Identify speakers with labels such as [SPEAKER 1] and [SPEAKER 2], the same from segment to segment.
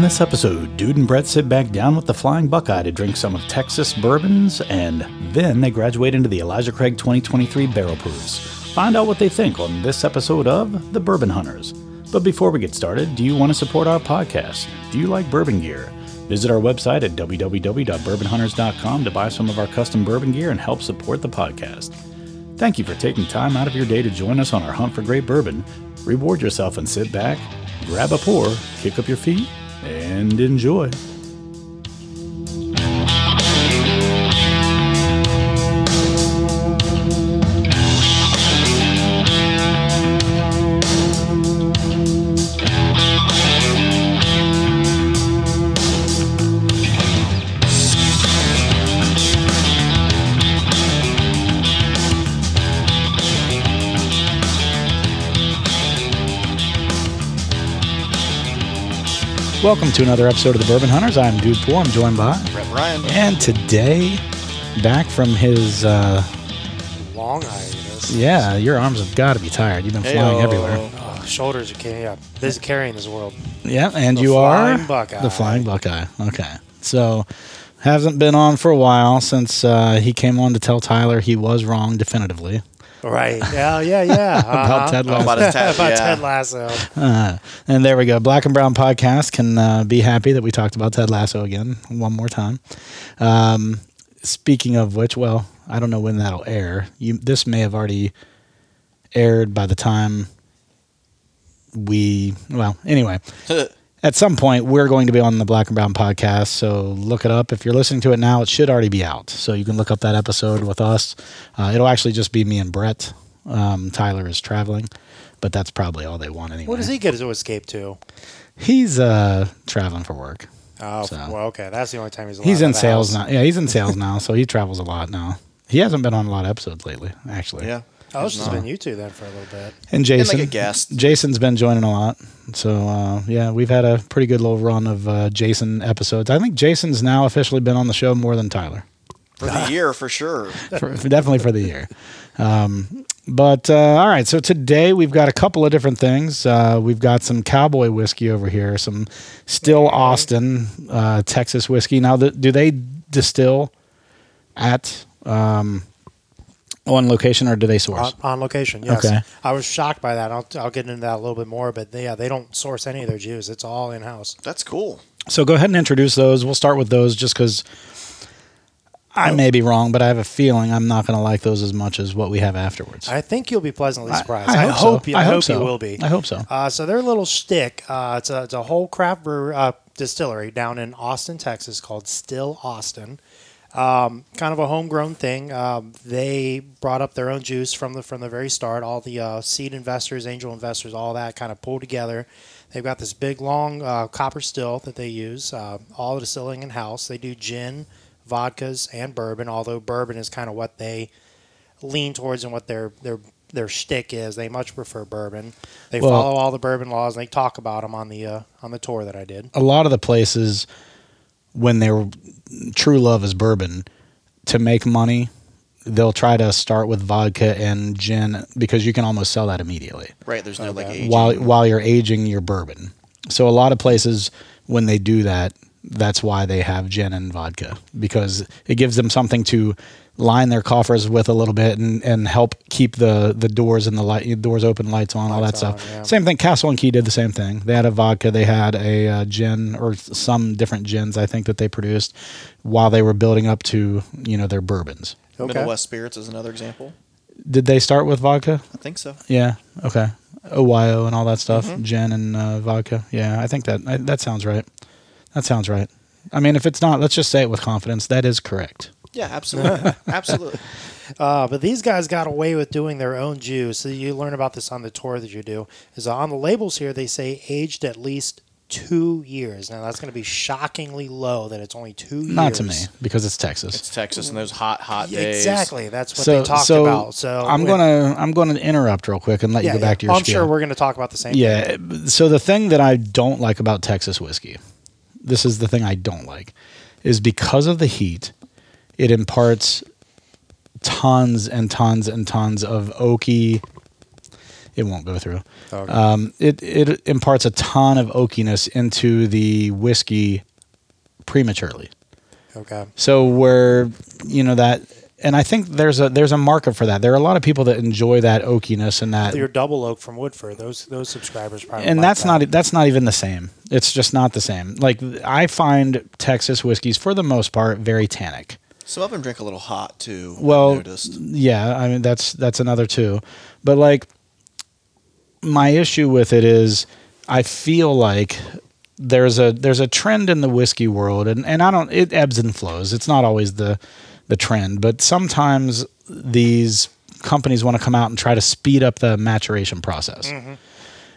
[SPEAKER 1] this episode, Dude and Brett sit back down with the Flying Buckeye to drink some of Texas bourbons, and then they graduate into the Elijah Craig 2023 Barrel Proofs. Find out what they think on this episode of The Bourbon Hunters. But before we get started, do you want to support our podcast? Do you like bourbon gear? Visit our website at www.bourbonhunters.com to buy some of our custom bourbon gear and help support the podcast. Thank you for taking time out of your day to join us on our hunt for great bourbon. Reward yourself and sit back, grab a pour, kick up your feet, and enjoy. Welcome to another episode of the Bourbon Hunters. I'm Dude Poor. I'm joined by,
[SPEAKER 2] Brett Ryan.
[SPEAKER 1] and today, back from his, uh,
[SPEAKER 2] Long hiatus.
[SPEAKER 1] yeah, your arms have got to be tired. You've been flying everywhere.
[SPEAKER 2] Oh, shoulders are carrying. Yeah, this is carrying his world.
[SPEAKER 1] Yeah, and
[SPEAKER 2] The
[SPEAKER 1] you are
[SPEAKER 2] Flying uh, Buckeye.
[SPEAKER 1] the Flying Buckeye. Okay, so hasn't been on for a while since uh, he came on to tell Tyler he was wrong definitively.
[SPEAKER 2] Right. Yeah. Yeah. Yeah. Uh-huh.
[SPEAKER 1] About Ted Lasso.
[SPEAKER 3] oh, about his tat,
[SPEAKER 2] About
[SPEAKER 3] yeah.
[SPEAKER 2] Ted Lasso.
[SPEAKER 1] Uh, and there we go. Black and Brown podcast can uh, be happy that we talked about Ted Lasso again one more time. Um, speaking of which, well, I don't know when that'll air. You, this may have already aired by the time we. Well, anyway, at some point we're going to be on the Black and Brown podcast, so look it up. If you're listening to it now, it should already be out, so you can look up that episode with us. Uh, it'll actually just be me and Brett. Um, Tyler is traveling, but that's probably all they want anyway.
[SPEAKER 2] What does he get to escape to?
[SPEAKER 1] He's uh traveling for work.
[SPEAKER 2] Oh,
[SPEAKER 1] So-
[SPEAKER 2] well, okay. That's the only time he's. allowed
[SPEAKER 1] He's
[SPEAKER 2] out
[SPEAKER 1] in
[SPEAKER 2] of the
[SPEAKER 1] sales
[SPEAKER 2] house.
[SPEAKER 1] now. Yeah, he's in sales now, so he travels a lot now. He hasn't been on a lot of episodes lately, actually.
[SPEAKER 3] Yeah.
[SPEAKER 2] Oh, it's just been you two then for a little bit.
[SPEAKER 1] And Jason,
[SPEAKER 3] like a guest.
[SPEAKER 1] Jason's been joining a lot. So uh, yeah, we've had a pretty good little run of uh, Jason episodes. I think Jason's now officially been on the show more than Tyler,
[SPEAKER 3] For the year, for sure.
[SPEAKER 1] for, for- definitely for the year. Um, but uh, all right, so today we've got a couple of different things. Uh, we've got some cowboy whiskey over here, some still Austin uh, Texas whiskey. Now, th- do they distill at um, one location or do they source?
[SPEAKER 2] On, on location. Yes.
[SPEAKER 1] Okay.
[SPEAKER 2] I was shocked by that. I'll, I'll get into that a little bit more. But they, yeah, they don't source any of their juice. It's all in house.
[SPEAKER 3] That's cool.
[SPEAKER 1] So go ahead and introduce those. We'll start with those just because I may be wrong, but I have a feeling I'm not going to like those as much as what we have afterwards.
[SPEAKER 2] I think you'll be pleasantly surprised.
[SPEAKER 1] I hope so.
[SPEAKER 2] you.
[SPEAKER 1] I
[SPEAKER 2] I,
[SPEAKER 1] hope
[SPEAKER 2] hope,
[SPEAKER 1] so.
[SPEAKER 2] you will be.
[SPEAKER 1] I hope so.
[SPEAKER 2] Uh, so their little shtick. Uh, it's a it's a whole craft brewer, uh, distillery down in Austin, Texas, called Still Austin. Um, kind of a homegrown thing. Um, they brought up their own juice from the from the very start. All the uh, seed investors, angel investors, all that kind of pulled together. They've got this big long uh, copper still that they use. Uh, all the distilling in house. They do gin, vodkas, and bourbon. Although bourbon is kind of what they lean towards and what their their their shtick is. They much prefer bourbon. They
[SPEAKER 1] Well-
[SPEAKER 2] follow all the bourbon laws and they talk about them on the uh, on the tour that I did.
[SPEAKER 1] a lot of the places when their true love is bourbon to make money, they'll try to start with vodka and gin because you can almost sell that immediately.
[SPEAKER 3] Right. There's no like age.
[SPEAKER 1] while while you're aging your bourbon. So a lot of places when they do that, that's why they have gin and vodka because it gives them something to line their coffers with a little bit and, and help keep the, the doors and the light doors open, lights on, all that
[SPEAKER 2] Lights on,
[SPEAKER 1] stuff.
[SPEAKER 2] yeah.
[SPEAKER 1] Same thing. Castle and Key did the same thing. They had a vodka, they had a uh, gin or s- some different gins I think that they produced while they were building up to you know their bourbons.
[SPEAKER 2] Okay.
[SPEAKER 3] Middle West Spirits is another example.
[SPEAKER 1] Did they start with vodka?
[SPEAKER 3] I think so.
[SPEAKER 1] Yeah. Okay. Ohio and all that stuff,
[SPEAKER 2] Mm-hmm.
[SPEAKER 1] gin and uh, vodka. Yeah, I think that I, that sounds right. That sounds right. I mean, if it's not, let's just say it with confidence. That is correct.
[SPEAKER 3] Yeah, absolutely. absolutely.
[SPEAKER 2] Uh, but these guys got away with doing their own juice. So you learn about this on the tour that you do. Is on the labels here they say aged at least two years. Now that's going to be shockingly low that it's only two years.
[SPEAKER 1] Not to me because it's Texas.
[SPEAKER 3] It's Texas and those hot, hot days.
[SPEAKER 2] Exactly. That's what
[SPEAKER 1] so,
[SPEAKER 2] they talked
[SPEAKER 1] so
[SPEAKER 2] about. So
[SPEAKER 1] I'm gonna I'm gonna interrupt real quick and let
[SPEAKER 2] yeah,
[SPEAKER 1] you go back to
[SPEAKER 2] yeah.
[SPEAKER 1] your.
[SPEAKER 2] I'm
[SPEAKER 1] spiel.
[SPEAKER 2] sure we're going to talk about the same. thing.
[SPEAKER 1] Yeah. So the thing that I don't like about Texas whiskey, this is the thing I don't like, is because of the heat, it imparts tons and tons and tons of oaky. it won't go through.
[SPEAKER 2] Okay.
[SPEAKER 1] Um, it it imparts a ton of oakiness into the whiskey prematurely.
[SPEAKER 2] Okay.
[SPEAKER 1] So where you know that, and I think there's a there's a market for that. There are a lot of people that enjoy that oakiness and that,
[SPEAKER 2] Your double oak from Woodford. Those those subscribers probably.
[SPEAKER 1] and
[SPEAKER 2] like
[SPEAKER 1] that's
[SPEAKER 2] that.
[SPEAKER 1] not that's not even the same. It's just not the same. Like I find Texas whiskeys for the most part very tannic.
[SPEAKER 3] Some of them drink a little hot too.
[SPEAKER 1] Well,
[SPEAKER 3] I noticed.
[SPEAKER 1] yeah, I mean that's that's another two, but like my issue with it is I feel like there's a there's a trend in the whiskey world, and and I don't it ebbs and flows. It's not always the the trend, but sometimes these companies want to come out and try to speed up the maturation process
[SPEAKER 3] Mm-hmm.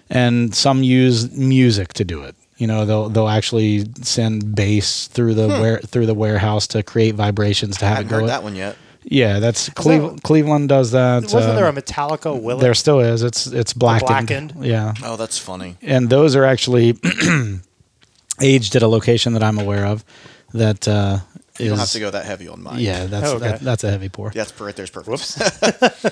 [SPEAKER 1] and some use music to do it. You know, they'll they'll actually send bass through the ware, through the warehouse to create vibrations
[SPEAKER 3] Hmm.
[SPEAKER 1] to
[SPEAKER 3] I
[SPEAKER 1] have
[SPEAKER 3] haven't
[SPEAKER 1] it go.
[SPEAKER 3] heard that one yet.
[SPEAKER 1] Yeah, that's Cleve- Cleveland does that.
[SPEAKER 2] Wasn't there a
[SPEAKER 1] um,
[SPEAKER 2] Metallica Willet?
[SPEAKER 1] there still is. It's it's blackened.
[SPEAKER 2] blackened?
[SPEAKER 1] Yeah,
[SPEAKER 3] Oh, that's funny.
[SPEAKER 1] and those are actually aged at a location that I'm aware of. That uh, is.
[SPEAKER 3] You don't have to go that heavy on mine. Oh,
[SPEAKER 1] Yeah, that's
[SPEAKER 2] Okay.
[SPEAKER 1] that, that's a heavy pour.
[SPEAKER 3] Yeah, that's right there's perfect.
[SPEAKER 2] Whoops.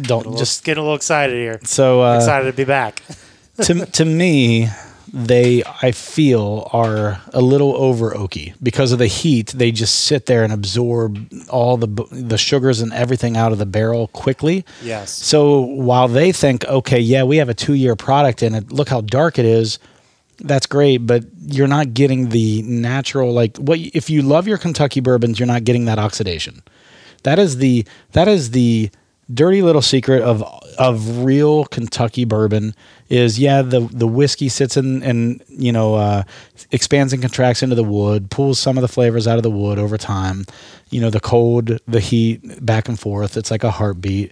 [SPEAKER 1] Don't
[SPEAKER 2] Just
[SPEAKER 1] just
[SPEAKER 2] getting a little excited here.
[SPEAKER 1] so uh,
[SPEAKER 2] excited to be back.
[SPEAKER 1] to to me, they I feel are a little over oaky because of the heat. They just sit there and absorb all the b- the sugars and everything out of the barrel quickly.
[SPEAKER 2] Yes.
[SPEAKER 1] So while they think, okay, yeah, we have a two year product in it. Look how dark it is. That's great, but you're not getting the natural like what if you love your Kentucky bourbons, you're not getting that oxidation. That is the that is the dirty little secret of of real Kentucky bourbon is yeah the the whiskey sits in and you know uh, expands and contracts into the wood pulls some of the flavors out of the wood over time you know the cold the heat back and forth it's like a heartbeat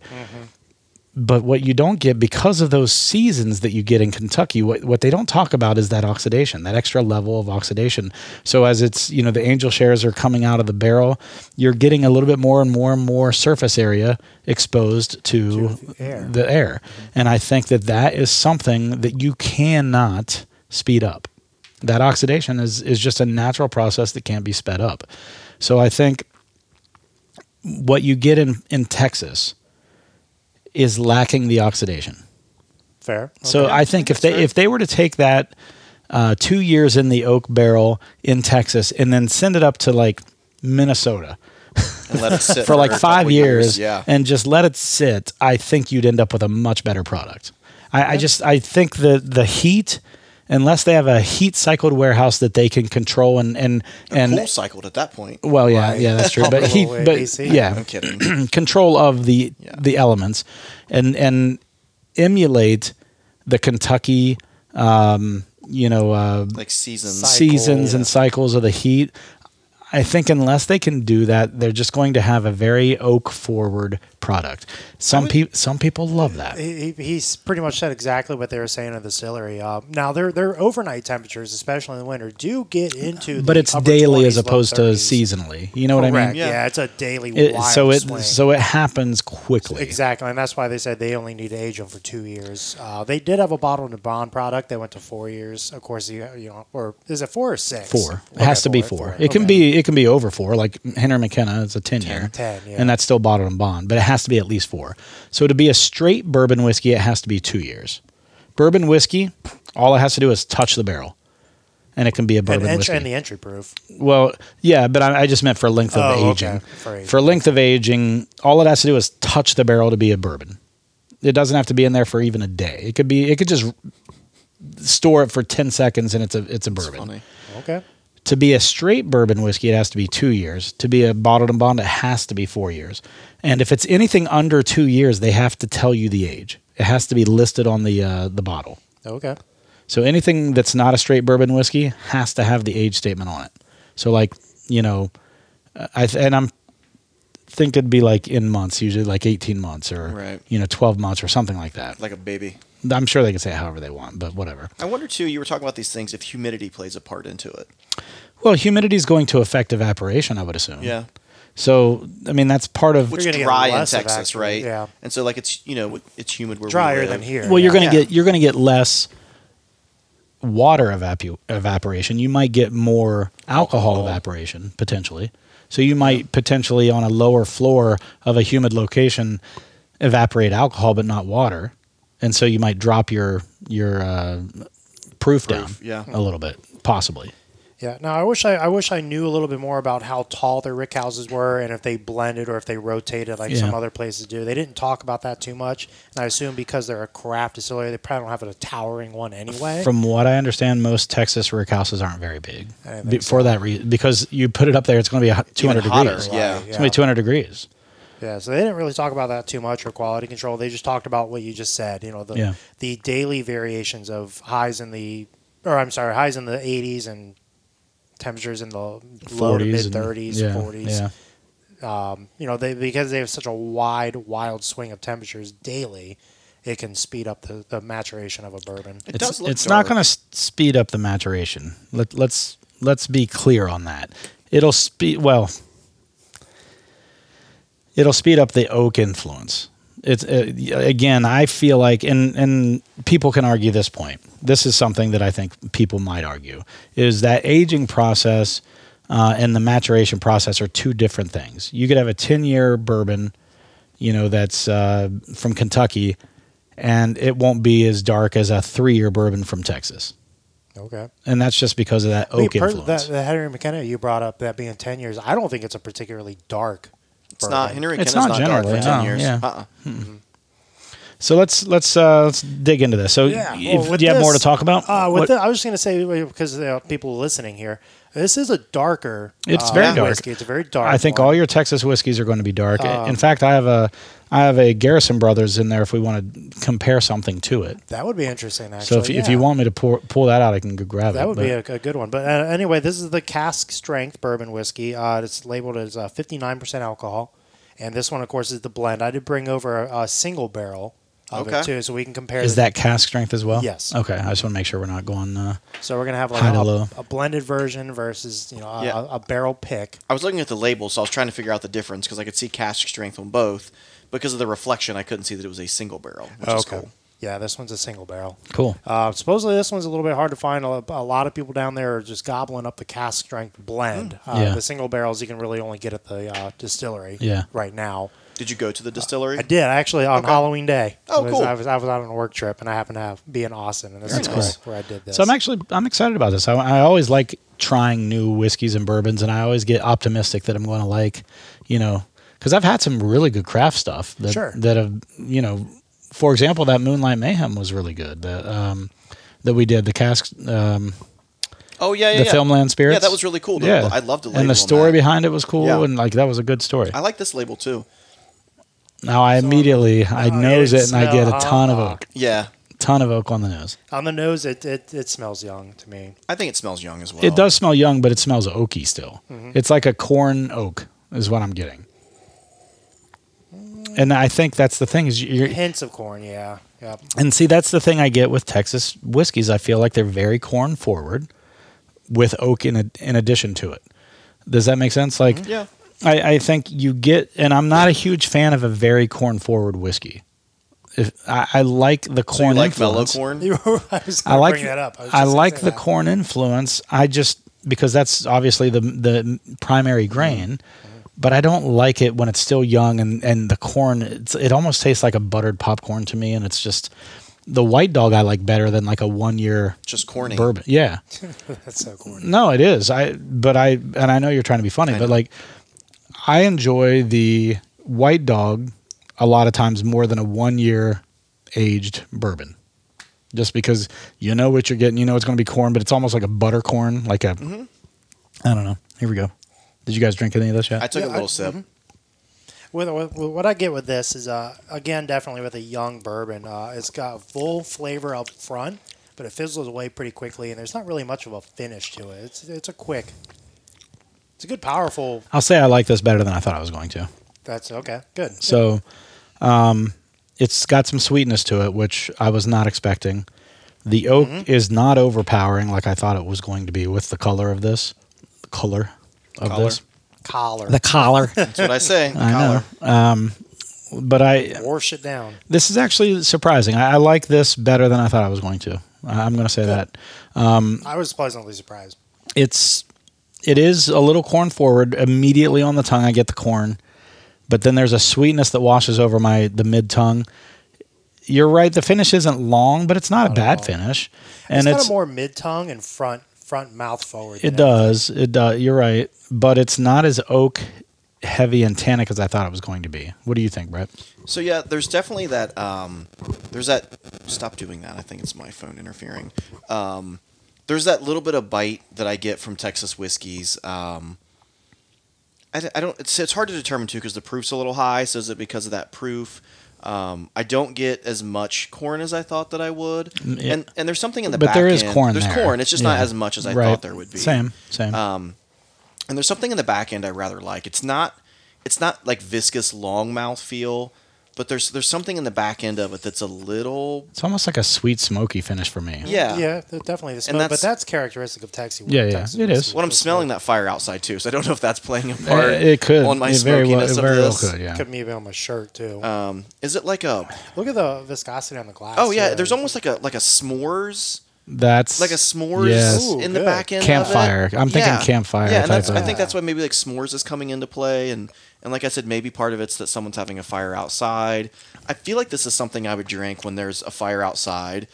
[SPEAKER 1] but what you don't get because of those seasons that you get in Kentucky, what, what they don't talk about is that oxidation, that extra level of oxidation. So as it's, you know, the angel shares are coming out of the barrel, you're getting a little bit more and more and more surface area exposed to,
[SPEAKER 2] the air.
[SPEAKER 1] the air. And I think that that is something that you cannot speed up. That oxidation is, is just a natural process that can't be sped up. So I think what you get in, in Texas is lacking the oxidation.
[SPEAKER 2] Fair.
[SPEAKER 1] So
[SPEAKER 2] Okay.
[SPEAKER 1] I think if they if they were to take that uh, two years in the oak barrel in Texas and then send it up to like Minnesota
[SPEAKER 3] And let it sit
[SPEAKER 1] for like
[SPEAKER 3] a
[SPEAKER 1] five
[SPEAKER 3] couple
[SPEAKER 1] years,
[SPEAKER 3] Yeah.
[SPEAKER 1] and just let it sit, I think you'd end up with a much better product. I, I just I think the the heat, unless they have a heat cycled warehouse that they can control and and and
[SPEAKER 3] cool cycled at that point.
[SPEAKER 1] well yeah yeah that's true but
[SPEAKER 2] Comparable
[SPEAKER 1] heat
[SPEAKER 2] with
[SPEAKER 1] but
[SPEAKER 2] AC.
[SPEAKER 1] yeah
[SPEAKER 3] I'm kidding.
[SPEAKER 1] control of the
[SPEAKER 3] Yeah.
[SPEAKER 1] the elements and and emulate the Kentucky um, you know uh,
[SPEAKER 3] like seasons.
[SPEAKER 2] Cycle.
[SPEAKER 1] seasons and cycles of the heat. I think unless they can do that, they're just going to have a very oak forward product. Some people some people love that.
[SPEAKER 2] He, he- he's pretty much said exactly what they were saying at the distillery. Uh, now their their overnight temperatures, especially in the winter, do get into the
[SPEAKER 1] But it's
[SPEAKER 2] upper
[SPEAKER 1] daily
[SPEAKER 2] 20s,
[SPEAKER 1] as
[SPEAKER 2] low
[SPEAKER 1] opposed to
[SPEAKER 2] 30s.
[SPEAKER 1] seasonally. You know what I
[SPEAKER 2] Correct.
[SPEAKER 1] mean?
[SPEAKER 2] Yeah.
[SPEAKER 3] Yeah.
[SPEAKER 2] it's a daily
[SPEAKER 1] It-
[SPEAKER 2] wild
[SPEAKER 1] so it
[SPEAKER 2] swing.
[SPEAKER 1] so it happens quickly.
[SPEAKER 2] exactly, and that's why they said they only need to age them for two years. Uh, they did have a bottle to bond product. They went to four years, of course. You, you know, or is it four or six?
[SPEAKER 1] Four. It
[SPEAKER 2] Okay,
[SPEAKER 1] has to be four. It can
[SPEAKER 2] Okay.
[SPEAKER 1] be it can be over four. Like Henry McKenna, it's a ten, year,
[SPEAKER 2] 10, yeah.
[SPEAKER 1] and that's still bottled and bond, but it has to be at least four. So to be a straight bourbon whiskey, it has to be two years. Bourbon whiskey, all it has to do is touch the barrel, and it can be a
[SPEAKER 2] and,
[SPEAKER 1] bourbon
[SPEAKER 2] ent-
[SPEAKER 1] whiskey.
[SPEAKER 2] and the entry proof.
[SPEAKER 1] well, yeah, but I, I just meant for length of
[SPEAKER 2] Oh, okay.
[SPEAKER 1] aging.
[SPEAKER 2] For aging.
[SPEAKER 1] For length of aging, all it has to do is touch the barrel to be a bourbon. It doesn't have to be in there for even a day. It could be. It could just store it for ten seconds, and it's a it's a bourbon
[SPEAKER 3] Funny.
[SPEAKER 2] Okay.
[SPEAKER 1] to be a straight bourbon whiskey, it has to be two years. To be a bottled and bond, it has to be four years. And if it's anything under two years, they have to tell you the age. It has to be listed on the uh, the bottle.
[SPEAKER 2] Okay.
[SPEAKER 1] So anything that's not a straight bourbon whiskey has to have the age statement on it. So like you know, uh, I th- and I'm think it'd be like in months, usually like 18 months or
[SPEAKER 3] Right.
[SPEAKER 1] you know 12 months or something like that.
[SPEAKER 3] Like a baby.
[SPEAKER 1] I'm sure they can say it however they want, but whatever.
[SPEAKER 3] I wonder too. You were talking about these things. If humidity plays a part into it.
[SPEAKER 1] Well, humidity is going to affect evaporation, I would assume.
[SPEAKER 3] Yeah.
[SPEAKER 1] So I mean that's part of
[SPEAKER 3] Which
[SPEAKER 2] You're gonna get
[SPEAKER 3] dry in
[SPEAKER 2] less of
[SPEAKER 3] Texas,
[SPEAKER 2] actually-
[SPEAKER 3] right?
[SPEAKER 2] yeah.
[SPEAKER 3] And so like it's you know it's humid where we
[SPEAKER 2] Drier
[SPEAKER 3] live.
[SPEAKER 2] than here.
[SPEAKER 1] Well, you're
[SPEAKER 2] yeah.
[SPEAKER 1] going to
[SPEAKER 3] Yeah.
[SPEAKER 1] get you're going to get less water evapu- evaporation. You might get more alcohol,
[SPEAKER 3] Alcohol.
[SPEAKER 1] evaporation potentially. So you might potentially on a lower floor of a humid location evaporate alcohol but not water. and so you might drop your your uh, proof, down
[SPEAKER 3] yeah.
[SPEAKER 1] a little bit, possibly.
[SPEAKER 2] Yeah. Now I wish I, I wish I knew a little bit more about how tall their rick houses were and if they blended or if they rotated like some
[SPEAKER 1] Yeah.
[SPEAKER 2] other places do. They didn't talk about that too much, and I assume because they're a craft distillery, they probably don't have a towering one anyway.
[SPEAKER 1] From what I understand, most Texas rick houses aren't very big
[SPEAKER 2] I think
[SPEAKER 1] Be- for that reason. Because you put it up there, it's going to be a hu- 200
[SPEAKER 3] hotter,
[SPEAKER 1] degrees.
[SPEAKER 3] yeah.
[SPEAKER 1] It's going to be 200 degrees.
[SPEAKER 2] Yeah, so they didn't really talk about that too much or quality control. They just talked about what you just said. You know, the
[SPEAKER 1] Yeah.
[SPEAKER 2] the daily variations of highs in the, or I'm sorry, highs in the 80s and temperatures in the low to
[SPEAKER 1] 40s
[SPEAKER 2] mid
[SPEAKER 1] and-
[SPEAKER 2] 30s,
[SPEAKER 1] yeah,
[SPEAKER 2] 40s.
[SPEAKER 1] Yeah.
[SPEAKER 2] You know, they because they have such a wide, wild swing of temperatures daily, it can speed up the, the maturation of a bourbon.
[SPEAKER 3] It
[SPEAKER 1] it's,
[SPEAKER 3] does look
[SPEAKER 1] it's not
[SPEAKER 3] dark.
[SPEAKER 1] going to speed up the maturation. Let, let's let's be clear on that. It'll speed well. It'll speed up the oak influence. It's uh, again, I feel like, and and people can argue this point. This is something that I think people might argue is that aging process uh, and the maturation process are two different things. You could have a ten year bourbon you know, that's uh, from Kentucky, and it won't be as dark as a three year bourbon from Texas.
[SPEAKER 2] Okay.
[SPEAKER 1] And that's just because of that
[SPEAKER 2] I mean,
[SPEAKER 1] oak
[SPEAKER 2] per-
[SPEAKER 1] influence.
[SPEAKER 2] The, the Henry McKenna you brought up, that being 10 years, I don't think it's a particularly dark.
[SPEAKER 3] It's not Henry
[SPEAKER 1] It's
[SPEAKER 3] Kenna's
[SPEAKER 1] not
[SPEAKER 3] not, dark for
[SPEAKER 1] generally,
[SPEAKER 3] ten
[SPEAKER 1] no,
[SPEAKER 3] years.
[SPEAKER 1] yeah.
[SPEAKER 3] Uh-uh.
[SPEAKER 1] so let's let's uh, let's dig into this. So
[SPEAKER 2] Yeah,
[SPEAKER 1] if-
[SPEAKER 2] well, with
[SPEAKER 1] do you have more to
[SPEAKER 2] this,
[SPEAKER 1] talk about?
[SPEAKER 2] Uh,
[SPEAKER 1] What-
[SPEAKER 2] with the, I was just going to say because uh, people listening here, this is a darker.
[SPEAKER 1] It's
[SPEAKER 2] uh,
[SPEAKER 1] very dark.
[SPEAKER 2] Whiskey. It's a very dark.
[SPEAKER 1] I think
[SPEAKER 2] one.
[SPEAKER 1] all your Texas whiskeys are going to be dark. in
[SPEAKER 2] Um,
[SPEAKER 1] fact, I have a I have a Garrison Brothers in there if we want to compare something to it.
[SPEAKER 2] that would be interesting. Actually,
[SPEAKER 1] So if, you if
[SPEAKER 2] yeah.
[SPEAKER 1] you want me to pour, pull that out, I can go grab it.
[SPEAKER 2] that would
[SPEAKER 1] but-
[SPEAKER 2] be a, a good one. But uh, anyway, this is the cask strength bourbon whiskey. Uh, it's labeled as uh, 59% alcohol, and this one, of course, is the blend. I did bring over a, a single barrel of
[SPEAKER 3] Okay.
[SPEAKER 2] it too, so we can compare.
[SPEAKER 1] is
[SPEAKER 2] the-
[SPEAKER 1] that cask strength as well?
[SPEAKER 2] Yes.
[SPEAKER 1] Okay, I just want to make sure we're not going. Uh,
[SPEAKER 2] so? We're gonna have like
[SPEAKER 1] high
[SPEAKER 2] a,
[SPEAKER 1] to low?
[SPEAKER 2] a blended version versus you know a,
[SPEAKER 3] Yeah.
[SPEAKER 2] a, a barrel pick.
[SPEAKER 3] I was looking at the label, so I was trying to figure out the difference because I could see cask strength on both. Because of the reflection, I couldn't see that it was a single barrel, which is cool.
[SPEAKER 2] Yeah, this one's a single barrel.
[SPEAKER 1] cool.
[SPEAKER 2] Uh, supposedly, this one's a little bit hard to find. A, a lot of people down there are just gobbling up the cask strength blend. Uh,
[SPEAKER 1] Hmm. Yeah.
[SPEAKER 2] The single barrels you can really only get at the uh, distillery
[SPEAKER 1] Yeah.
[SPEAKER 2] right now.
[SPEAKER 3] Did you go to the distillery?
[SPEAKER 2] I did actually on Halloween Day.
[SPEAKER 3] Oh,
[SPEAKER 2] I was,
[SPEAKER 3] cool.
[SPEAKER 2] I was, I was out on a work trip and I happened to have, be in Austin, and this
[SPEAKER 3] Very
[SPEAKER 2] is
[SPEAKER 3] nice.
[SPEAKER 2] where I did this.
[SPEAKER 1] So I'm actually I'm excited about this. I, I always like trying new whiskeys and bourbons, and I always get optimistic that I'm going to like, you know, because I've had some really good craft stuff that
[SPEAKER 2] Sure.
[SPEAKER 1] that have you know, for example, that Moonlight Mayhem was really good. The um, that we did the cask, um,
[SPEAKER 3] oh yeah, yeah,
[SPEAKER 1] the
[SPEAKER 3] yeah.
[SPEAKER 1] Filmland Spirits.
[SPEAKER 3] Yeah, that was really cool. The- I love the label.
[SPEAKER 1] and the
[SPEAKER 3] on
[SPEAKER 1] story
[SPEAKER 3] that.
[SPEAKER 1] behind it was cool,
[SPEAKER 3] Yeah.
[SPEAKER 1] and like that was a good story.
[SPEAKER 3] I like this label too.
[SPEAKER 1] now I immediately I
[SPEAKER 2] Oh,
[SPEAKER 1] nose
[SPEAKER 2] it
[SPEAKER 1] it, and I get a
[SPEAKER 2] smell-
[SPEAKER 1] ton of oak,
[SPEAKER 3] Yeah,
[SPEAKER 1] ton of oak on the nose.
[SPEAKER 2] on the nose, it, it, it smells young to me.
[SPEAKER 3] I think it smells young as well. Mm-hmm.
[SPEAKER 1] It does smell young, but it smells oaky still. It's like a corn oak is what I'm getting. And I think that's the thing is you're
[SPEAKER 2] Hints of corn, yeah, yeah.
[SPEAKER 1] and see that's the thing I get with Texas whiskeys. I feel like they're very corn forward with oak in a, in addition to it. Does that make sense? Like
[SPEAKER 3] Mm-hmm. Yeah.
[SPEAKER 1] I, I think you get, and I'm not a huge fan of a very corn forward whiskey. If I, I like the corn,
[SPEAKER 3] So you like mellow
[SPEAKER 1] influence.
[SPEAKER 3] corn?
[SPEAKER 2] You were, I was
[SPEAKER 1] I
[SPEAKER 2] gonna
[SPEAKER 1] like
[SPEAKER 2] bring that up. was
[SPEAKER 1] I
[SPEAKER 2] just gonna
[SPEAKER 1] like
[SPEAKER 2] say
[SPEAKER 1] the
[SPEAKER 2] that.
[SPEAKER 1] corn influence. I just because that's obviously the the primary
[SPEAKER 2] Mm-hmm.
[SPEAKER 1] grain, but I don't like it when it's still young and and the corn. It's, it almost tastes like a buttered popcorn to me, and it's just the white dog I like better than like a one year
[SPEAKER 3] Just corny.
[SPEAKER 1] bourbon. Yeah,
[SPEAKER 2] That's so corny.
[SPEAKER 1] no, it is. I but I and I know you're trying to be funny, but like I enjoy the white dog a lot of times more than a one year aged bourbon. Just because you know what you're getting, you know it's going to be corn, but it's almost like a butter corn, like a I don't know. Here we go. Did you guys drink any of this yet?
[SPEAKER 3] I took
[SPEAKER 2] Yeah,
[SPEAKER 3] a little
[SPEAKER 2] I- Mm-hmm.
[SPEAKER 3] sip.
[SPEAKER 2] With, with, with what I get with this is uh, again definitely with a young bourbon, uh, it's got full flavor up front, but it fizzles away pretty quickly, and there's not really much of a finish to it. It's it's a quick, it's a good powerful.
[SPEAKER 1] I'll say I like this better than I thought I was going to.
[SPEAKER 2] That's okay, good.
[SPEAKER 1] So um, it's got some sweetness to it, which I was not expecting. The oak is not overpowering like I thought it was going to be with the color of this. The color of
[SPEAKER 3] Color.
[SPEAKER 1] this.
[SPEAKER 2] collar,
[SPEAKER 1] The collar.
[SPEAKER 3] That's what I say.
[SPEAKER 1] I know.
[SPEAKER 3] Collar.
[SPEAKER 1] but I
[SPEAKER 2] wash it down.
[SPEAKER 1] this is actually surprising. I, I like this better than I thought I was going to. I, I'm going to say that.
[SPEAKER 2] I was pleasantly surprised.
[SPEAKER 1] it's it is a little corn forward immediately on the tongue i get the corn but then there's a sweetness that washes over my the mid tongue you're right. The finish isn't long, but it's not, a bad finish,
[SPEAKER 2] it's,
[SPEAKER 1] and it's,
[SPEAKER 2] kind of more mid tongue and front front mouth forward.
[SPEAKER 1] it
[SPEAKER 2] than anything.
[SPEAKER 1] does it does. You're right, but it's not as oak heavy and tannic as I thought it was going to be. What do you think, Brett?
[SPEAKER 3] So yeah, there's definitely that. Um, there's that. Stop doing that. I think it's my phone interfering. Um, there's that little bit of bite that I get from Texas whiskeys. Um, I, d- I don't. It's, it's hard to determine too because the proof's a little high. So is it because of that proof? Um, I don't get as much corn as I thought that I would.
[SPEAKER 1] Mm, yeah.
[SPEAKER 3] And and there's something in the
[SPEAKER 1] But
[SPEAKER 3] back
[SPEAKER 1] there is
[SPEAKER 3] end-
[SPEAKER 1] corn
[SPEAKER 3] There's
[SPEAKER 1] there.
[SPEAKER 3] corn. It's just not
[SPEAKER 1] Yeah.
[SPEAKER 3] as much as I thought there would be. Um,
[SPEAKER 1] Same, same.
[SPEAKER 3] and there's something in the back end I rather like. It's not it's not like viscous long mouth feel, but there's there's something in the back end of it that's a little
[SPEAKER 1] it's almost like a sweet smoky finish for me.
[SPEAKER 3] yeah.
[SPEAKER 2] yeah, they're definitely the smoke, but
[SPEAKER 3] that's-
[SPEAKER 2] that's characteristic of Texas.
[SPEAKER 1] Yeah, yeah, it is.
[SPEAKER 3] Well, I'm smelling that fire outside too, so I don't know if that's playing a
[SPEAKER 1] Uh,
[SPEAKER 3] part.
[SPEAKER 1] it could
[SPEAKER 3] on my
[SPEAKER 1] it very well,
[SPEAKER 3] smokiness
[SPEAKER 1] it very
[SPEAKER 3] of
[SPEAKER 1] well
[SPEAKER 3] this.
[SPEAKER 1] could. Yeah,
[SPEAKER 2] Could maybe on my shirt too.
[SPEAKER 3] Um, is it like a
[SPEAKER 2] Look at the viscosity on the glass.
[SPEAKER 3] oh yeah?
[SPEAKER 2] too.
[SPEAKER 3] There's almost like a like a s'mores
[SPEAKER 1] that's
[SPEAKER 3] like a s'mores
[SPEAKER 1] Yes.
[SPEAKER 2] Ooh,
[SPEAKER 3] in the
[SPEAKER 2] good.
[SPEAKER 3] back end. of it.
[SPEAKER 1] Campfire. I'm thinking
[SPEAKER 3] Yeah.
[SPEAKER 1] campfire
[SPEAKER 3] Yeah, and
[SPEAKER 1] type
[SPEAKER 3] that's, I
[SPEAKER 1] of-
[SPEAKER 3] think that's why maybe like s'mores is coming into play, and and like I said, maybe part of it's that someone's having a fire outside. I feel like this is something I would drink when there's a fire outside.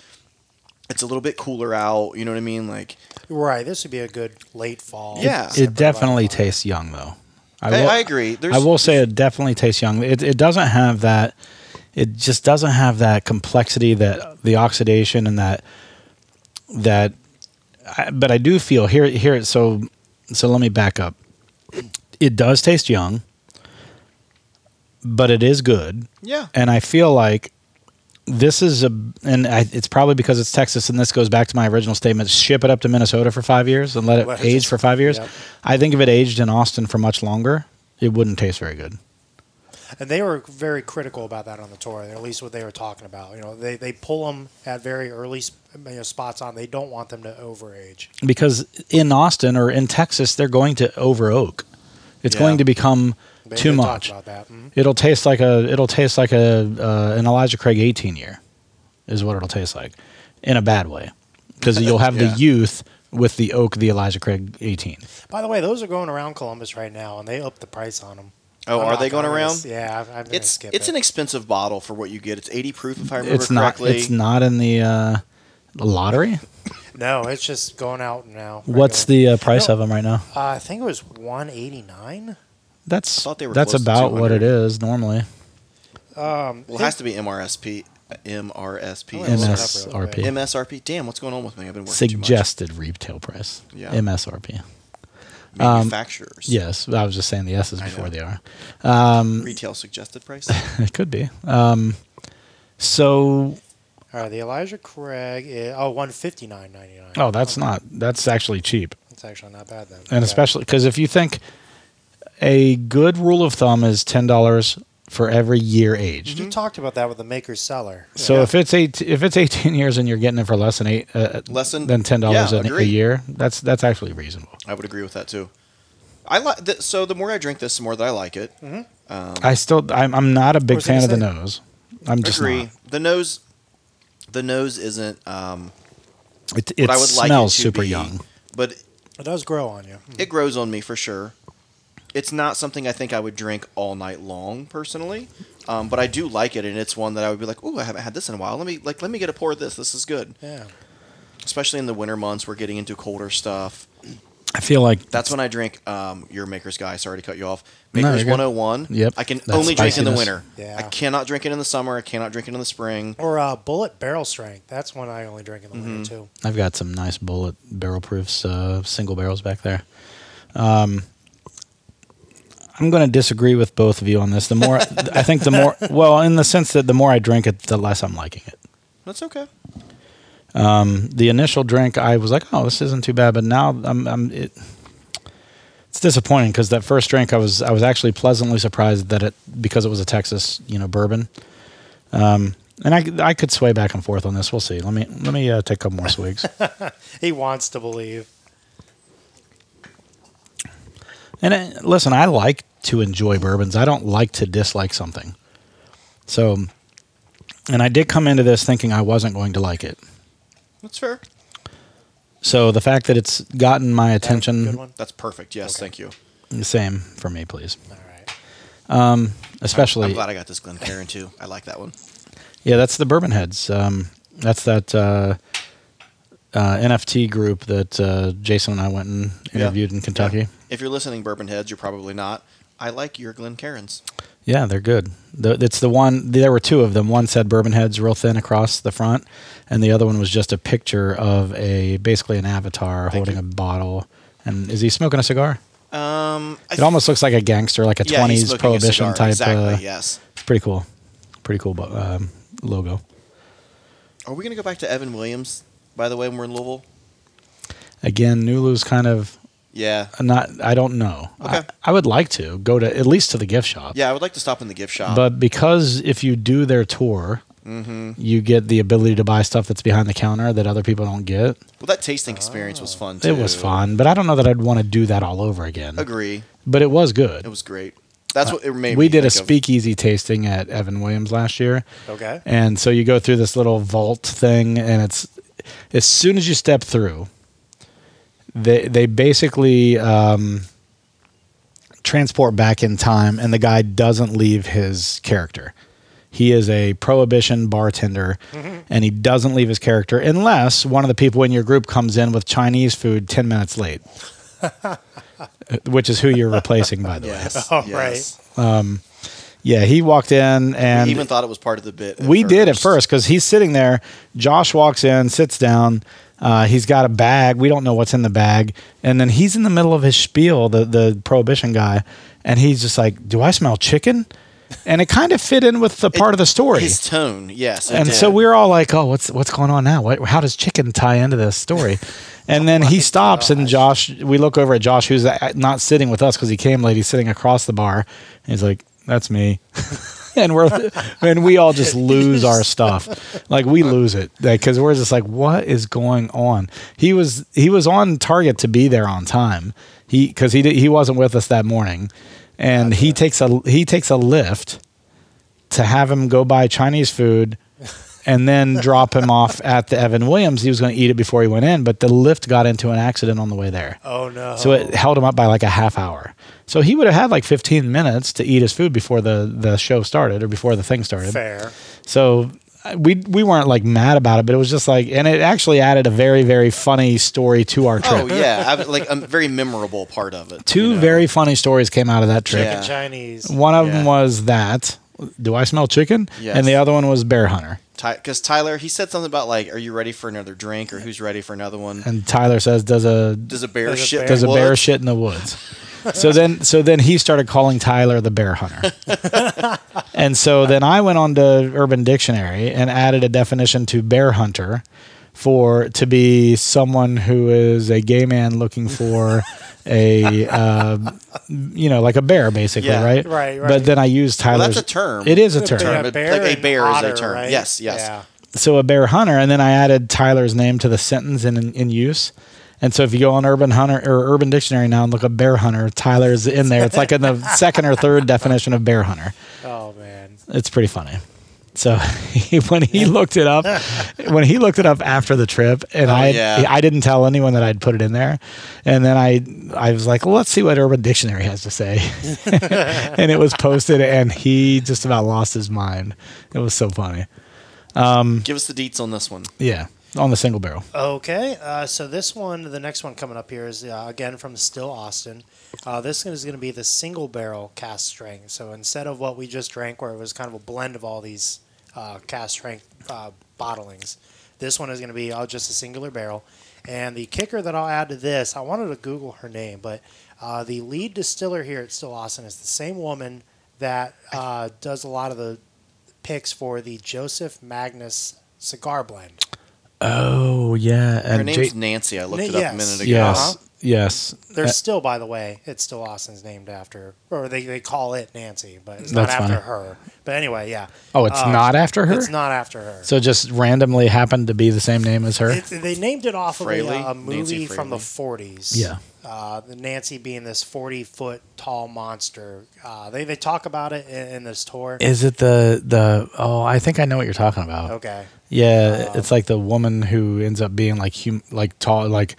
[SPEAKER 3] It's a little bit cooler out. You know what I mean? Like
[SPEAKER 2] right. This would be a good late fall.
[SPEAKER 3] Yeah.
[SPEAKER 1] It-
[SPEAKER 2] September,
[SPEAKER 1] It definitely
[SPEAKER 2] October.
[SPEAKER 1] tastes young though. I,
[SPEAKER 3] I,
[SPEAKER 1] will,
[SPEAKER 3] I agree. There's,
[SPEAKER 1] I will say it definitely tastes young. It, it doesn't have that. It just doesn't have that complexity that the oxidation and that that. I, but I do feel here here. it- So so let me back up. It does taste young, but it is good.
[SPEAKER 3] Yeah.
[SPEAKER 1] and I feel like this is a and I, it's probably because it's Texas and this goes back to my original statement ship it up to Minnesota for 5 years and let it
[SPEAKER 2] Let it
[SPEAKER 1] age
[SPEAKER 2] just-
[SPEAKER 1] for 5 years.
[SPEAKER 2] Yep.
[SPEAKER 1] I think if it aged in Austin for much longer, it wouldn't taste very good.
[SPEAKER 2] And they were very critical about that on the tour, at least what they were talking about. You know, they, they pull them at very early sp- you know, spots on. They don't want them to overage.
[SPEAKER 1] Because in Austin or in Texas, they're going to over oak. It's
[SPEAKER 3] Yeah.
[SPEAKER 1] going to become
[SPEAKER 2] They,
[SPEAKER 1] too
[SPEAKER 2] they talked
[SPEAKER 1] much.
[SPEAKER 2] about that. Mhm.
[SPEAKER 1] It'll taste like a it'll taste like a uh, an Elijah Craig 18 year is what it'll taste like in a bad way. Cuz you'll have
[SPEAKER 3] Yeah.
[SPEAKER 1] the youth with the oak the Elijah Craig 18.
[SPEAKER 2] By the way, those are going around Columbus right now, and they upped the price on them.
[SPEAKER 3] oh, are they going around?
[SPEAKER 2] yeah, I've, I've
[SPEAKER 3] It's
[SPEAKER 2] skip
[SPEAKER 3] it's
[SPEAKER 2] it.
[SPEAKER 3] an expensive bottle for what you get. It's 80 proof if I remember
[SPEAKER 1] it's not
[SPEAKER 3] correctly.
[SPEAKER 1] it's not in the uh, lottery
[SPEAKER 2] no. It's just going out now.
[SPEAKER 1] what's
[SPEAKER 2] regular.
[SPEAKER 1] the uh, price
[SPEAKER 2] No.
[SPEAKER 1] of 'em of them right now
[SPEAKER 2] Uh, I think it was one eighty nine.
[SPEAKER 1] that's
[SPEAKER 3] thought they were
[SPEAKER 1] that's
[SPEAKER 3] close to
[SPEAKER 1] about what it is normally
[SPEAKER 3] Well, it has to be MRSP. MRSP.
[SPEAKER 2] Let's look it up real
[SPEAKER 1] msrp
[SPEAKER 2] quick.
[SPEAKER 3] MSRP. Damn, what's going on with me? I've been working
[SPEAKER 1] suggested retail price
[SPEAKER 3] Yeah.
[SPEAKER 1] msrp
[SPEAKER 3] too
[SPEAKER 1] um,
[SPEAKER 3] much. Manufacturers.
[SPEAKER 1] yes i was just saying the s's
[SPEAKER 3] I
[SPEAKER 1] before
[SPEAKER 3] know.
[SPEAKER 1] the r
[SPEAKER 3] Retail suggested price.
[SPEAKER 1] it could be um so
[SPEAKER 2] All right, the Elijah Craig. Is, oh, one fifty nine ninety nine.
[SPEAKER 1] oh that's not that's actually cheap
[SPEAKER 2] That's actually not bad then.
[SPEAKER 1] and
[SPEAKER 2] Yeah.
[SPEAKER 1] especially because if you think a good rule of thumb is ten dollars for every year aged
[SPEAKER 2] you talked about that with the maker's seller.
[SPEAKER 3] Mm-hmm.
[SPEAKER 1] So
[SPEAKER 2] Yeah.
[SPEAKER 1] if it's eight, if it's eighteen years and you're getting it for less than eight, uh,
[SPEAKER 3] Less than-
[SPEAKER 1] than ten dollars
[SPEAKER 3] yeah,
[SPEAKER 1] a, a
[SPEAKER 3] agreed.
[SPEAKER 1] year, that's that's actually reasonable.
[SPEAKER 3] I would agree with that too. I like th- so the more I drink this, the more that I like it. Um,
[SPEAKER 1] I still, I'm, I'm not a big
[SPEAKER 2] was I
[SPEAKER 1] fan of the
[SPEAKER 2] gonna
[SPEAKER 1] nose. I'm just
[SPEAKER 3] agree.
[SPEAKER 1] not.
[SPEAKER 3] The nose, the nose isn't. Um,
[SPEAKER 1] It,
[SPEAKER 3] what
[SPEAKER 1] it
[SPEAKER 3] I would like
[SPEAKER 1] smells
[SPEAKER 3] it to
[SPEAKER 1] super
[SPEAKER 3] be,
[SPEAKER 1] young.
[SPEAKER 3] but
[SPEAKER 2] it does grow on
[SPEAKER 1] Hmm.
[SPEAKER 2] you.
[SPEAKER 3] it grows on me for sure. It's not something I think I would drink all night long personally, um, but I do like it, and it's one that I would be like, "Ooh, I haven't had this in a while. Let me like let me get a pour of this. This is good."
[SPEAKER 2] Yeah.
[SPEAKER 3] Especially in the winter months, we're getting into colder stuff.
[SPEAKER 1] I feel like
[SPEAKER 3] That's when I drink um, your Maker's Guy. Sorry to cut you off.
[SPEAKER 1] No,
[SPEAKER 3] Maker's
[SPEAKER 1] you're good.
[SPEAKER 3] 101.
[SPEAKER 1] Yep,
[SPEAKER 3] I can
[SPEAKER 1] that
[SPEAKER 3] only drink in the
[SPEAKER 1] spiciness.
[SPEAKER 3] winter.
[SPEAKER 2] Yeah.
[SPEAKER 3] I cannot drink it in the summer. I cannot drink it in the spring.
[SPEAKER 2] Or uh, Bullet Barrel Strength. That's one I only drink in the winter
[SPEAKER 3] Mm-hmm.
[SPEAKER 2] too.
[SPEAKER 1] I've got some nice bullet barrel proofs, uh, single barrels back there. Um, I'm going to disagree with both of you on this. The more I think, the more well, in the sense that the more I drink it, the less I'm liking it.
[SPEAKER 3] That's okay.
[SPEAKER 1] the initial drink, I was like, "Oh, this isn't too bad," but now I'm, I'm it, it's disappointing because that first drink, I was, I was actually pleasantly surprised that it because it was a Texas, you know, bourbon. Um, and I, I could sway back and forth on this. We'll see. Let me, let me uh, take a couple more swigs.
[SPEAKER 2] He wants to believe.
[SPEAKER 1] and uh listen, I like to enjoy bourbons. I don't like to dislike something. So, and I did come into this thinking I wasn't going to like it.
[SPEAKER 3] That's fair.
[SPEAKER 1] So the fact that it's gotten my
[SPEAKER 2] Good
[SPEAKER 1] attention,
[SPEAKER 2] one.
[SPEAKER 3] That's perfect. Yes,
[SPEAKER 2] Okay.
[SPEAKER 3] thank you.
[SPEAKER 1] same for me, please.
[SPEAKER 2] All right.
[SPEAKER 1] Especially
[SPEAKER 3] I'm glad I got this Glencairn too. I like that one.
[SPEAKER 1] Yeah, that's the Bourbon Heads. Um, that's that uh, uh, NFT group that uh, Jason and I went and
[SPEAKER 3] Yeah.
[SPEAKER 1] interviewed in Kentucky.
[SPEAKER 3] If you're listening, Bourbon Heads, you're probably not. I like your Glen Cairns.
[SPEAKER 1] Yeah, they're good. The, it's the one. There were two of them. One said Bourbon Heads real thin across the front, and the other one was just a picture of a basically an avatar holding
[SPEAKER 3] you.
[SPEAKER 1] a bottle. And is he smoking a cigar?
[SPEAKER 3] Um, I
[SPEAKER 1] It almost looks like a gangster, like a
[SPEAKER 3] yeah, he's
[SPEAKER 1] twenties
[SPEAKER 3] smoking a
[SPEAKER 1] prohibition
[SPEAKER 3] cigar.
[SPEAKER 1] type.
[SPEAKER 3] Exactly.
[SPEAKER 1] uh,
[SPEAKER 3] yes.
[SPEAKER 1] It's pretty cool. Pretty cool bo- um, logo.
[SPEAKER 3] Are we gonna go back to Evan Williams? By the way, when we're in Louisville.
[SPEAKER 1] Again, Nulu's kind of
[SPEAKER 3] Yeah.
[SPEAKER 1] not. I don't know.
[SPEAKER 3] Okay.
[SPEAKER 1] I, I would like to go to at least to the gift shop.
[SPEAKER 3] Yeah, I would like to stop in the gift shop.
[SPEAKER 1] But because if you do their tour,
[SPEAKER 3] Mm-hmm.
[SPEAKER 1] you get the ability to buy stuff that's behind the counter that other people don't get.
[SPEAKER 3] well, that tasting experience was fun too.
[SPEAKER 1] It was fun, but I don't know that I'd want to do that all over again.
[SPEAKER 3] Agree.
[SPEAKER 1] But it was good.
[SPEAKER 3] It was great. That's what it made.
[SPEAKER 1] Uh, we
[SPEAKER 3] me
[SPEAKER 1] did a
[SPEAKER 3] think of.
[SPEAKER 1] speakeasy tasting at Evan Williams last year.
[SPEAKER 2] Okay.
[SPEAKER 1] And so you go through this little vault thing, and it's as soon as you step through, they they basically um, transport back in time, and the guy doesn't leave his character. He is a prohibition bartender, and he doesn't leave his character unless one of the people in your group comes in with Chinese food ten minutes late, which is who you're replacing, by the way.
[SPEAKER 3] Yes.
[SPEAKER 2] All
[SPEAKER 3] yes.
[SPEAKER 1] Yeah, he walked in, and
[SPEAKER 3] We even thought it was part of the bit. at
[SPEAKER 1] we did at first because he's sitting there. Josh walks in, sits down. Uh, he's got a bag. We don't know what's in the bag, and then he's in the middle of his spiel, the the prohibition guy, and he's just like, "Do I smell chicken?" And it kind of fit in with the part of the story.
[SPEAKER 3] His tone, yes. it
[SPEAKER 1] And
[SPEAKER 3] did.
[SPEAKER 1] so we were all like, "Oh, what's what's going on now? What, how does chicken tie into this story?" And then
[SPEAKER 3] Oh
[SPEAKER 1] he stops, and Josh. We look over at Josh, who's uh, not sitting with us because he came late. He's sitting across the bar, and he's like, "That's me." and we're and we all just lose our stuff, like we lose it because we're just like, "What is going on?" He was he was on target to be there on time. He because he did, he wasn't with us that morning, and he takes a he takes a lift to have him go buy Chinese food and then drop him off at the Evan Williams. He was going to eat it before he went in, but the lift got into an accident on the way there.
[SPEAKER 2] Oh no.
[SPEAKER 1] So it held him up by like a half hour. So he would have had like 15 minutes to eat his food before the, the show started or before the thing started.
[SPEAKER 2] fair.
[SPEAKER 1] So I- we we weren't like mad about it, but it was just like, and it actually added a very very funny story to our trip.
[SPEAKER 3] Oh yeah, I, was- like a very memorable part of it.
[SPEAKER 1] Two
[SPEAKER 3] you know?
[SPEAKER 1] very funny stories came out of that trip.
[SPEAKER 3] Yeah.
[SPEAKER 2] Chinese.
[SPEAKER 1] One of
[SPEAKER 3] Yeah.
[SPEAKER 1] them was that. Do I smell chicken?
[SPEAKER 3] Yes.
[SPEAKER 1] And the other one was Bear Hunter.
[SPEAKER 3] because Tyler he said something about like, "Are you ready for another drink?" or "Who's ready for another one?"
[SPEAKER 1] And Tyler says, "Does a
[SPEAKER 3] Does a bear
[SPEAKER 2] Does a
[SPEAKER 3] shit? in
[SPEAKER 2] bear-
[SPEAKER 1] There's
[SPEAKER 3] the
[SPEAKER 1] a bear
[SPEAKER 3] woods?
[SPEAKER 1] shit in the woods. So then, so then he started calling Tyler the bear hunter, and so then I went on to Urban Dictionary and added a definition to bear hunter, for to be someone who is a gay man looking for a, uh, you know, like a bear basically,
[SPEAKER 3] Yeah.
[SPEAKER 1] right?
[SPEAKER 2] Right, right.
[SPEAKER 1] But then I used Tyler's.
[SPEAKER 3] that's a term.
[SPEAKER 1] It is a term.
[SPEAKER 3] term.
[SPEAKER 2] Yeah,
[SPEAKER 3] Like a
[SPEAKER 2] and
[SPEAKER 3] bear is a
[SPEAKER 2] otter,
[SPEAKER 3] term.
[SPEAKER 2] right?
[SPEAKER 3] Yes, yes.
[SPEAKER 2] Yeah.
[SPEAKER 1] so a bear hunter, and then I added Tyler's name to the sentence in in, in use. And so if you go on Urban Hunter or Urban Dictionary now and look up bear hunter, Tyler's in there. It's like in the second or third definition of bear hunter.
[SPEAKER 2] Oh man.
[SPEAKER 1] It's pretty funny. So he, when he looked it up, when he looked it up after the trip, and I
[SPEAKER 3] yeah.
[SPEAKER 1] I didn't tell anyone that I'd put it in there, and then I I was like, let's see what Urban Dictionary has to say, and it was posted, and he just about lost his mind. It was so funny.
[SPEAKER 3] Give us the deets on this one.
[SPEAKER 1] Yeah, on the single barrel.
[SPEAKER 2] Okay, uh, so this one, the next one coming up here is uh, again from Still Austin. Uh, this one is going to be the single barrel cast strength. So instead of what we just drank, where it was kind of a blend of all these uh, cast strength uh, bottlings, this one is going to be uh, just a singular barrel. And the kicker that I'll add to this, I wanted to Google her name, but uh, the lead distiller here at Still Austin is the same woman that uh, does a lot of the picks for the Joseph Magnus cigar blend.
[SPEAKER 1] Oh yeah,
[SPEAKER 3] Her
[SPEAKER 1] and
[SPEAKER 3] name's
[SPEAKER 1] Jake-
[SPEAKER 3] Nancy. I looked it up
[SPEAKER 2] Yes.
[SPEAKER 3] a minute ago.
[SPEAKER 1] yes,
[SPEAKER 2] Uh-huh.
[SPEAKER 1] yes.
[SPEAKER 2] There's still, by the way, it's still Austin's named after, or they, they call it Nancy, but it's not
[SPEAKER 1] That's
[SPEAKER 2] after
[SPEAKER 1] funny.
[SPEAKER 2] her. But anyway, yeah.
[SPEAKER 1] Oh, it's
[SPEAKER 2] Uh,
[SPEAKER 1] not after her.
[SPEAKER 2] It's not after her.
[SPEAKER 1] So just randomly happened to be the same name as her.
[SPEAKER 2] It, they named it off
[SPEAKER 3] Fraley?
[SPEAKER 2] of a, a
[SPEAKER 3] Nancy
[SPEAKER 2] movie from the
[SPEAKER 3] Fraley?
[SPEAKER 2] 40s.
[SPEAKER 1] Yeah.
[SPEAKER 2] Uh, the Nancy being this 40 foot tall monster. Uh, they, they talk about it in, in this tour.
[SPEAKER 1] Is it the the? Oh, I think I know what you're talking about.
[SPEAKER 2] okay. Um,
[SPEAKER 1] Yeah, it's like the woman who ends up being like hum, like tall, like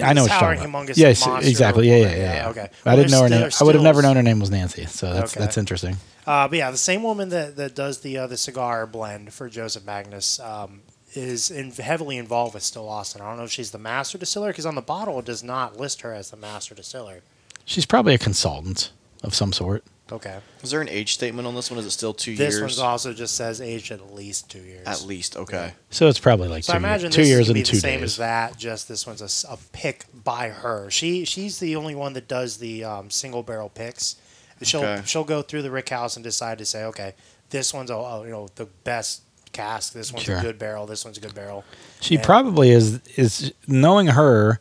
[SPEAKER 1] I know what you're
[SPEAKER 2] towering,
[SPEAKER 1] talking about.
[SPEAKER 2] humongous
[SPEAKER 1] Yes,
[SPEAKER 2] monster
[SPEAKER 1] exactly. Yeah, yeah,
[SPEAKER 2] woman.
[SPEAKER 1] yeah, yeah.
[SPEAKER 2] Okay.
[SPEAKER 1] I
[SPEAKER 2] Well,
[SPEAKER 1] didn't know her
[SPEAKER 2] there's
[SPEAKER 1] name.
[SPEAKER 2] still-
[SPEAKER 1] I would have never
[SPEAKER 2] stills.
[SPEAKER 1] known her name was Nancy. So that's
[SPEAKER 2] Okay.
[SPEAKER 1] that's interesting.
[SPEAKER 2] Uh, but yeah, the same woman that, that does the uh, the cigar blend for Joseph Magnus um, is in, heavily involved with Still Austin. I don't know if she's the master distiller because on the bottle it does not list her as the master distiller.
[SPEAKER 1] She's probably a consultant of some sort.
[SPEAKER 2] Okay.
[SPEAKER 3] Is there an age statement on this one? Is it still two
[SPEAKER 2] This
[SPEAKER 3] years?
[SPEAKER 2] one's also just says aged at least two years.
[SPEAKER 3] At least, okay.
[SPEAKER 1] So it's probably like
[SPEAKER 2] So I
[SPEAKER 1] two,
[SPEAKER 2] imagine
[SPEAKER 1] years, two
[SPEAKER 2] this
[SPEAKER 1] years
[SPEAKER 2] could
[SPEAKER 1] and
[SPEAKER 2] be
[SPEAKER 1] two
[SPEAKER 2] the same as
[SPEAKER 1] days.
[SPEAKER 2] that. Just this one's a s- a, pick by her. She she's the only one that does the um, single barrel picks. She'll
[SPEAKER 3] Okay.
[SPEAKER 2] she'll go through the rick house and decide to say, okay, this one's a, a, you know the best cask. This one's
[SPEAKER 1] Sure.
[SPEAKER 2] a good barrel. This one's a good barrel.
[SPEAKER 1] She
[SPEAKER 2] Yeah.
[SPEAKER 1] probably is is knowing her.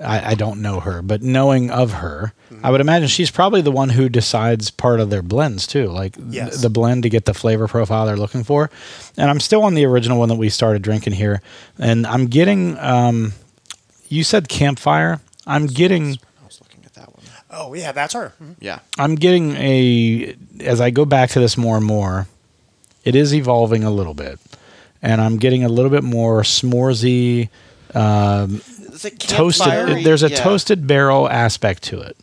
[SPEAKER 1] I, I don't know her, but knowing of her, I would imagine she's probably the one who decides part of their blends too, like th-
[SPEAKER 2] Yes.
[SPEAKER 1] the blend to get the flavor profile they're looking for. And I'm still on the original one that we started drinking here, and I'm getting. Um, you said campfire. I'm getting.
[SPEAKER 3] I was looking at that one.
[SPEAKER 2] Oh yeah, that's her. Mhm.
[SPEAKER 3] Yeah.
[SPEAKER 1] I'm getting a as I go back to this more and more, it is evolving a little bit, and I'm getting a little bit more s'moresy,
[SPEAKER 3] Is it
[SPEAKER 1] toasted.
[SPEAKER 3] campfire-y?
[SPEAKER 1] there's a
[SPEAKER 3] Yeah.
[SPEAKER 1] toasted barrel aspect to it,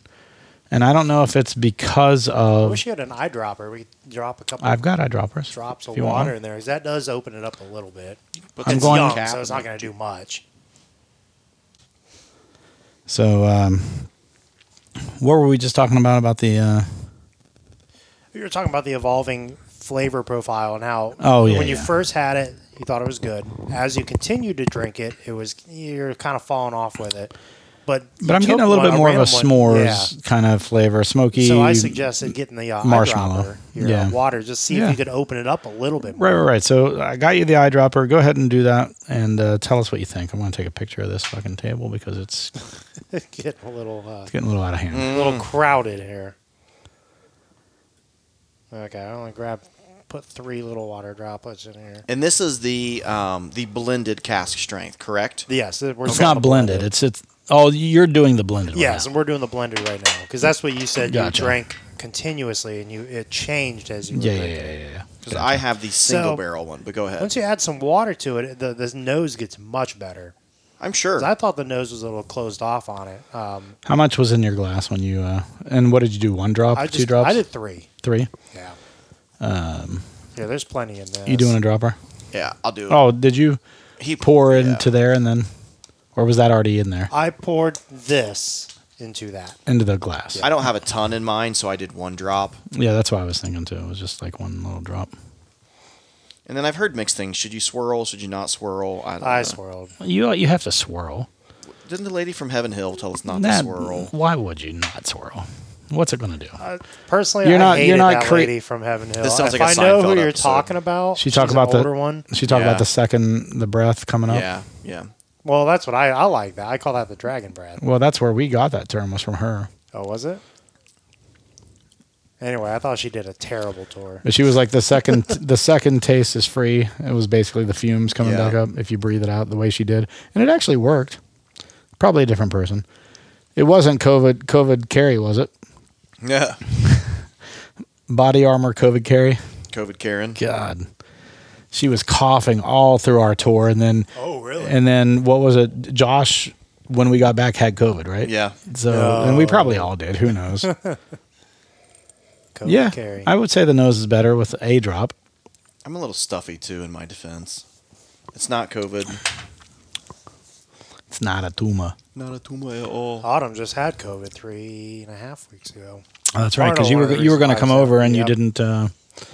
[SPEAKER 1] and I don't know if it's because
[SPEAKER 2] I
[SPEAKER 1] of
[SPEAKER 2] wish you had an eyedropper. We could drop a couple
[SPEAKER 1] I've got eyedroppers.
[SPEAKER 2] drops of
[SPEAKER 1] if you want.
[SPEAKER 2] water in there 'cause that does open it up a little bit.
[SPEAKER 3] But
[SPEAKER 1] I'm
[SPEAKER 2] it's
[SPEAKER 1] going-
[SPEAKER 2] young, so it's not going to do much.
[SPEAKER 1] So, um, what were we just talking about about the? Uh,
[SPEAKER 2] You were talking about the evolving flavor profile and how
[SPEAKER 1] Oh, yeah,
[SPEAKER 2] when you
[SPEAKER 1] yeah.
[SPEAKER 2] first had it, you thought it was good. As you continued to drink it, it was you're kind of falling off with it. But you
[SPEAKER 1] but I'm getting
[SPEAKER 2] took
[SPEAKER 1] a little
[SPEAKER 2] one,
[SPEAKER 1] bit more of a
[SPEAKER 2] random one-
[SPEAKER 1] s'mores kind of flavor, smoky.
[SPEAKER 2] Yeah. So I suggested getting the uh,
[SPEAKER 1] Marshmallow.
[SPEAKER 2] eyedropper, your
[SPEAKER 1] Yeah.
[SPEAKER 2] uh, water, just see
[SPEAKER 1] Yeah.
[SPEAKER 2] if you could open it up a little bit. More.
[SPEAKER 1] Right, right, right. So I got you the eyedropper. Go ahead and do that, and uh, tell us what you think. I'm going to take a picture of this fucking table because it's
[SPEAKER 2] getting a little uh,
[SPEAKER 1] getting a little out of hand.
[SPEAKER 2] a little crowded here. Okay, I only grabbed put three little water droplets in here.
[SPEAKER 3] And this is the um, the blended cask strength, correct?
[SPEAKER 2] Yes, we're
[SPEAKER 1] It's
[SPEAKER 2] doing
[SPEAKER 1] not
[SPEAKER 2] the
[SPEAKER 1] blended. It's it's. Oh, you're doing the blended. one
[SPEAKER 2] Yes,
[SPEAKER 1] now.
[SPEAKER 2] and we're doing the blender right now because that's what you said.
[SPEAKER 1] Gotcha.
[SPEAKER 2] You drank continuously, and you it changed as you. Were
[SPEAKER 1] Yeah, yeah,
[SPEAKER 2] drinking.
[SPEAKER 1] yeah, yeah, yeah.
[SPEAKER 3] Because I have the single barrel one, but go
[SPEAKER 2] Once
[SPEAKER 3] ahead.
[SPEAKER 2] you add some water to it, the the nose gets much better.
[SPEAKER 3] I'm sure.
[SPEAKER 2] 'Cause I thought the nose was a little closed off on it. Um,
[SPEAKER 1] How much was in your glass when you? Uh, and what did you do? One drop,
[SPEAKER 2] I
[SPEAKER 1] two
[SPEAKER 2] just
[SPEAKER 1] drops,
[SPEAKER 2] I did three.
[SPEAKER 1] three.
[SPEAKER 2] Yeah. Um, yeah, there's plenty in there.
[SPEAKER 1] You doing a dropper?
[SPEAKER 3] Yeah, I'll do it.
[SPEAKER 1] Oh, did you
[SPEAKER 3] he
[SPEAKER 1] pour
[SPEAKER 3] yeah.
[SPEAKER 1] into there and then, or was that already in there
[SPEAKER 2] I poured this into that.
[SPEAKER 1] into the glass?
[SPEAKER 3] I don't have a ton in mind, so I did one drop.
[SPEAKER 1] Yeah, that's what I was thinking too. It was just like one little drop.
[SPEAKER 3] And then I've heard mixed things. Should you swirl? Should you not swirl? I don't
[SPEAKER 2] I
[SPEAKER 3] know.
[SPEAKER 2] swirled.
[SPEAKER 1] You you have to swirl.
[SPEAKER 3] Didn't the lady from Heaven Hill tell us not
[SPEAKER 1] That-
[SPEAKER 3] to swirl?
[SPEAKER 1] Why would you not swirl? What's it going to do?
[SPEAKER 2] Uh, personally, I
[SPEAKER 1] You're not-
[SPEAKER 2] hated
[SPEAKER 1] you're not
[SPEAKER 2] that
[SPEAKER 1] cre-
[SPEAKER 2] lady from Heaven Hill.
[SPEAKER 3] sounds
[SPEAKER 2] if
[SPEAKER 3] like a
[SPEAKER 2] I know who
[SPEAKER 3] Seinfeld
[SPEAKER 2] you're
[SPEAKER 3] episode.
[SPEAKER 2] talking about,
[SPEAKER 1] She talked
[SPEAKER 2] she's
[SPEAKER 1] about
[SPEAKER 2] an
[SPEAKER 1] the
[SPEAKER 2] older one.
[SPEAKER 1] She talked
[SPEAKER 3] Yeah.
[SPEAKER 1] about the second the breath coming up.
[SPEAKER 3] Yeah, yeah.
[SPEAKER 2] Well, that's what I, I like that. I call that the dragon breath.
[SPEAKER 1] Well, that's where we got that term was from her.
[SPEAKER 2] Oh, was it? Anyway, I thought she did a terrible tour.
[SPEAKER 1] But she was like the second the second taste is free. It was basically the fumes coming
[SPEAKER 3] Yeah.
[SPEAKER 1] back up if you breathe it out the way she did. And it actually worked. Probably a different person. It wasn't COVID COVID carry, was it?
[SPEAKER 3] Yeah.
[SPEAKER 1] Body armor COVID carry.
[SPEAKER 3] COVID Karen.
[SPEAKER 1] God. She was coughing all through our tour and then
[SPEAKER 2] Oh, really?
[SPEAKER 1] and then what was it? Josh when we got back had COVID, right?
[SPEAKER 3] Yeah.
[SPEAKER 1] So and we probably all did. Who knows?
[SPEAKER 2] COVID
[SPEAKER 1] yeah.
[SPEAKER 2] carry.
[SPEAKER 1] I would say the nose is better with a drop.
[SPEAKER 3] I'm a little stuffy too in my defense. It's not COVID.
[SPEAKER 1] It's not a tumor.
[SPEAKER 3] Not a tumor at all.
[SPEAKER 2] Autumn just had COVID three and a half weeks ago.
[SPEAKER 1] Oh, that's right,
[SPEAKER 2] Part
[SPEAKER 1] because
[SPEAKER 2] of
[SPEAKER 1] you
[SPEAKER 2] one
[SPEAKER 1] were
[SPEAKER 2] of the
[SPEAKER 1] you were going to
[SPEAKER 2] reasons
[SPEAKER 1] come
[SPEAKER 2] why I
[SPEAKER 1] over
[SPEAKER 2] said,
[SPEAKER 1] and you
[SPEAKER 2] yep.
[SPEAKER 1] didn't. Uh,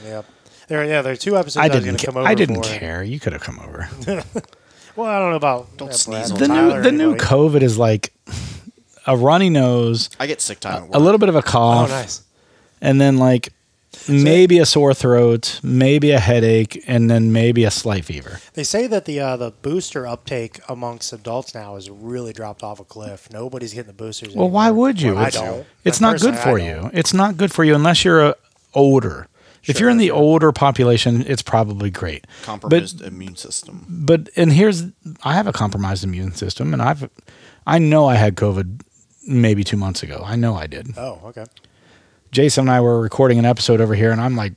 [SPEAKER 2] Yep. There, yeah, there are two episodes I,
[SPEAKER 1] I
[SPEAKER 2] was going
[SPEAKER 1] didn't.
[SPEAKER 2] to
[SPEAKER 1] ca-
[SPEAKER 2] come over.
[SPEAKER 1] I didn't
[SPEAKER 2] for.
[SPEAKER 1] care. You could have come over.
[SPEAKER 2] Well, I don't know about
[SPEAKER 3] Don't
[SPEAKER 2] yeah,
[SPEAKER 3] sneeze
[SPEAKER 2] Brad
[SPEAKER 3] on
[SPEAKER 1] the
[SPEAKER 2] Tyler or
[SPEAKER 1] new the new
[SPEAKER 2] anybody.
[SPEAKER 1] COVID is like a runny nose,
[SPEAKER 3] I get sick time at work.
[SPEAKER 1] a little bit of a
[SPEAKER 2] Oh,
[SPEAKER 1] cough,
[SPEAKER 2] nice.
[SPEAKER 1] and then like maybe a sore throat, maybe a headache, and then maybe a slight fever.
[SPEAKER 2] They say that the uh, the booster uptake amongst adults now has really dropped off a cliff. Nobody's getting the boosters.
[SPEAKER 1] Well, why
[SPEAKER 2] anymore.
[SPEAKER 1] would you?
[SPEAKER 2] Mm. I
[SPEAKER 1] It's-
[SPEAKER 2] don't.
[SPEAKER 1] It's
[SPEAKER 2] I
[SPEAKER 1] not good for
[SPEAKER 2] personally, I don't.
[SPEAKER 1] you. It's not good for you unless you're a older. If
[SPEAKER 2] Sure,
[SPEAKER 1] you're in the
[SPEAKER 2] sure.
[SPEAKER 1] older population, it's probably great.
[SPEAKER 3] Compromised immune system.
[SPEAKER 1] but and here's I have a compromised immune system, and I've I know I had COVID maybe two months ago. I know I did.
[SPEAKER 2] Oh, okay.
[SPEAKER 1] Jason and I were recording an episode over here, and I'm like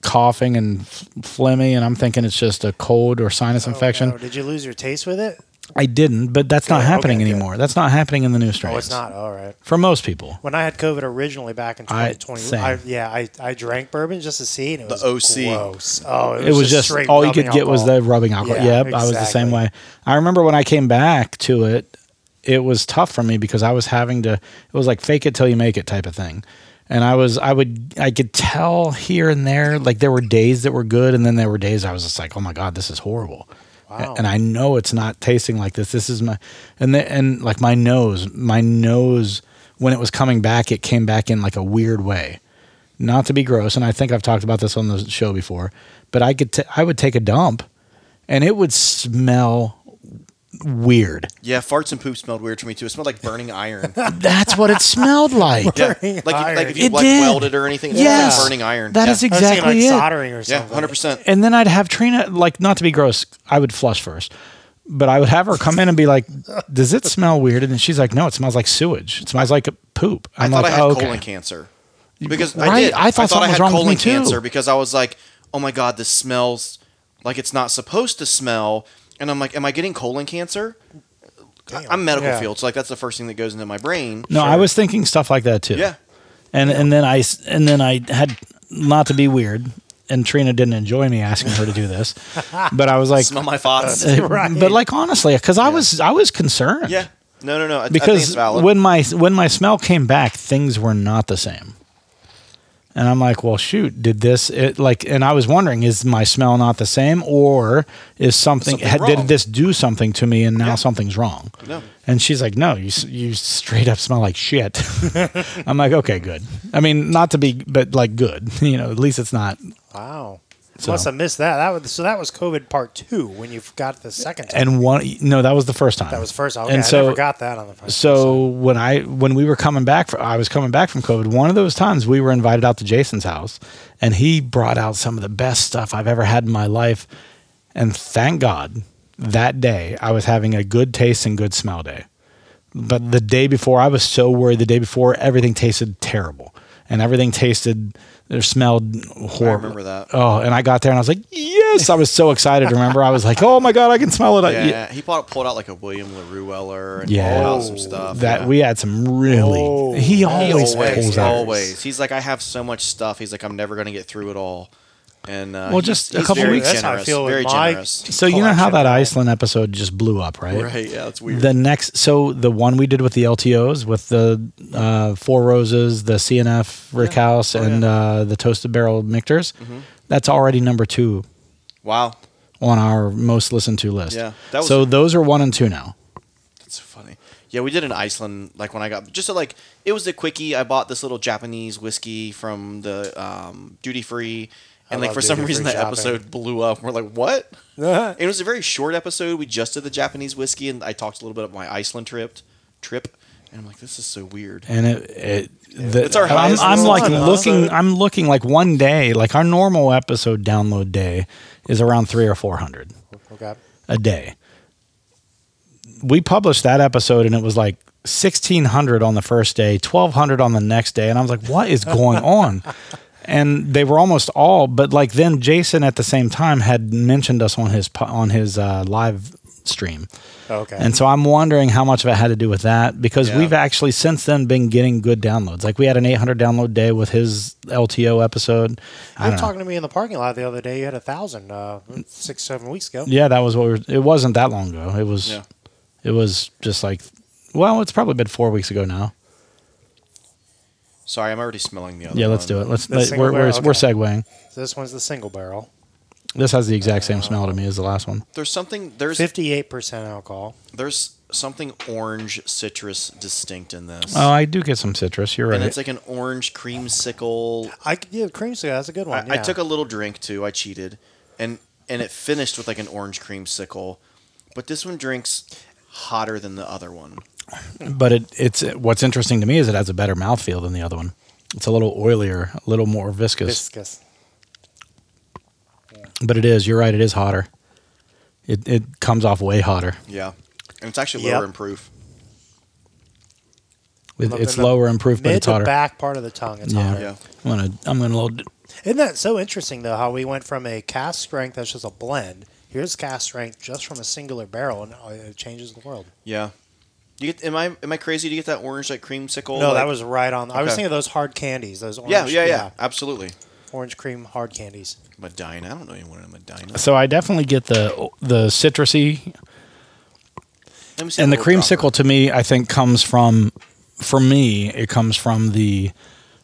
[SPEAKER 1] coughing and f- phlegmy, and I'm thinking it's just a cold or sinus
[SPEAKER 2] Oh,
[SPEAKER 1] infection.
[SPEAKER 2] no. Did you lose your taste with it?
[SPEAKER 1] I didn't, but that's not
[SPEAKER 2] Good,
[SPEAKER 1] happening
[SPEAKER 2] okay, good.
[SPEAKER 1] anymore. That's not happening in the new strains.
[SPEAKER 2] Oh, it's not. All right.
[SPEAKER 1] for most people.
[SPEAKER 2] When I had COVID originally back in
[SPEAKER 1] I-
[SPEAKER 2] 2020,
[SPEAKER 1] same.
[SPEAKER 2] I, yeah, I, I drank bourbon just to see, and it was
[SPEAKER 3] OC.
[SPEAKER 2] gross. Oh, it was,
[SPEAKER 1] It was just
[SPEAKER 2] straight
[SPEAKER 1] all you
[SPEAKER 2] rubbing
[SPEAKER 1] could get was
[SPEAKER 2] alcohol.
[SPEAKER 1] the rubbing alcohol.
[SPEAKER 2] Yeah,
[SPEAKER 1] yep, I was the same
[SPEAKER 2] exactly.
[SPEAKER 1] way. I remember when I came back to it, it was tough for me because I was having to. It was like fake it till you make it type of thing, and I was I would I could tell here and there like there were days that were good and then there were days I was just like oh my god this is horrible.
[SPEAKER 2] Wow.
[SPEAKER 1] And I know it's not tasting like this. This is my and the, and like my nose, my nose when it was coming back, it came back in like a weird way. Not to be gross, and I think I've talked about this on the show before, but I could t- I would take a dump and it would smell weird.
[SPEAKER 3] Yeah, farts and poop smelled weird to me too. It smelled like burning iron.
[SPEAKER 1] That's what it smelled like.
[SPEAKER 3] yeah, like
[SPEAKER 2] Burning
[SPEAKER 3] if, like if you
[SPEAKER 1] It
[SPEAKER 3] like
[SPEAKER 1] did.
[SPEAKER 3] welded or anything, it smelled
[SPEAKER 1] Yes.
[SPEAKER 3] like burning iron.
[SPEAKER 1] That
[SPEAKER 3] yeah.
[SPEAKER 2] I
[SPEAKER 1] is
[SPEAKER 2] was thinking,
[SPEAKER 1] exactly it.
[SPEAKER 2] like soldering or
[SPEAKER 3] yeah,
[SPEAKER 2] something.
[SPEAKER 3] hundred percent.
[SPEAKER 1] And then I'd have Trina, like, not to be gross, I would flush first, but I would have her come in and be like, "Does it smell weird?" And then she's like, "No, it smells like sewage. It smells like poop."
[SPEAKER 3] I
[SPEAKER 1] I'm
[SPEAKER 3] thought
[SPEAKER 1] like,
[SPEAKER 3] I had
[SPEAKER 1] "Oh,
[SPEAKER 3] colon
[SPEAKER 1] okay."
[SPEAKER 3] cancer because I
[SPEAKER 1] Right,
[SPEAKER 3] did.
[SPEAKER 1] I thought something
[SPEAKER 3] I
[SPEAKER 1] was
[SPEAKER 3] had
[SPEAKER 1] wrong with
[SPEAKER 3] colon
[SPEAKER 1] me too.
[SPEAKER 3] cancer because I was like, oh my god, this smells like it's not supposed to smell. And I'm like, am I getting colon cancer? I- I'm medical
[SPEAKER 2] Yeah.
[SPEAKER 3] field, so like that's the first thing that goes into my brain.
[SPEAKER 1] No, I was thinking stuff like that too.
[SPEAKER 3] Yeah.
[SPEAKER 1] and and then I s- and then I had not to be weird, and Trina didn't enjoy me asking her to do this, but I was like, uh,
[SPEAKER 3] smell my thoughts.
[SPEAKER 2] Right.
[SPEAKER 1] but like honestly, because I was I was concerned.
[SPEAKER 3] yeah. No, no, no. I, I think it's
[SPEAKER 1] because
[SPEAKER 3] valid.
[SPEAKER 1] when my when my smell came back, things were not the same. And I'm like, well, shoot, did this it, like? And I was wondering, is my smell not the same, or is something,
[SPEAKER 3] Something
[SPEAKER 1] had, did
[SPEAKER 3] wrong.
[SPEAKER 1] this do something to me, and now something's wrong?
[SPEAKER 3] No.
[SPEAKER 1] And she's like, no, you s- you straight up smell like shit. I'm like, okay, good. I mean, not to be, but like good. You know, at least it's not.
[SPEAKER 2] Wow.
[SPEAKER 1] So-
[SPEAKER 2] Must have missed that. That was so. That was COVID part two when you got the second time.
[SPEAKER 1] And one, no, that was the first time.
[SPEAKER 2] that was first. Okay,
[SPEAKER 1] and so
[SPEAKER 2] I never got that on the first.
[SPEAKER 1] So when I when we were coming back, fr- I was coming back from COVID. One of those times we were invited out to Jason's house, and he brought out some of the best stuff I've ever had in my life. And thank God that day I was having a good taste and good smell day. But
[SPEAKER 3] Mm.
[SPEAKER 1] the day before, I was so worried. The day before, everything tasted terrible, and everything tasted or smelled horrible.
[SPEAKER 3] remember that.
[SPEAKER 1] Oh, and I got there and I was like, yes! I was so excited. Remember, I was like, oh my god, I can smell it. I-
[SPEAKER 3] yeah, he pulled, pulled out like a William LaRue Weller and
[SPEAKER 1] Yeah.
[SPEAKER 3] pulled out
[SPEAKER 1] Oh.
[SPEAKER 3] some stuff.
[SPEAKER 1] that
[SPEAKER 3] yeah.
[SPEAKER 1] we had some really.
[SPEAKER 2] Oh.
[SPEAKER 1] he
[SPEAKER 3] He always,
[SPEAKER 1] always, pulls
[SPEAKER 3] always,
[SPEAKER 1] out.
[SPEAKER 3] He's like, I have so much stuff. He's like, I'm never going to get through it all. And uh,
[SPEAKER 1] Well,
[SPEAKER 3] he's-
[SPEAKER 1] just a
[SPEAKER 3] he's
[SPEAKER 1] couple
[SPEAKER 3] very
[SPEAKER 1] weeks-
[SPEAKER 2] That's how I
[SPEAKER 3] generous,
[SPEAKER 2] feel with
[SPEAKER 3] very
[SPEAKER 2] my-
[SPEAKER 3] generous.
[SPEAKER 1] So you know how
[SPEAKER 2] Collection.
[SPEAKER 1] that Iceland episode just blew up, right?
[SPEAKER 3] Right? Yeah, that's weird.
[SPEAKER 1] The next, so the one we did with the LTOs, with the uh, Four Roses, the CNF Rick House,
[SPEAKER 3] Oh,
[SPEAKER 1] and uh, the Toasted Barrel Mictors,
[SPEAKER 3] Mm-hmm.
[SPEAKER 1] that's already number two
[SPEAKER 3] wow,
[SPEAKER 1] on our most listened to list.
[SPEAKER 3] Yeah, that was-
[SPEAKER 1] so those are one and two now.
[SPEAKER 3] that's funny. Yeah, we did in Iceland. Like when I got just so, like it was a quickie. I bought this little Japanese whiskey from the um, duty free, and
[SPEAKER 2] I
[SPEAKER 3] like
[SPEAKER 2] love
[SPEAKER 3] for some
[SPEAKER 2] duty-free
[SPEAKER 3] reason that
[SPEAKER 2] shopping.
[SPEAKER 3] episode blew up. We're like, what?
[SPEAKER 2] time.
[SPEAKER 3] It was a very short episode. We just did the Japanese whiskey, and I talked a little bit about my Iceland trip. Trip, and I'm like, this is so weird.
[SPEAKER 1] and it, it the,
[SPEAKER 3] It's our
[SPEAKER 1] I'm,
[SPEAKER 3] highest
[SPEAKER 1] I'm
[SPEAKER 3] listened
[SPEAKER 1] like
[SPEAKER 3] one, huh?
[SPEAKER 1] looking. I'm looking like one day. Like our normal episode download day is around three or four hundred
[SPEAKER 2] okay.
[SPEAKER 1] a day. We published that episode and it was like sixteen hundred on the first day, twelve hundred on the next day, and I was like, "What is going on?" And they were almost all, but like then Jason at the same time had mentioned us on his po- on his uh, live stream.
[SPEAKER 2] Okay.
[SPEAKER 1] And so I'm wondering how much of it had to do with that because
[SPEAKER 3] Yeah.
[SPEAKER 1] we've actually since then been getting good downloads. Like we had an 800 download day with his LTO episode.
[SPEAKER 2] you were
[SPEAKER 1] I don't know.
[SPEAKER 2] talking to me in the parking lot the other day. You had a thousand uh, six, seven weeks ago.
[SPEAKER 1] Yeah, that was what we were, it wasn't that long ago. It was
[SPEAKER 3] Yeah.
[SPEAKER 1] it was just like well, it's probably been 4 weeks ago now.
[SPEAKER 3] Sorry, I'm already smelling the other.
[SPEAKER 1] Yeah, let's
[SPEAKER 3] one.
[SPEAKER 1] do it. Let's,
[SPEAKER 2] The
[SPEAKER 1] let,
[SPEAKER 2] single
[SPEAKER 1] we're we're,
[SPEAKER 2] barrel,
[SPEAKER 1] we're
[SPEAKER 2] okay.
[SPEAKER 1] segueing.
[SPEAKER 2] So this one's the single barrel,
[SPEAKER 1] This has the exact same smell to me as the last one.
[SPEAKER 3] There's something. There's
[SPEAKER 2] fifty-eight percent alcohol.
[SPEAKER 3] there's something orange citrus distinct in this.
[SPEAKER 1] Oh, I do get some citrus. You're
[SPEAKER 3] and
[SPEAKER 1] right.
[SPEAKER 3] it's like an orange creamsicle.
[SPEAKER 2] I could yeah, cream soda. That's a good
[SPEAKER 3] I,
[SPEAKER 2] one.
[SPEAKER 3] I
[SPEAKER 2] yeah.
[SPEAKER 3] took a little drink too. I cheated, and and it finished with like an orange creamsicle, but this one drinks hotter than the other one.
[SPEAKER 1] but it, it's what's interesting to me is it has a better mouthfeel than the other one. It's a little oilier, a little more viscous.
[SPEAKER 2] viscous.
[SPEAKER 1] But it is. You're right. It is hotter. It it comes off way hotter.
[SPEAKER 3] Yeah, and it's actually lower
[SPEAKER 2] Yep.
[SPEAKER 3] in proof.
[SPEAKER 1] It-
[SPEAKER 2] Up
[SPEAKER 1] it's
[SPEAKER 2] in the
[SPEAKER 1] lower in proof, but
[SPEAKER 2] Mid
[SPEAKER 1] it's
[SPEAKER 2] to
[SPEAKER 1] hotter.
[SPEAKER 2] back part of the tongue. It's
[SPEAKER 1] Yeah.
[SPEAKER 2] hotter.
[SPEAKER 3] Yeah,
[SPEAKER 1] I'm gonna I'm gonna load.
[SPEAKER 2] Isn't that so interesting though? How we went from a cast strength that's just a blend. Here's cast strength just from a singular barrel, and uh, it changes the world.
[SPEAKER 3] Yeah. You get, am I am I crazy to get that orange like creamsicle?
[SPEAKER 2] no,
[SPEAKER 3] like-
[SPEAKER 2] that was right on. I was
[SPEAKER 3] Okay.
[SPEAKER 2] thinking of those hard candies, those orange,
[SPEAKER 3] yeah, yeah, yeah, absolutely.
[SPEAKER 2] orange cream hard candies.
[SPEAKER 3] Medina. I don't know anyone in Medina.
[SPEAKER 1] So I definitely get the the citrusy
[SPEAKER 3] Let me see
[SPEAKER 1] and the
[SPEAKER 3] that little
[SPEAKER 1] creamsicle
[SPEAKER 3] dropper.
[SPEAKER 1] to me I think comes from for me it comes from the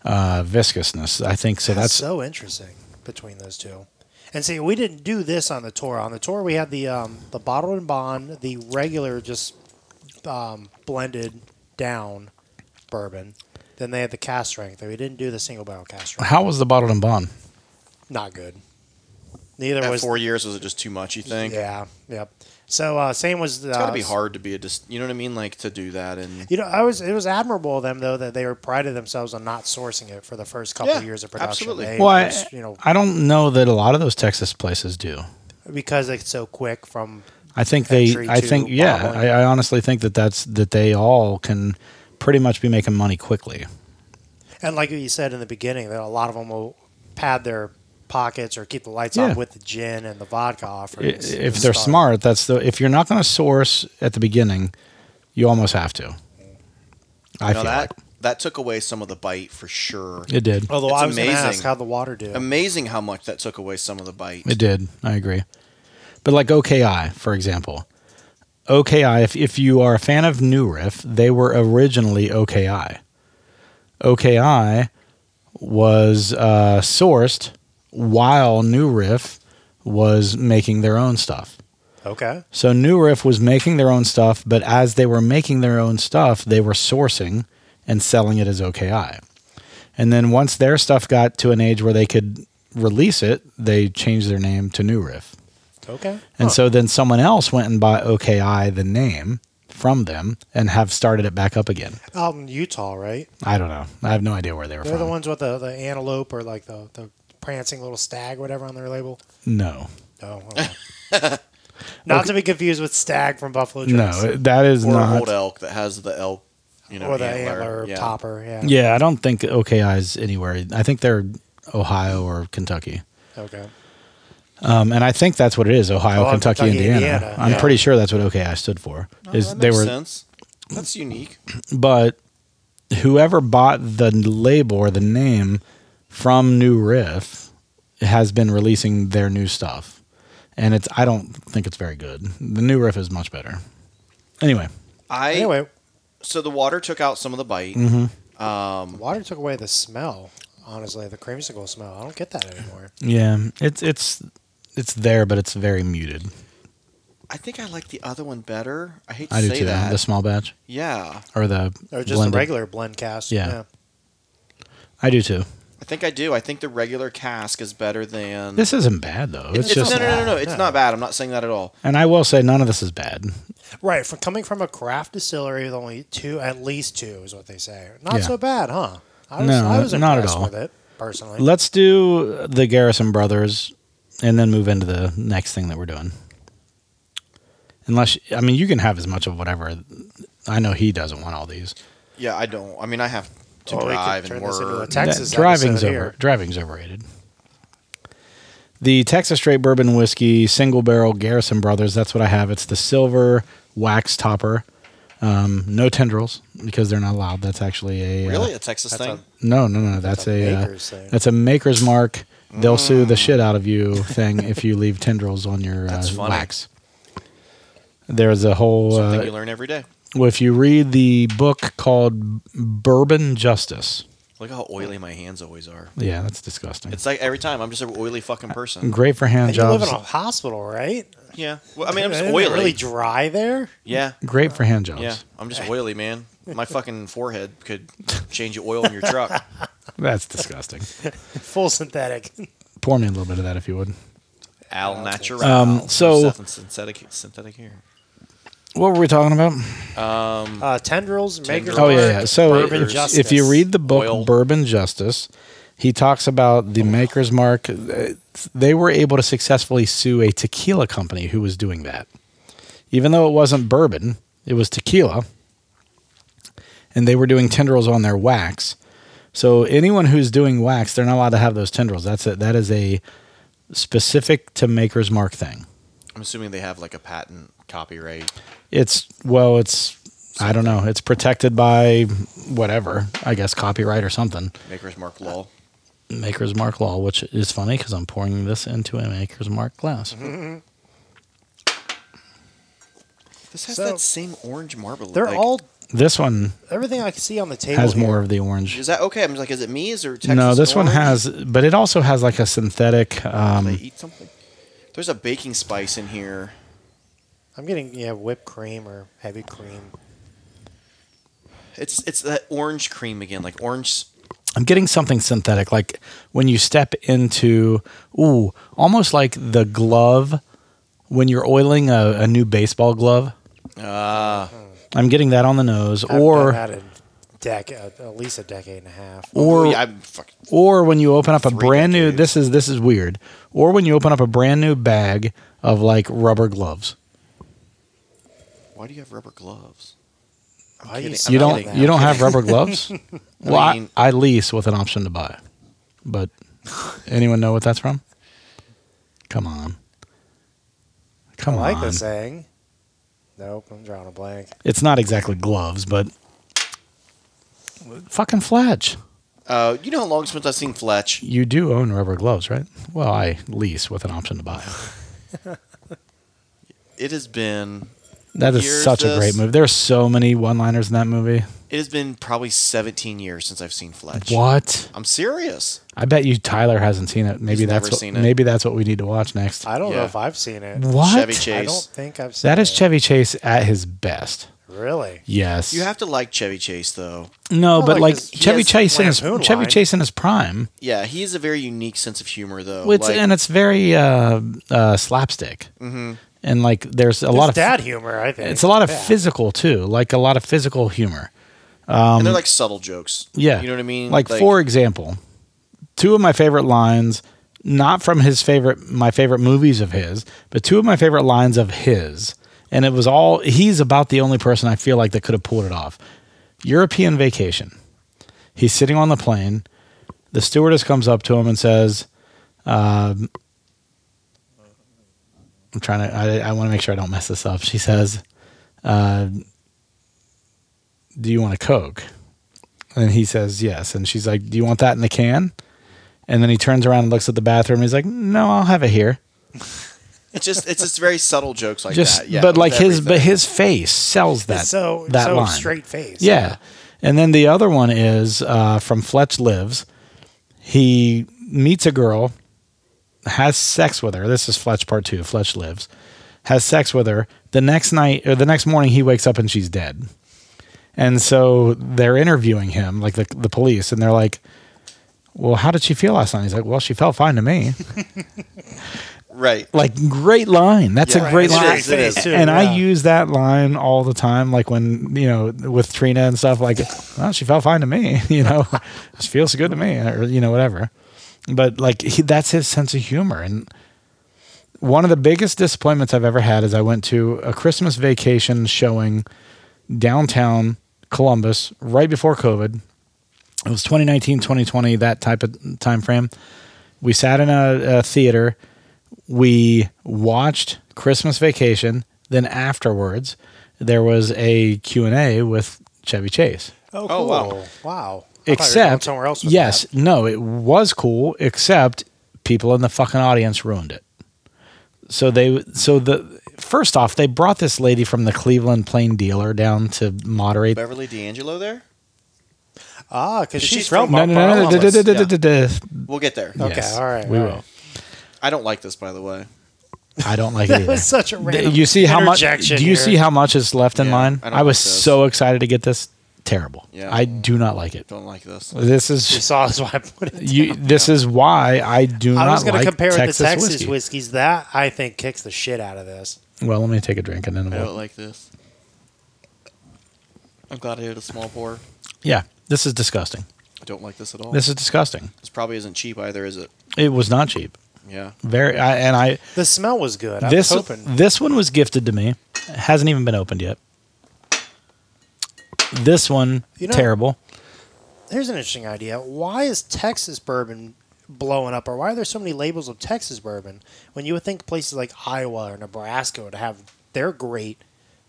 [SPEAKER 1] uh, viscousness. I think so.
[SPEAKER 2] That's
[SPEAKER 1] That's
[SPEAKER 2] so interesting between those two. And see, we didn't do this on the tour. On the tour, we had the um, the bottled and bond, the regular, just um, blended down bourbon. Then they had the cast strength. We didn't do the single barrel cast strength.
[SPEAKER 1] how was the bottled and bond?
[SPEAKER 2] Not good. Neither
[SPEAKER 3] At
[SPEAKER 2] was
[SPEAKER 3] four years, was it just too much? You think?
[SPEAKER 2] Yeah. Yep. So uh, same was. Uh,
[SPEAKER 3] It's got to be hard to be a. Dis- you know what I mean? Like to do that and.
[SPEAKER 2] You know, I was. It was admirable of them though that they were prided themselves on not sourcing it for the first couple
[SPEAKER 3] Yeah,
[SPEAKER 2] of years of production.
[SPEAKER 3] absolutely.
[SPEAKER 2] They
[SPEAKER 1] Well, I,
[SPEAKER 2] just, you know,
[SPEAKER 1] I don't know that a lot of those Texas places do.
[SPEAKER 2] because it's so quick from
[SPEAKER 1] I think they.
[SPEAKER 2] Entry
[SPEAKER 1] I
[SPEAKER 2] to
[SPEAKER 1] think yeah.
[SPEAKER 2] bottling.
[SPEAKER 1] I, I honestly think that that's that they all can pretty much be making money quickly.
[SPEAKER 2] And like you said in the beginning, that a lot of them will pad their pockets or keep the lights
[SPEAKER 1] Yeah.
[SPEAKER 2] on with the gin and the vodka
[SPEAKER 1] I-
[SPEAKER 2] offerings.
[SPEAKER 1] If
[SPEAKER 2] to
[SPEAKER 1] they're
[SPEAKER 2] start.
[SPEAKER 1] smart, that's the. If you're not going to source at the beginning, you almost have to. I
[SPEAKER 3] You know
[SPEAKER 1] feel
[SPEAKER 3] that
[SPEAKER 1] like
[SPEAKER 3] that took away some of the bite for sure.
[SPEAKER 1] it did.
[SPEAKER 2] Although
[SPEAKER 3] It's
[SPEAKER 2] I was going to
[SPEAKER 3] amazing.
[SPEAKER 2] ask how the water do.
[SPEAKER 3] Amazing how much that took away some of the bite.
[SPEAKER 1] It did. I agree. But like OKI, for example, OKI. If if you are a fan of New Riff, they were originally OKI. OKI was uh, sourced while New Riff was making their own stuff.
[SPEAKER 2] okay.
[SPEAKER 1] So New Riff was making their own stuff, but as they were making their own stuff, they were sourcing and selling it as OKI. And then once their stuff got to an age where they could release it, they changed their name to New Riff.
[SPEAKER 2] Okay.
[SPEAKER 1] And
[SPEAKER 2] Huh.
[SPEAKER 1] so then someone else went and bought OKI the name from them and have started it back up again.
[SPEAKER 2] out in Utah, right?
[SPEAKER 1] I don't know. I have no idea where they were
[SPEAKER 2] They're
[SPEAKER 1] from.
[SPEAKER 2] the ones with the, the antelope or like the, the prancing little stag, whatever on their label.
[SPEAKER 1] no.
[SPEAKER 2] Oh. Okay. Not to be confused with stag from Buffalo Trace.
[SPEAKER 1] No, that is
[SPEAKER 3] Or an
[SPEAKER 1] not
[SPEAKER 3] old elk that has the elk, you know,
[SPEAKER 2] or the
[SPEAKER 3] antler.
[SPEAKER 2] antler,
[SPEAKER 3] yeah.
[SPEAKER 2] topper. Yeah.
[SPEAKER 1] Yeah, I don't think OKI is anywhere. I think they're Ohio or Kentucky.
[SPEAKER 2] Okay.
[SPEAKER 1] Um, and I think that's what it is: Ohio,
[SPEAKER 2] Oh,
[SPEAKER 1] Kentucky,
[SPEAKER 2] Kentucky,
[SPEAKER 1] Indiana.
[SPEAKER 2] Indiana,
[SPEAKER 1] I'm
[SPEAKER 2] yeah.
[SPEAKER 1] pretty sure that's what OKI stood for.
[SPEAKER 3] No,
[SPEAKER 1] is
[SPEAKER 3] Oh, that
[SPEAKER 1] they
[SPEAKER 3] makes
[SPEAKER 1] were,
[SPEAKER 3] sense. That's unique.
[SPEAKER 1] but whoever bought the label or the name from New Riff has been releasing their new stuff, and it's I don't think it's very good. The New Riff is much better. Anyway,
[SPEAKER 3] I
[SPEAKER 2] Anyway, Mm-hmm.
[SPEAKER 3] so the water took out some of the bite. Um,
[SPEAKER 2] water took away the smell. Honestly, the creamsicle smell. I don't get that anymore.
[SPEAKER 1] yeah, it's it's it's there, but it's very muted.
[SPEAKER 3] I think I like the other one better. I hate to
[SPEAKER 1] I do
[SPEAKER 3] say
[SPEAKER 1] too.
[SPEAKER 3] that.
[SPEAKER 1] The small batch
[SPEAKER 3] yeah,
[SPEAKER 1] or the
[SPEAKER 2] Or just
[SPEAKER 1] blended.
[SPEAKER 2] the regular blend cast.
[SPEAKER 1] Yeah. I do too.
[SPEAKER 3] I think I do. I think the regular cask is better than.
[SPEAKER 1] This isn't bad though. It's, just
[SPEAKER 3] no, no, no, no, no.
[SPEAKER 2] bad.
[SPEAKER 3] It's
[SPEAKER 2] No.
[SPEAKER 3] not bad. I'm not saying that at all.
[SPEAKER 1] And I will say, none of this is bad.
[SPEAKER 2] Right. From coming from a craft distillery with only two, at least two, is what they say. Not
[SPEAKER 1] Yeah.
[SPEAKER 2] so bad, huh? I was,
[SPEAKER 1] No,
[SPEAKER 2] I was
[SPEAKER 1] not at
[SPEAKER 2] impressed
[SPEAKER 1] all.
[SPEAKER 2] with it personally.
[SPEAKER 1] Let's do the Garrison Brothers and then move into the next thing that we're doing. Unless, I mean, you can have as much of whatever. I know he doesn't want all these.
[SPEAKER 3] Yeah, I don't. I mean, I have to
[SPEAKER 2] Oh, we could
[SPEAKER 3] drive and
[SPEAKER 2] turn this
[SPEAKER 3] work.
[SPEAKER 2] into a Texas
[SPEAKER 1] That- driving's
[SPEAKER 2] episode
[SPEAKER 1] over.
[SPEAKER 2] here.
[SPEAKER 1] Driving's overrated. The Texas Straight Bourbon Whiskey Single Barrel Garrison Brothers. That's what I have. It's the silver wax topper. Um, no tendrils because they're not allowed. That's actually a uh,
[SPEAKER 3] Really, a Texas
[SPEAKER 2] That's
[SPEAKER 3] thing?
[SPEAKER 2] a-
[SPEAKER 1] No, no, no. That's,
[SPEAKER 2] a
[SPEAKER 1] a, uh,
[SPEAKER 2] maker's thing.
[SPEAKER 1] that's a maker's mark. They'll sue the shit out of you thing if you leave tendrils on your uh,
[SPEAKER 3] That's funny.
[SPEAKER 1] wax. There's a whole.
[SPEAKER 3] Something
[SPEAKER 1] Uh,
[SPEAKER 3] you learn every day.
[SPEAKER 1] well, if you read the book called Bourbon Justice,
[SPEAKER 3] Look how oily my hands always are.
[SPEAKER 1] yeah, that's disgusting.
[SPEAKER 3] It's like every time I'm just an oily fucking person.
[SPEAKER 1] Great for hand
[SPEAKER 2] And you live
[SPEAKER 1] jobs.
[SPEAKER 2] in a hospital, right?
[SPEAKER 3] Yeah. Well, I mean, I'm just
[SPEAKER 2] Isn't it
[SPEAKER 3] oily.
[SPEAKER 2] really dry there.
[SPEAKER 3] yeah.
[SPEAKER 1] Great for hand jobs.
[SPEAKER 3] Yeah. I'm just oily, man. My fucking forehead could change the oil in your truck.
[SPEAKER 1] That's disgusting.
[SPEAKER 2] Full synthetic.
[SPEAKER 1] Pour me a little bit of that if you would.
[SPEAKER 3] Al natural.
[SPEAKER 1] Um,
[SPEAKER 3] No
[SPEAKER 1] so-
[SPEAKER 3] synth- synthetic, synthetic here.
[SPEAKER 1] What were we talking about?
[SPEAKER 3] Mm.
[SPEAKER 2] Uh, tendrils, maker's
[SPEAKER 3] Tendrils.
[SPEAKER 1] Oh
[SPEAKER 2] mark,
[SPEAKER 1] yeah, yeah. So
[SPEAKER 2] bourbon
[SPEAKER 1] if,
[SPEAKER 2] justice.
[SPEAKER 1] if you read the book
[SPEAKER 3] Oil.
[SPEAKER 1] Bourbon Justice, he talks about the Maker's Mark. Uh, They were able to successfully sue a tequila company who was doing that, even though it wasn't bourbon, it was tequila, and they were doing tendrils on their wax. So anyone who's doing wax, they're not allowed to have those tendrils. That's a, that is a specific to Maker's Mark thing.
[SPEAKER 3] I'm assuming they have like a patent copyright.
[SPEAKER 1] It's well, it's I don't know. It's protected by whatever, I guess copyright or something.
[SPEAKER 3] Maker's Mark law.
[SPEAKER 1] Maker's Mark law, which is funny because I'm pouring this into a Maker's Mark glass.
[SPEAKER 3] Mm-hmm. This has
[SPEAKER 2] So-
[SPEAKER 3] that same orange marble.
[SPEAKER 2] They're
[SPEAKER 3] like-
[SPEAKER 2] all
[SPEAKER 1] This one
[SPEAKER 2] everything I can see on the table
[SPEAKER 1] has more
[SPEAKER 2] here-
[SPEAKER 1] of the orange.
[SPEAKER 3] Is that okay? I'm like, is it me? Is there Texas
[SPEAKER 1] no, this one
[SPEAKER 3] orange?
[SPEAKER 1] has, but it also has like a synthetic.
[SPEAKER 3] Do
[SPEAKER 1] Um,
[SPEAKER 3] they eat something? There's a baking spice in here.
[SPEAKER 2] I'm getting yeah whipped cream or heavy cream.
[SPEAKER 3] It's it's that orange cream again, like orange.
[SPEAKER 1] I'm getting something synthetic, like when you step into, ooh, almost like the glove when you're oiling a, a new baseball glove.
[SPEAKER 3] Ah,
[SPEAKER 1] I'm getting that on the nose,
[SPEAKER 2] I've
[SPEAKER 1] or
[SPEAKER 2] done that in dec- at at least a decade and a half.
[SPEAKER 1] or
[SPEAKER 3] yeah, I'm fuck,
[SPEAKER 1] or when you open up a
[SPEAKER 3] Three
[SPEAKER 1] brand new.
[SPEAKER 3] decades.
[SPEAKER 1] This is this is weird. Or when you open up a brand new bag of like rubber gloves.
[SPEAKER 3] Why do you have rubber gloves?
[SPEAKER 2] Why do
[SPEAKER 3] kidding.
[SPEAKER 2] say
[SPEAKER 1] You
[SPEAKER 3] I'm
[SPEAKER 1] don't
[SPEAKER 3] kidding.
[SPEAKER 1] you don't have rubber gloves. well,
[SPEAKER 3] I
[SPEAKER 1] I,
[SPEAKER 3] mean-
[SPEAKER 1] I lease with an option to buy, but anyone know what that's from? Come on,
[SPEAKER 2] I
[SPEAKER 1] come
[SPEAKER 2] like
[SPEAKER 1] on.
[SPEAKER 2] the saying. Nope, I'm drawing a blank.
[SPEAKER 1] It's not exactly gloves, but fucking Fletch.
[SPEAKER 3] Uh, you know how long since I've seen Fletch?
[SPEAKER 1] You do own rubber gloves, right? Well, I lease with an option to buy.
[SPEAKER 3] It has been
[SPEAKER 1] That is
[SPEAKER 3] Here's
[SPEAKER 1] such a
[SPEAKER 3] this.
[SPEAKER 1] great movie. There's so many one-liners in that movie.
[SPEAKER 3] it has been probably 17 years since I've seen Fletch.
[SPEAKER 1] What?
[SPEAKER 3] I'm serious.
[SPEAKER 1] I bet you Tyler hasn't seen it. Maybe
[SPEAKER 3] He's
[SPEAKER 1] that's
[SPEAKER 3] never
[SPEAKER 1] what,
[SPEAKER 3] seen it.
[SPEAKER 1] maybe that's what we need to watch next.
[SPEAKER 2] I don't know
[SPEAKER 3] Yeah.
[SPEAKER 2] if I've seen it.
[SPEAKER 1] what?
[SPEAKER 3] Chevy
[SPEAKER 2] I
[SPEAKER 3] Chase.
[SPEAKER 2] don't think I've seen
[SPEAKER 1] That is
[SPEAKER 2] it.
[SPEAKER 1] Chevy Chase at his best.
[SPEAKER 2] Really?
[SPEAKER 1] Yes.
[SPEAKER 3] You have to like Chevy Chase though.
[SPEAKER 1] no,
[SPEAKER 2] I
[SPEAKER 1] but
[SPEAKER 2] like
[SPEAKER 1] like
[SPEAKER 2] his- he
[SPEAKER 1] Chevy
[SPEAKER 3] has
[SPEAKER 1] Chase in his
[SPEAKER 2] lampoon
[SPEAKER 1] Chevy
[SPEAKER 2] line.
[SPEAKER 1] Chase in his prime.
[SPEAKER 3] Yeah, he has a very unique sense of humor though.
[SPEAKER 1] It's
[SPEAKER 3] like, Mm-hmm.
[SPEAKER 1] and it's very uh, uh, slapstick. And like there's a lot of
[SPEAKER 2] dad humor, I think.
[SPEAKER 1] it's a lot of
[SPEAKER 2] Yeah.
[SPEAKER 1] physical too, like a lot of physical humor.
[SPEAKER 3] and they're like subtle jokes.
[SPEAKER 1] um, Yeah.
[SPEAKER 3] you know what I mean.
[SPEAKER 1] Like, for example, two of my favorite lines, not from his favorite my favorite movies of his, but two of my favorite lines of his. And it was all he's about the only person I feel like that could have pulled it off. European vacation. He's sitting on the plane. The stewardess comes up to him and says, um, I'm trying to, I, I want to make sure I don't mess this up. She says, uh, Do you want a Coke? And he says yes. And she's like, Do you want that in the can? And then he turns around and looks at the bathroom. He's like, No, I'll have it here.
[SPEAKER 3] it's just it's just very subtle jokes like
[SPEAKER 1] Just,
[SPEAKER 3] that. Yeah,
[SPEAKER 1] but
[SPEAKER 3] with
[SPEAKER 1] like his, but
[SPEAKER 3] everything.
[SPEAKER 1] his face sells that.
[SPEAKER 2] It's so
[SPEAKER 1] that
[SPEAKER 2] so
[SPEAKER 1] line.
[SPEAKER 2] straight face.
[SPEAKER 1] Yeah. And then the other one is uh, from Fletch Lives. He meets a girl, has sex with her. This is Fletch Part Two. Fletch Lives. Has sex with her. The next night or the next morning, he wakes up and she's dead. And so they're interviewing him, like the, the police, and they're like, Well, how did she feel last night? He's like, Well, she felt fine to me.
[SPEAKER 3] right.
[SPEAKER 1] like, great line. That's
[SPEAKER 3] Yeah.
[SPEAKER 1] a great
[SPEAKER 3] Right.
[SPEAKER 1] line.
[SPEAKER 3] It is, it is.
[SPEAKER 2] Face, too,
[SPEAKER 1] and I
[SPEAKER 2] yeah.
[SPEAKER 1] use that line all the time, like when you know with Trina and stuff. Like, well, she felt fine to me. You know, she feels good to me, or you know, whatever. But like, he, that's his sense of humor. And one of the biggest disappointments I've ever had is I went to a Christmas vacation showing downtown Columbus right before COVID. It was 2019, 2020, that type of time frame. We sat in a, a theater we watched Christmas Vacation. Then afterwards, there was a Q&A with Chevy Chase.
[SPEAKER 2] Oh,
[SPEAKER 3] Oh, wow.
[SPEAKER 2] cool. wow. I thought you were going
[SPEAKER 1] Except
[SPEAKER 2] somewhere else. with
[SPEAKER 1] Yes,
[SPEAKER 2] that.
[SPEAKER 1] no, it was cool except people in the fucking audience ruined it. So they so the first off, they brought this lady from the Cleveland Plain Dealer down to moderate
[SPEAKER 3] Beverly D'Angelo there.
[SPEAKER 2] Ah, because
[SPEAKER 3] She's
[SPEAKER 2] she's,
[SPEAKER 3] from
[SPEAKER 2] from
[SPEAKER 1] no, no, no, no,
[SPEAKER 2] Columbus.
[SPEAKER 1] da- da- da-
[SPEAKER 3] yeah.
[SPEAKER 1] da- da- da.
[SPEAKER 3] We'll get there.
[SPEAKER 2] Okay,
[SPEAKER 1] Yes,
[SPEAKER 2] all right,
[SPEAKER 1] We
[SPEAKER 2] all
[SPEAKER 1] will.
[SPEAKER 2] right.
[SPEAKER 3] I don't like this, by the way.
[SPEAKER 1] I don't like it
[SPEAKER 2] That
[SPEAKER 1] either.
[SPEAKER 2] was such a
[SPEAKER 1] Th-
[SPEAKER 2] random
[SPEAKER 1] you see how much?
[SPEAKER 2] interjection
[SPEAKER 1] Do you
[SPEAKER 2] here.
[SPEAKER 1] see how much is left in
[SPEAKER 3] Yeah,
[SPEAKER 1] mine?
[SPEAKER 3] I
[SPEAKER 1] I,
[SPEAKER 3] don't
[SPEAKER 1] was
[SPEAKER 3] like this.
[SPEAKER 1] so excited to get this. Terrible.
[SPEAKER 3] Yeah.
[SPEAKER 1] I do not like it.
[SPEAKER 3] Don't like this.
[SPEAKER 1] This
[SPEAKER 2] you
[SPEAKER 1] is
[SPEAKER 2] saw? That's why I put it.
[SPEAKER 1] you. This is why I do
[SPEAKER 2] I
[SPEAKER 1] not
[SPEAKER 2] was going
[SPEAKER 1] like
[SPEAKER 2] to compare
[SPEAKER 1] Texas,
[SPEAKER 2] it to Texas
[SPEAKER 1] whiskey.
[SPEAKER 2] whiskeys. That I think kicks the shit out of this.
[SPEAKER 1] Well, let me take a drink and then
[SPEAKER 3] I
[SPEAKER 1] we'll.
[SPEAKER 3] don't like this. I'm glad I did a small pour.
[SPEAKER 1] Yeah, this is disgusting.
[SPEAKER 3] I don't like this at all.
[SPEAKER 1] This is disgusting.
[SPEAKER 3] This probably isn't cheap either, is it?
[SPEAKER 1] It was not cheap.
[SPEAKER 3] Yeah.
[SPEAKER 1] Very I, and I.
[SPEAKER 2] The smell was good. I
[SPEAKER 1] this
[SPEAKER 2] was hoping.
[SPEAKER 1] this one was gifted to me. It hasn't even been opened yet. This one
[SPEAKER 2] You know-
[SPEAKER 1] terrible.
[SPEAKER 2] Here's an interesting idea. Why is Texas bourbon blowing up, or why are there so many labels of Texas bourbon when you would think places like Iowa or Nebraska would have their great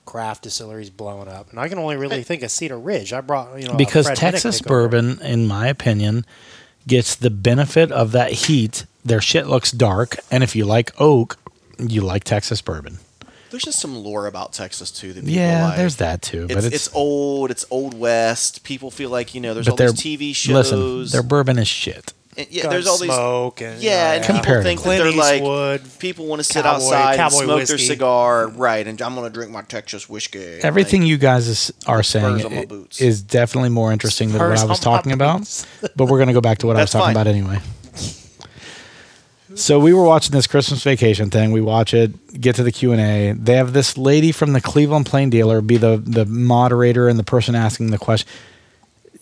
[SPEAKER 2] craft distilleries blowing up? And I can only really think of Cedar Ridge. I brought
[SPEAKER 3] Oh,
[SPEAKER 2] you know a
[SPEAKER 1] because
[SPEAKER 2] Fred Minnick
[SPEAKER 1] Texas
[SPEAKER 2] pickup.
[SPEAKER 1] bourbon, in my opinion, gets the benefit of that heat. Their shit looks dark, and if you like oak, you like Texas bourbon.
[SPEAKER 3] There's just some lore about Texas too that people
[SPEAKER 1] Yeah,
[SPEAKER 3] like.
[SPEAKER 1] there's that too, but
[SPEAKER 3] It's,
[SPEAKER 1] it's,
[SPEAKER 3] it's old. It's old west. People feel like you know. There's
[SPEAKER 1] but
[SPEAKER 3] all
[SPEAKER 1] they're
[SPEAKER 3] these TV shows.
[SPEAKER 1] Listen, their bourbon is shit.
[SPEAKER 3] and- yeah, there's all these.
[SPEAKER 2] smoke and oh,
[SPEAKER 3] Yeah, and people
[SPEAKER 1] Comparatively.
[SPEAKER 3] think that
[SPEAKER 2] Clint
[SPEAKER 3] they're like
[SPEAKER 2] Eastwood,
[SPEAKER 3] people want to sit
[SPEAKER 2] cowboy-
[SPEAKER 3] outside and
[SPEAKER 2] cowboy
[SPEAKER 3] smoke their
[SPEAKER 2] whiskey.
[SPEAKER 3] cigar, right? And I'm gonna drink my Texas whiskey.
[SPEAKER 1] Everything
[SPEAKER 3] Like,
[SPEAKER 1] you guys is, are saying
[SPEAKER 3] on my
[SPEAKER 1] i-
[SPEAKER 3] boots.
[SPEAKER 1] is definitely more interesting than what
[SPEAKER 2] Spurs
[SPEAKER 1] I was
[SPEAKER 2] on my
[SPEAKER 1] talking about.
[SPEAKER 2] boots.
[SPEAKER 1] But we're going to go back to what I was
[SPEAKER 3] That's
[SPEAKER 1] talking
[SPEAKER 3] fine.
[SPEAKER 1] about anyway. So we were watching this Christmas vacation thing. We watch it, get to the Q and A. They have this lady from the Cleveland Plain Dealer be the the moderator and the person asking the question.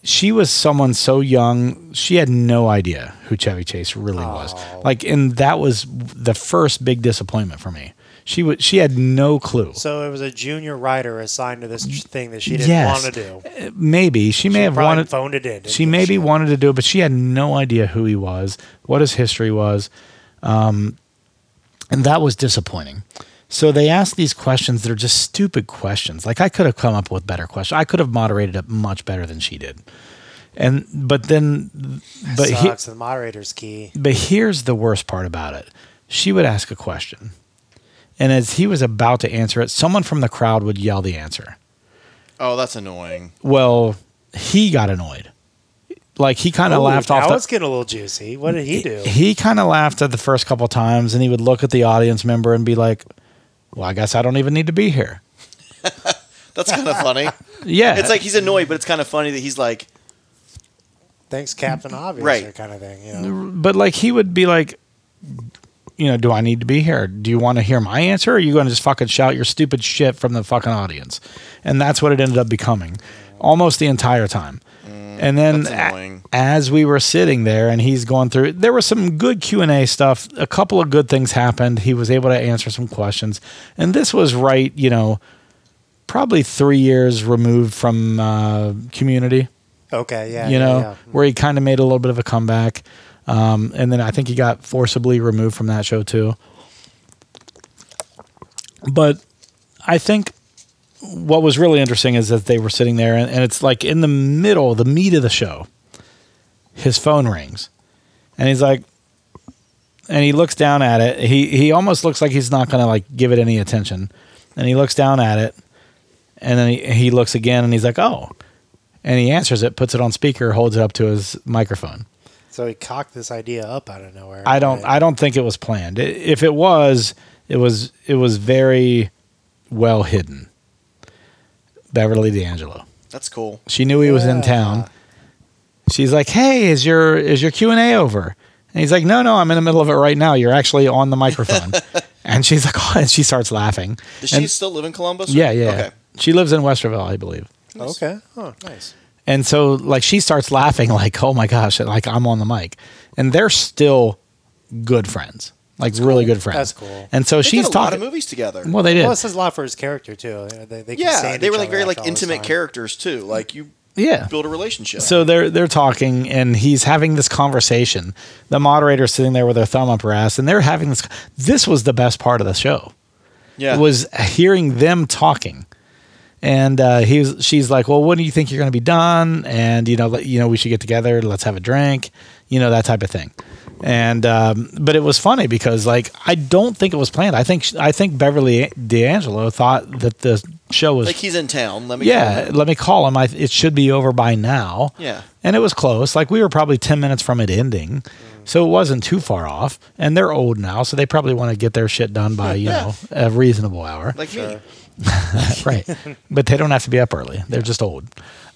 [SPEAKER 1] She was someone so young; she had no idea who Chevy Chase really was. Like, and that was the first big disappointment for me. She was she had no clue.
[SPEAKER 2] So it was a junior writer assigned to this thing that she didn't
[SPEAKER 1] Mm, Yes. Uh,
[SPEAKER 2] want to do. She
[SPEAKER 1] Maybe she may have
[SPEAKER 2] probably
[SPEAKER 1] wanted
[SPEAKER 2] phoned it in.
[SPEAKER 1] she maybe wanted to do it, but she had no idea who he was, what his history was. Um, and that was disappointing. So they asked these questions that are just stupid questions. Like I could have come up with better questions. I could have moderated it much better than she did. And but then but he,
[SPEAKER 2] sucks. the moderator's key.
[SPEAKER 1] but here's the worst part about it. She would ask a question. And as he was about to answer it, someone from the crowd would yell the answer.
[SPEAKER 3] Oh, that's annoying.
[SPEAKER 1] Well, he got annoyed. Like he kind of
[SPEAKER 2] Ooh,
[SPEAKER 1] laughed off
[SPEAKER 2] Now
[SPEAKER 1] the
[SPEAKER 2] it's getting a little juicy. What did he do?
[SPEAKER 1] he kind of laughed at the first couple times and he would look at the audience member and be like well i guess i don't even need to be here
[SPEAKER 3] That's kind of funny.
[SPEAKER 1] yeah
[SPEAKER 3] It's like he's annoyed, but it's kind of funny that he's like,
[SPEAKER 2] Thanks, Captain Obvious,
[SPEAKER 3] Right.
[SPEAKER 2] or kind of thing. You know,
[SPEAKER 1] but like he would be like you know do i need to be here do you want to hear my answer or are you going to just fucking shout your stupid shit from the fucking audience and that's what it ended up becoming almost the entire time and then
[SPEAKER 3] that's
[SPEAKER 1] a-
[SPEAKER 3] annoying.
[SPEAKER 1] as we were sitting there and he's going through there was some good q&a stuff a couple of good things happened he was able to answer some questions and this was right you know probably three years removed from uh, community
[SPEAKER 2] okay, yeah,
[SPEAKER 1] you
[SPEAKER 2] yeah,
[SPEAKER 1] know,
[SPEAKER 2] yeah.
[SPEAKER 1] where he kind of made a little bit of a comeback. Um, and then I think he got forcibly removed from that show too. But I think what was really interesting is that they were sitting there, and, and it's like in the middle, the meat of the show, his phone rings, and he's like, and he looks down at it. He he almost looks like he's not gonna like give it any attention, and he looks down at it, and then he, he looks again, and he's like, oh, and he answers it, puts it on speaker, holds it up to his microphone.
[SPEAKER 2] So he cocked this idea up out of nowhere.
[SPEAKER 1] I don't I don't think it was planned. I- If it was, it was it was very well hidden. Beverly D'Angelo.
[SPEAKER 3] that's cool.
[SPEAKER 1] She knew he was in
[SPEAKER 2] Yeah.
[SPEAKER 1] town. She's like, "Hey, is your is your Q and A over?" And he's like, "No, no, I'm in the middle of it right now. You're actually on the microphone." and she's like, "Oh," and she starts laughing.
[SPEAKER 3] Does she
[SPEAKER 1] And-
[SPEAKER 3] still live in Columbus?
[SPEAKER 1] yeah, yeah.
[SPEAKER 3] Okay.
[SPEAKER 1] She lives in Westerville, I believe.
[SPEAKER 2] Okay. Oh, nice.
[SPEAKER 1] And so like she starts laughing like, "Oh my gosh, like I'm on the mic." And they're still good friends. Like really good
[SPEAKER 2] That's
[SPEAKER 1] friends.
[SPEAKER 2] cool.
[SPEAKER 1] And so
[SPEAKER 3] They
[SPEAKER 1] she's
[SPEAKER 3] did a lot of
[SPEAKER 1] talking
[SPEAKER 3] movies together.
[SPEAKER 1] Well, they did.
[SPEAKER 2] Well, it says a lot for his character too. Uh, They, they
[SPEAKER 3] yeah, they were like very like intimate characters
[SPEAKER 2] characters.
[SPEAKER 3] too. Like you
[SPEAKER 1] yeah.
[SPEAKER 3] build a relationship.
[SPEAKER 1] So they're they're talking, and he's having this conversation. The moderator's sitting there with her thumb up her ass, and they're having this. This was the best part of the show.
[SPEAKER 3] yeah,
[SPEAKER 1] Was hearing them talking, and uh, he was, she's like, "Well, when do you think you're going to be done?" And you know, let, you know, we should get together. Let's have a drink. You know, that type of thing. And um, but it was funny because like I don't think it was planned. I think I think Beverly D'Angelo thought that the show was
[SPEAKER 3] like he's in town. Let me.
[SPEAKER 1] yeah, let me call him. I, it should be over by now.
[SPEAKER 3] Yeah.
[SPEAKER 1] And it was close. Like we were probably 10 minutes from it ending. So it wasn't too far off. And they're old now. So they probably want to get their shit done by, you know, a reasonable hour.
[SPEAKER 3] Like me.
[SPEAKER 1] right. But they don't have to be up early. They're just old.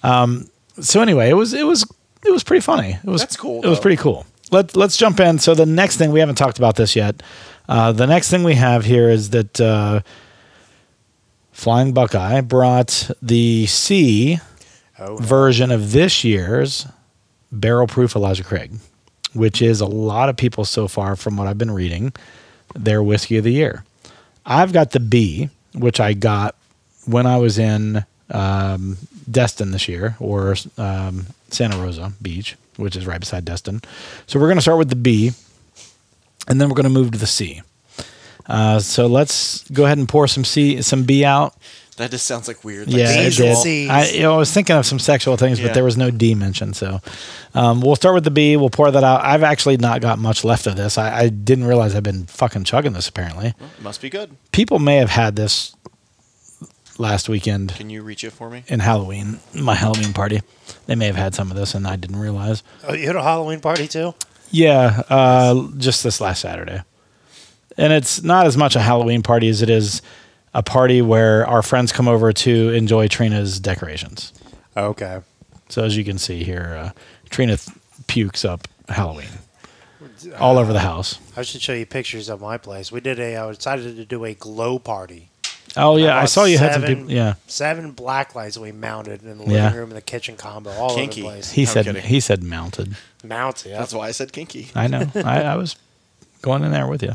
[SPEAKER 1] Um, so anyway, it was, it was, it was pretty funny. It was,
[SPEAKER 3] That's cool,
[SPEAKER 1] It was
[SPEAKER 3] though.
[SPEAKER 1] pretty cool. Let, let's jump in. So the next thing we haven't talked about this yet. Uh, the next thing we have here is that, uh, Flying Buckeye brought the C
[SPEAKER 2] Oh,
[SPEAKER 1] version of this year's barrel proof Elijah Craig, which is a lot of people so far, from what I've been reading, their whiskey of the year. I've got the B, which I got when I was in um, Destin this year or um, Santa Rosa Beach, which is right beside Destin. So we're going to start with the B, and then we're going to move to the C. Uh, so let's go ahead and pour some C, some B out.
[SPEAKER 3] That just sounds like weird. Like
[SPEAKER 1] Yeah, it
[SPEAKER 2] B's
[SPEAKER 3] sexual.
[SPEAKER 2] and
[SPEAKER 1] did.
[SPEAKER 2] C's.
[SPEAKER 1] I, you know, I was thinking of some sexual things, but
[SPEAKER 3] Yeah.
[SPEAKER 1] there was no D mentioned. So um, we'll start with the B. We'll pour that out. I've actually not got much left of this. I, I didn't realize I've been fucking chugging this. Apparently,
[SPEAKER 3] Must be good.
[SPEAKER 1] people may have had this last weekend
[SPEAKER 3] Can you reach it for me?
[SPEAKER 1] in Halloween, my Halloween party. They may have had some of this, and I didn't realize.
[SPEAKER 2] Oh, you had a Halloween party too?
[SPEAKER 1] Yeah, uh, just this last Saturday. And it's not as much a Halloween party as it is a party where our friends come over to enjoy Trina's decorations.
[SPEAKER 2] Okay.
[SPEAKER 1] So as you can see here, uh, Trina th- pukes up Halloween all over the house.
[SPEAKER 2] I should show you pictures of my place. We did a. I decided to do a glow party.
[SPEAKER 1] Oh yeah, I,
[SPEAKER 2] bought
[SPEAKER 1] saw you had some
[SPEAKER 2] seven-
[SPEAKER 1] people. Yeah,
[SPEAKER 2] Seven black lights we mounted in the living
[SPEAKER 1] Yeah.
[SPEAKER 2] room and the kitchen combo all
[SPEAKER 3] Kinky.
[SPEAKER 2] over the place.
[SPEAKER 1] he
[SPEAKER 3] I'm
[SPEAKER 1] said
[SPEAKER 3] kidding.
[SPEAKER 1] he said mounted.
[SPEAKER 2] Mounted.
[SPEAKER 3] That's why I said kinky.
[SPEAKER 1] I know. I, I was going in there with you.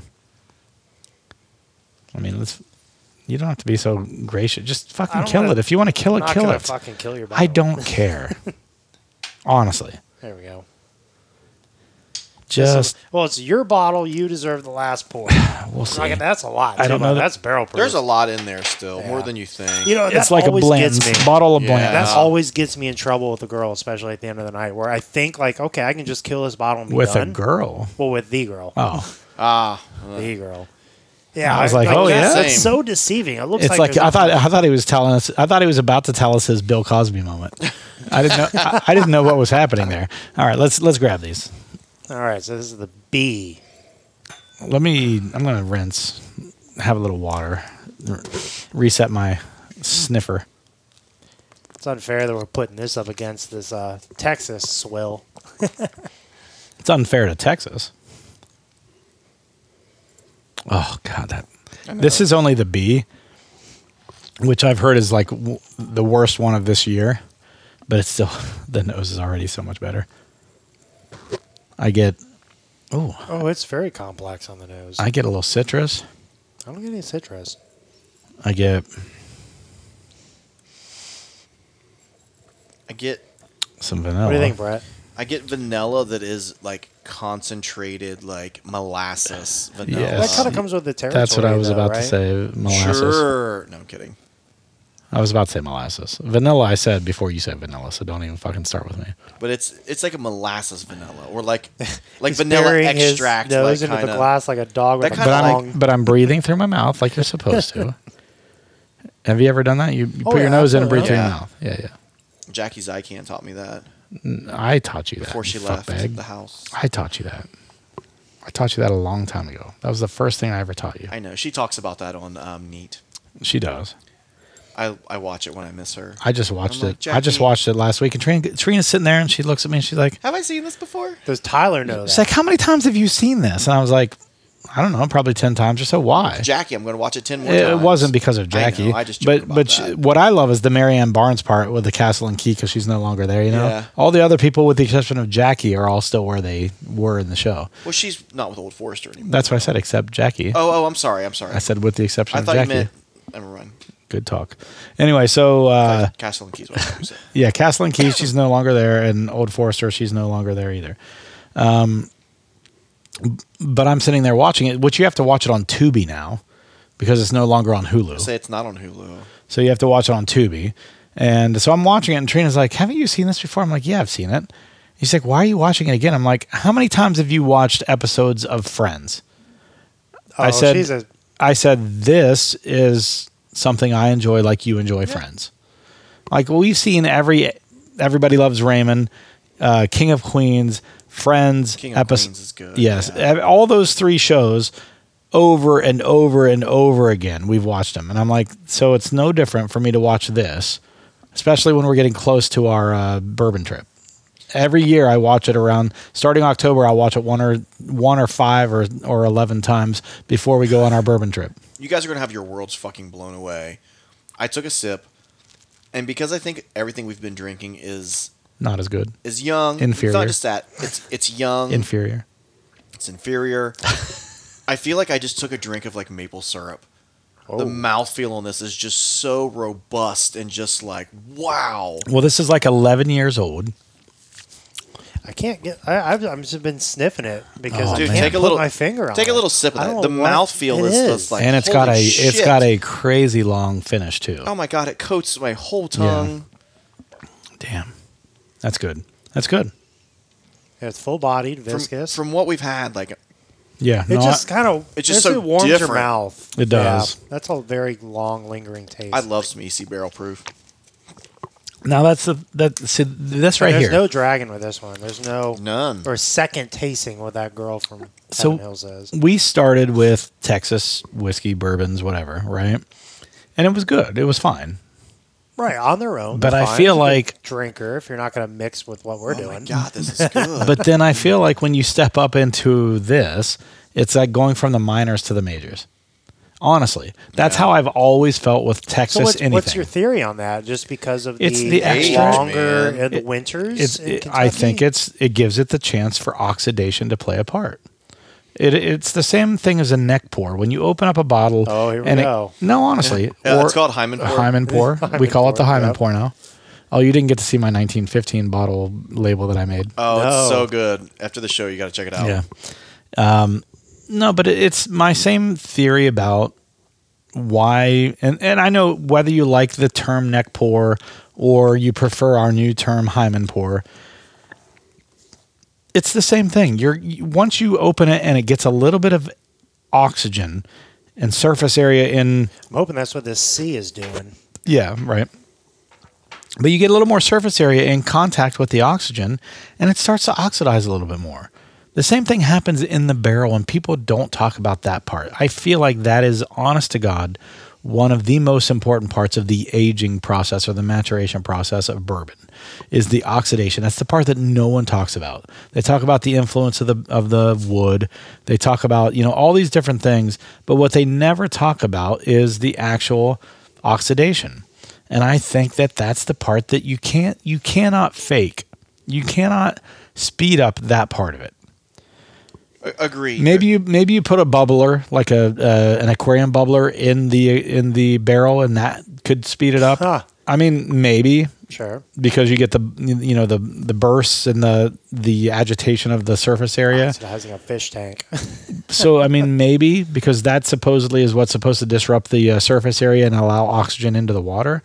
[SPEAKER 1] I mean, let's. You don't have to be so gracious. Just fucking
[SPEAKER 2] don't
[SPEAKER 1] kill
[SPEAKER 2] wanna-
[SPEAKER 1] it. If you want to kill
[SPEAKER 2] I'm
[SPEAKER 1] it,
[SPEAKER 2] not
[SPEAKER 1] kill
[SPEAKER 2] gonna
[SPEAKER 1] it.
[SPEAKER 2] fucking kill your. battle.
[SPEAKER 1] I don't care. Honestly,
[SPEAKER 2] There we go.
[SPEAKER 1] just
[SPEAKER 2] Well, it's your bottle. You deserve the last pour.
[SPEAKER 1] we'll see.
[SPEAKER 2] Like, that's a lot.
[SPEAKER 1] I
[SPEAKER 2] too,
[SPEAKER 1] don't
[SPEAKER 2] but
[SPEAKER 1] know that-
[SPEAKER 2] That's barrel proof.
[SPEAKER 3] There's a lot in there still, more
[SPEAKER 2] Yeah.
[SPEAKER 3] than you think.
[SPEAKER 2] You know,
[SPEAKER 1] It's
[SPEAKER 2] Oh, that
[SPEAKER 1] like a
[SPEAKER 2] always
[SPEAKER 1] blend,
[SPEAKER 2] gets me.
[SPEAKER 1] bottle of
[SPEAKER 3] Yeah.
[SPEAKER 1] blend.
[SPEAKER 2] That
[SPEAKER 3] Uh,
[SPEAKER 2] always gets me in trouble with a girl, especially at the end of the night, where I think like, okay, I can just kill this bottle and be
[SPEAKER 1] with
[SPEAKER 2] done.
[SPEAKER 1] a girl.
[SPEAKER 2] Well, with the girl,
[SPEAKER 1] Oh,
[SPEAKER 3] ah,
[SPEAKER 2] the girl. Yeah,
[SPEAKER 1] I was like, oh,
[SPEAKER 2] that's,
[SPEAKER 1] yeah?
[SPEAKER 2] that's
[SPEAKER 3] Same.
[SPEAKER 2] so deceiving. It looks
[SPEAKER 1] it's like,
[SPEAKER 2] there's
[SPEAKER 1] I thought. I thought he was telling us. I thought he was about to tell us his Bill Cosby moment. I didn't know. I, I didn't know what was happening there. All right, let's let's grab these.
[SPEAKER 2] All right, so this is the B.
[SPEAKER 1] Let me. I'm gonna rinse. Have a little water. r- Reset my sniffer.
[SPEAKER 2] It's unfair that we're putting this up against this uh, Texas swill.
[SPEAKER 1] It's unfair to Texas. Oh God, that. This is only the B, which I've heard is like w- the worst one of this year, but it's still the nose is already so much better. I get, oh,
[SPEAKER 2] Oh, it's very complex on the nose.
[SPEAKER 1] I
[SPEAKER 2] I,
[SPEAKER 1] get a little citrus.
[SPEAKER 2] don't get any citrus.
[SPEAKER 1] I get
[SPEAKER 3] I get
[SPEAKER 1] some vanilla.
[SPEAKER 2] What do you think, Brett?
[SPEAKER 3] I get vanilla that is like concentrated, like molasses vanilla.
[SPEAKER 1] Yes.
[SPEAKER 2] that kind of comes with the territory.
[SPEAKER 1] That's what I was
[SPEAKER 2] though,
[SPEAKER 1] about
[SPEAKER 2] right?
[SPEAKER 1] to say. Molasses.
[SPEAKER 3] Sure. No, I'm kidding.
[SPEAKER 1] I was about to say molasses. Vanilla. I said before you said vanilla, so don't even fucking start with me.
[SPEAKER 3] But it's it's like a molasses vanilla or like like
[SPEAKER 2] He's
[SPEAKER 3] vanilla
[SPEAKER 2] burying his
[SPEAKER 3] extract. Like,
[SPEAKER 2] nose into
[SPEAKER 3] kinda,
[SPEAKER 2] the glass like a dog
[SPEAKER 3] That
[SPEAKER 2] with a
[SPEAKER 3] kinda
[SPEAKER 1] but I'm
[SPEAKER 2] bong.
[SPEAKER 1] but I'm breathing through my mouth like you're supposed to. Have you ever done that? You, you
[SPEAKER 2] Oh,
[SPEAKER 1] put your
[SPEAKER 2] yeah,
[SPEAKER 1] nose in and breathe
[SPEAKER 2] absolutely.
[SPEAKER 1] through your
[SPEAKER 3] Yeah.
[SPEAKER 1] mouth. Yeah, yeah.
[SPEAKER 3] Jackie Zycan taught me that
[SPEAKER 1] I taught you that
[SPEAKER 3] before
[SPEAKER 1] you
[SPEAKER 3] she left
[SPEAKER 1] fuck bag.
[SPEAKER 3] the house.
[SPEAKER 1] I taught you that. I taught you that a long time ago. That was the first thing I ever taught you.
[SPEAKER 3] I know she talks about that on um, Neat.
[SPEAKER 1] she does.
[SPEAKER 3] I I watch it when I miss her.
[SPEAKER 1] I just watched
[SPEAKER 3] I'm
[SPEAKER 1] it.
[SPEAKER 3] like,
[SPEAKER 1] I just
[SPEAKER 3] Jackie-
[SPEAKER 1] watched it last week, and Trina, Trina's sitting there, and she looks at me, and she's like,
[SPEAKER 3] Have I seen this before?
[SPEAKER 2] Does Tyler know
[SPEAKER 1] "She's
[SPEAKER 2] that?
[SPEAKER 1] like, how many times have you seen this?" And I was like, "I don't know, probably ten times or so." Why?
[SPEAKER 3] Jackie, I'm going to watch it ten more
[SPEAKER 1] It, it
[SPEAKER 3] times.
[SPEAKER 1] wasn't because
[SPEAKER 3] I
[SPEAKER 1] of Jackie.
[SPEAKER 3] know, I just
[SPEAKER 1] but
[SPEAKER 3] joke about
[SPEAKER 1] but she-
[SPEAKER 3] that.
[SPEAKER 1] what I love is the Marianne Barnes part with the castle and key because she's no longer there. You know,
[SPEAKER 3] Yeah.
[SPEAKER 1] all the other people with the exception of Jackie are all still where they were in the show.
[SPEAKER 3] well, she's not with Old Forester anymore.
[SPEAKER 1] That's what I said, except Jackie.
[SPEAKER 3] Oh, oh, I'm sorry. I'm sorry.
[SPEAKER 1] I said with the exception
[SPEAKER 3] I
[SPEAKER 1] of
[SPEAKER 3] thought
[SPEAKER 1] Jackie.
[SPEAKER 3] you meant. Never mind.
[SPEAKER 1] Good talk. Anyway, so uh,
[SPEAKER 3] Castle and Keys. What I thought you said.
[SPEAKER 1] yeah, Castle and Key, she's no longer there, and Old Forester, she's no longer there either. Um, but I'm sitting there watching it, which you have to watch it on Tubi now because it's no longer on Hulu.
[SPEAKER 3] Say it's not on Hulu.
[SPEAKER 1] So you have to watch it on Tubi. And so I'm watching it, and Trina's like, Haven't you seen this before? I'm like, Yeah, I've seen it. He's like, Why are you watching it again? I'm like, How many times have you watched episodes of Friends?
[SPEAKER 2] Oh,
[SPEAKER 1] I said,
[SPEAKER 2] she's a-
[SPEAKER 1] I said, This is something I enjoy like you enjoy Friends. Like, we've seen every Everybody Loves Raymond, uh, King of Queens, Friends,
[SPEAKER 3] King of
[SPEAKER 1] epis-
[SPEAKER 3] Queens is good.
[SPEAKER 1] Yes,
[SPEAKER 3] Yeah.
[SPEAKER 1] ev- all those three shows over and over and over again. We've watched them, and I'm like, so it's no different for me to watch this, especially when we're getting close to our uh, bourbon trip. Every year, I watch it around starting October. I watch it one or one or five or or eleven times before we go on our bourbon trip.
[SPEAKER 3] You guys are gonna have your worlds fucking blown away. I took a sip, and because I think everything we've been drinking is
[SPEAKER 1] Not as good,
[SPEAKER 3] is young. It's
[SPEAKER 1] Inferior.
[SPEAKER 3] not just that. It's it's young.
[SPEAKER 1] inferior.
[SPEAKER 3] it's inferior. I feel like I just took a drink of like maple syrup.
[SPEAKER 2] Oh.
[SPEAKER 3] The mouthfeel on this is just so robust and just like wow.
[SPEAKER 1] Well, this is like eleven years old.
[SPEAKER 2] I can't get. I, I've, I've just been sniffing it because
[SPEAKER 1] Oh,
[SPEAKER 2] I
[SPEAKER 3] Dude,
[SPEAKER 2] can't
[SPEAKER 3] take a
[SPEAKER 2] put
[SPEAKER 3] little-
[SPEAKER 2] my finger on.
[SPEAKER 3] Take a
[SPEAKER 2] it.
[SPEAKER 3] little sip of
[SPEAKER 2] I
[SPEAKER 3] that.
[SPEAKER 2] don't
[SPEAKER 3] The
[SPEAKER 2] know what
[SPEAKER 3] mouthfeel
[SPEAKER 2] it
[SPEAKER 3] is just like
[SPEAKER 1] and it's got a
[SPEAKER 3] holy
[SPEAKER 1] it's
[SPEAKER 3] shit.
[SPEAKER 1] got a crazy long finish too.
[SPEAKER 3] Oh my god, it coats my whole tongue.
[SPEAKER 1] Damn, that's good. That's good.
[SPEAKER 2] It's full bodied,
[SPEAKER 3] From,
[SPEAKER 2] viscous.
[SPEAKER 3] from what we've had, like
[SPEAKER 1] Yeah,
[SPEAKER 2] it
[SPEAKER 1] no,
[SPEAKER 2] just
[SPEAKER 1] I,
[SPEAKER 2] kind of
[SPEAKER 3] It's just so
[SPEAKER 2] warms
[SPEAKER 3] different.
[SPEAKER 2] your mouth.
[SPEAKER 1] It does.
[SPEAKER 2] Yeah, that's a very long lingering taste.
[SPEAKER 3] I love some EC barrel proof.
[SPEAKER 1] now that's the that see this
[SPEAKER 2] And
[SPEAKER 1] right
[SPEAKER 2] There's
[SPEAKER 1] here.
[SPEAKER 2] no dragon with this one. There's no
[SPEAKER 3] None.
[SPEAKER 2] or second tasting with that girl from Heaven
[SPEAKER 1] So-
[SPEAKER 2] Hills is.
[SPEAKER 1] we started with Texas whiskey, bourbons, whatever, right? And it was good. It was fine.
[SPEAKER 2] Right on their own.
[SPEAKER 1] But
[SPEAKER 2] they're
[SPEAKER 1] I
[SPEAKER 2] fine. If
[SPEAKER 1] feel
[SPEAKER 2] you're a
[SPEAKER 1] like-
[SPEAKER 2] drinker if you're not going to mix with what we're
[SPEAKER 3] Oh my
[SPEAKER 2] doing.
[SPEAKER 3] god, this is good.
[SPEAKER 1] But then I feel like when you step up into this, it's like going from the minors to the majors. Honestly, that's
[SPEAKER 3] Yeah.
[SPEAKER 1] how I've always felt with Texas.
[SPEAKER 2] So what's,
[SPEAKER 1] anything.
[SPEAKER 2] what's your theory on that? Just because of
[SPEAKER 1] It's
[SPEAKER 2] the,
[SPEAKER 1] the extra-
[SPEAKER 2] longer
[SPEAKER 3] Age,
[SPEAKER 2] and the
[SPEAKER 1] It-
[SPEAKER 2] winters.
[SPEAKER 1] it's
[SPEAKER 2] in
[SPEAKER 1] it- i
[SPEAKER 2] Kentucky?
[SPEAKER 1] think it's it gives it the chance for oxidation to play a part it, it's the same thing as a neck pour when you open up a bottle
[SPEAKER 2] Oh, here we
[SPEAKER 1] and it-
[SPEAKER 2] go.
[SPEAKER 1] no honestly
[SPEAKER 3] Yeah,
[SPEAKER 1] or
[SPEAKER 3] it's called Hyman
[SPEAKER 1] a
[SPEAKER 3] pour.
[SPEAKER 1] hymen pour we
[SPEAKER 2] Hymen
[SPEAKER 1] call it the
[SPEAKER 2] pour,
[SPEAKER 1] hymen
[SPEAKER 2] yep.
[SPEAKER 1] pour now oh you didn't get to see my 1915 bottle label that i made
[SPEAKER 3] oh, it's
[SPEAKER 2] No.
[SPEAKER 3] so good. After the show, you got to check it out.
[SPEAKER 1] yeah um, no but it, it's my same theory about why and, and i know whether you like the term neck pour or you prefer our new term hymen pour it's the same thing you're you- once you open it and it gets a little bit of oxygen and surface area in
[SPEAKER 2] I'm hoping that's what this C is doing.
[SPEAKER 1] yeah, right. But you get a little more surface area in contact with the oxygen, and it starts to oxidize a little bit more. The same thing happens in the barrel, and people don't talk about that part. I feel like that is, honest to God, one of the most important parts of the aging process or the maturation process of bourbon is the oxidation. That's the part that no one talks about. They talk about the influence of the of the wood. They talk about, you know, all these different things, but what they never talk about is the actual oxidation. And I think that that's the part that you can't you cannot fake. You cannot speed up that part of it.
[SPEAKER 3] A- agree.
[SPEAKER 1] Maybe you maybe you put a bubbler like a uh, an aquarium bubbler in the in the barrel and that could speed it up.
[SPEAKER 2] Huh.
[SPEAKER 1] I mean, maybe
[SPEAKER 2] Sure.
[SPEAKER 1] because you get the you know the the bursts and the the agitation of the surface area.
[SPEAKER 2] It's housing a fish tank.
[SPEAKER 1] So I mean, maybe because that supposedly is what's supposed to disrupt the uh, surface area and allow oxygen into the water.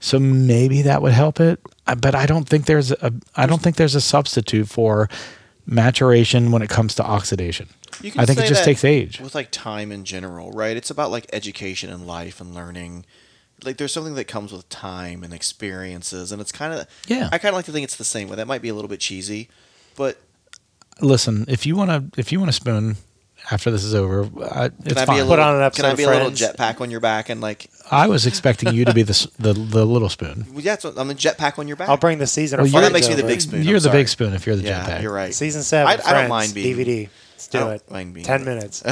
[SPEAKER 1] So maybe that would help it, I- but I don't think there's a I don't think there's a substitute for maturation when it comes to oxidation.
[SPEAKER 3] You can
[SPEAKER 1] I think it
[SPEAKER 3] say
[SPEAKER 1] just
[SPEAKER 3] that
[SPEAKER 1] takes age.
[SPEAKER 3] With like time in general, right? It's about like education and life and learning. Like there's something that comes with time and experiences, and it's kind of
[SPEAKER 1] Yeah.
[SPEAKER 3] I kind of like to think it's the same way. That might be a little bit cheesy, but
[SPEAKER 1] Listen, if you want to if you want to spoon after this is over, I,
[SPEAKER 3] can I be
[SPEAKER 1] it's
[SPEAKER 3] a
[SPEAKER 1] fine.
[SPEAKER 3] little?
[SPEAKER 2] on an
[SPEAKER 3] can I
[SPEAKER 2] episode
[SPEAKER 3] be
[SPEAKER 2] of
[SPEAKER 3] a little
[SPEAKER 2] Friends.
[SPEAKER 3] jetpack on your back and like?
[SPEAKER 1] I was expecting you to be the s- the, the little spoon.
[SPEAKER 3] Well, yeah, it's- I'm a jetpack on your back.
[SPEAKER 2] I'll bring the season.
[SPEAKER 1] Well,
[SPEAKER 2] of
[SPEAKER 1] you're-
[SPEAKER 2] Friends
[SPEAKER 1] That makes
[SPEAKER 3] me the
[SPEAKER 2] over.
[SPEAKER 3] big spoon.
[SPEAKER 1] You're
[SPEAKER 3] I'm
[SPEAKER 1] the
[SPEAKER 3] sorry.
[SPEAKER 1] big spoon if you're the
[SPEAKER 3] yeah,
[SPEAKER 1] jetpack.
[SPEAKER 3] you're right.
[SPEAKER 2] Season seven.
[SPEAKER 3] I- I don't
[SPEAKER 2] Friends,
[SPEAKER 3] mind being-
[SPEAKER 2] DVD. Let's
[SPEAKER 3] I
[SPEAKER 2] do
[SPEAKER 3] don't
[SPEAKER 2] it.
[SPEAKER 3] mind being
[SPEAKER 2] Ten
[SPEAKER 3] the-
[SPEAKER 2] minutes.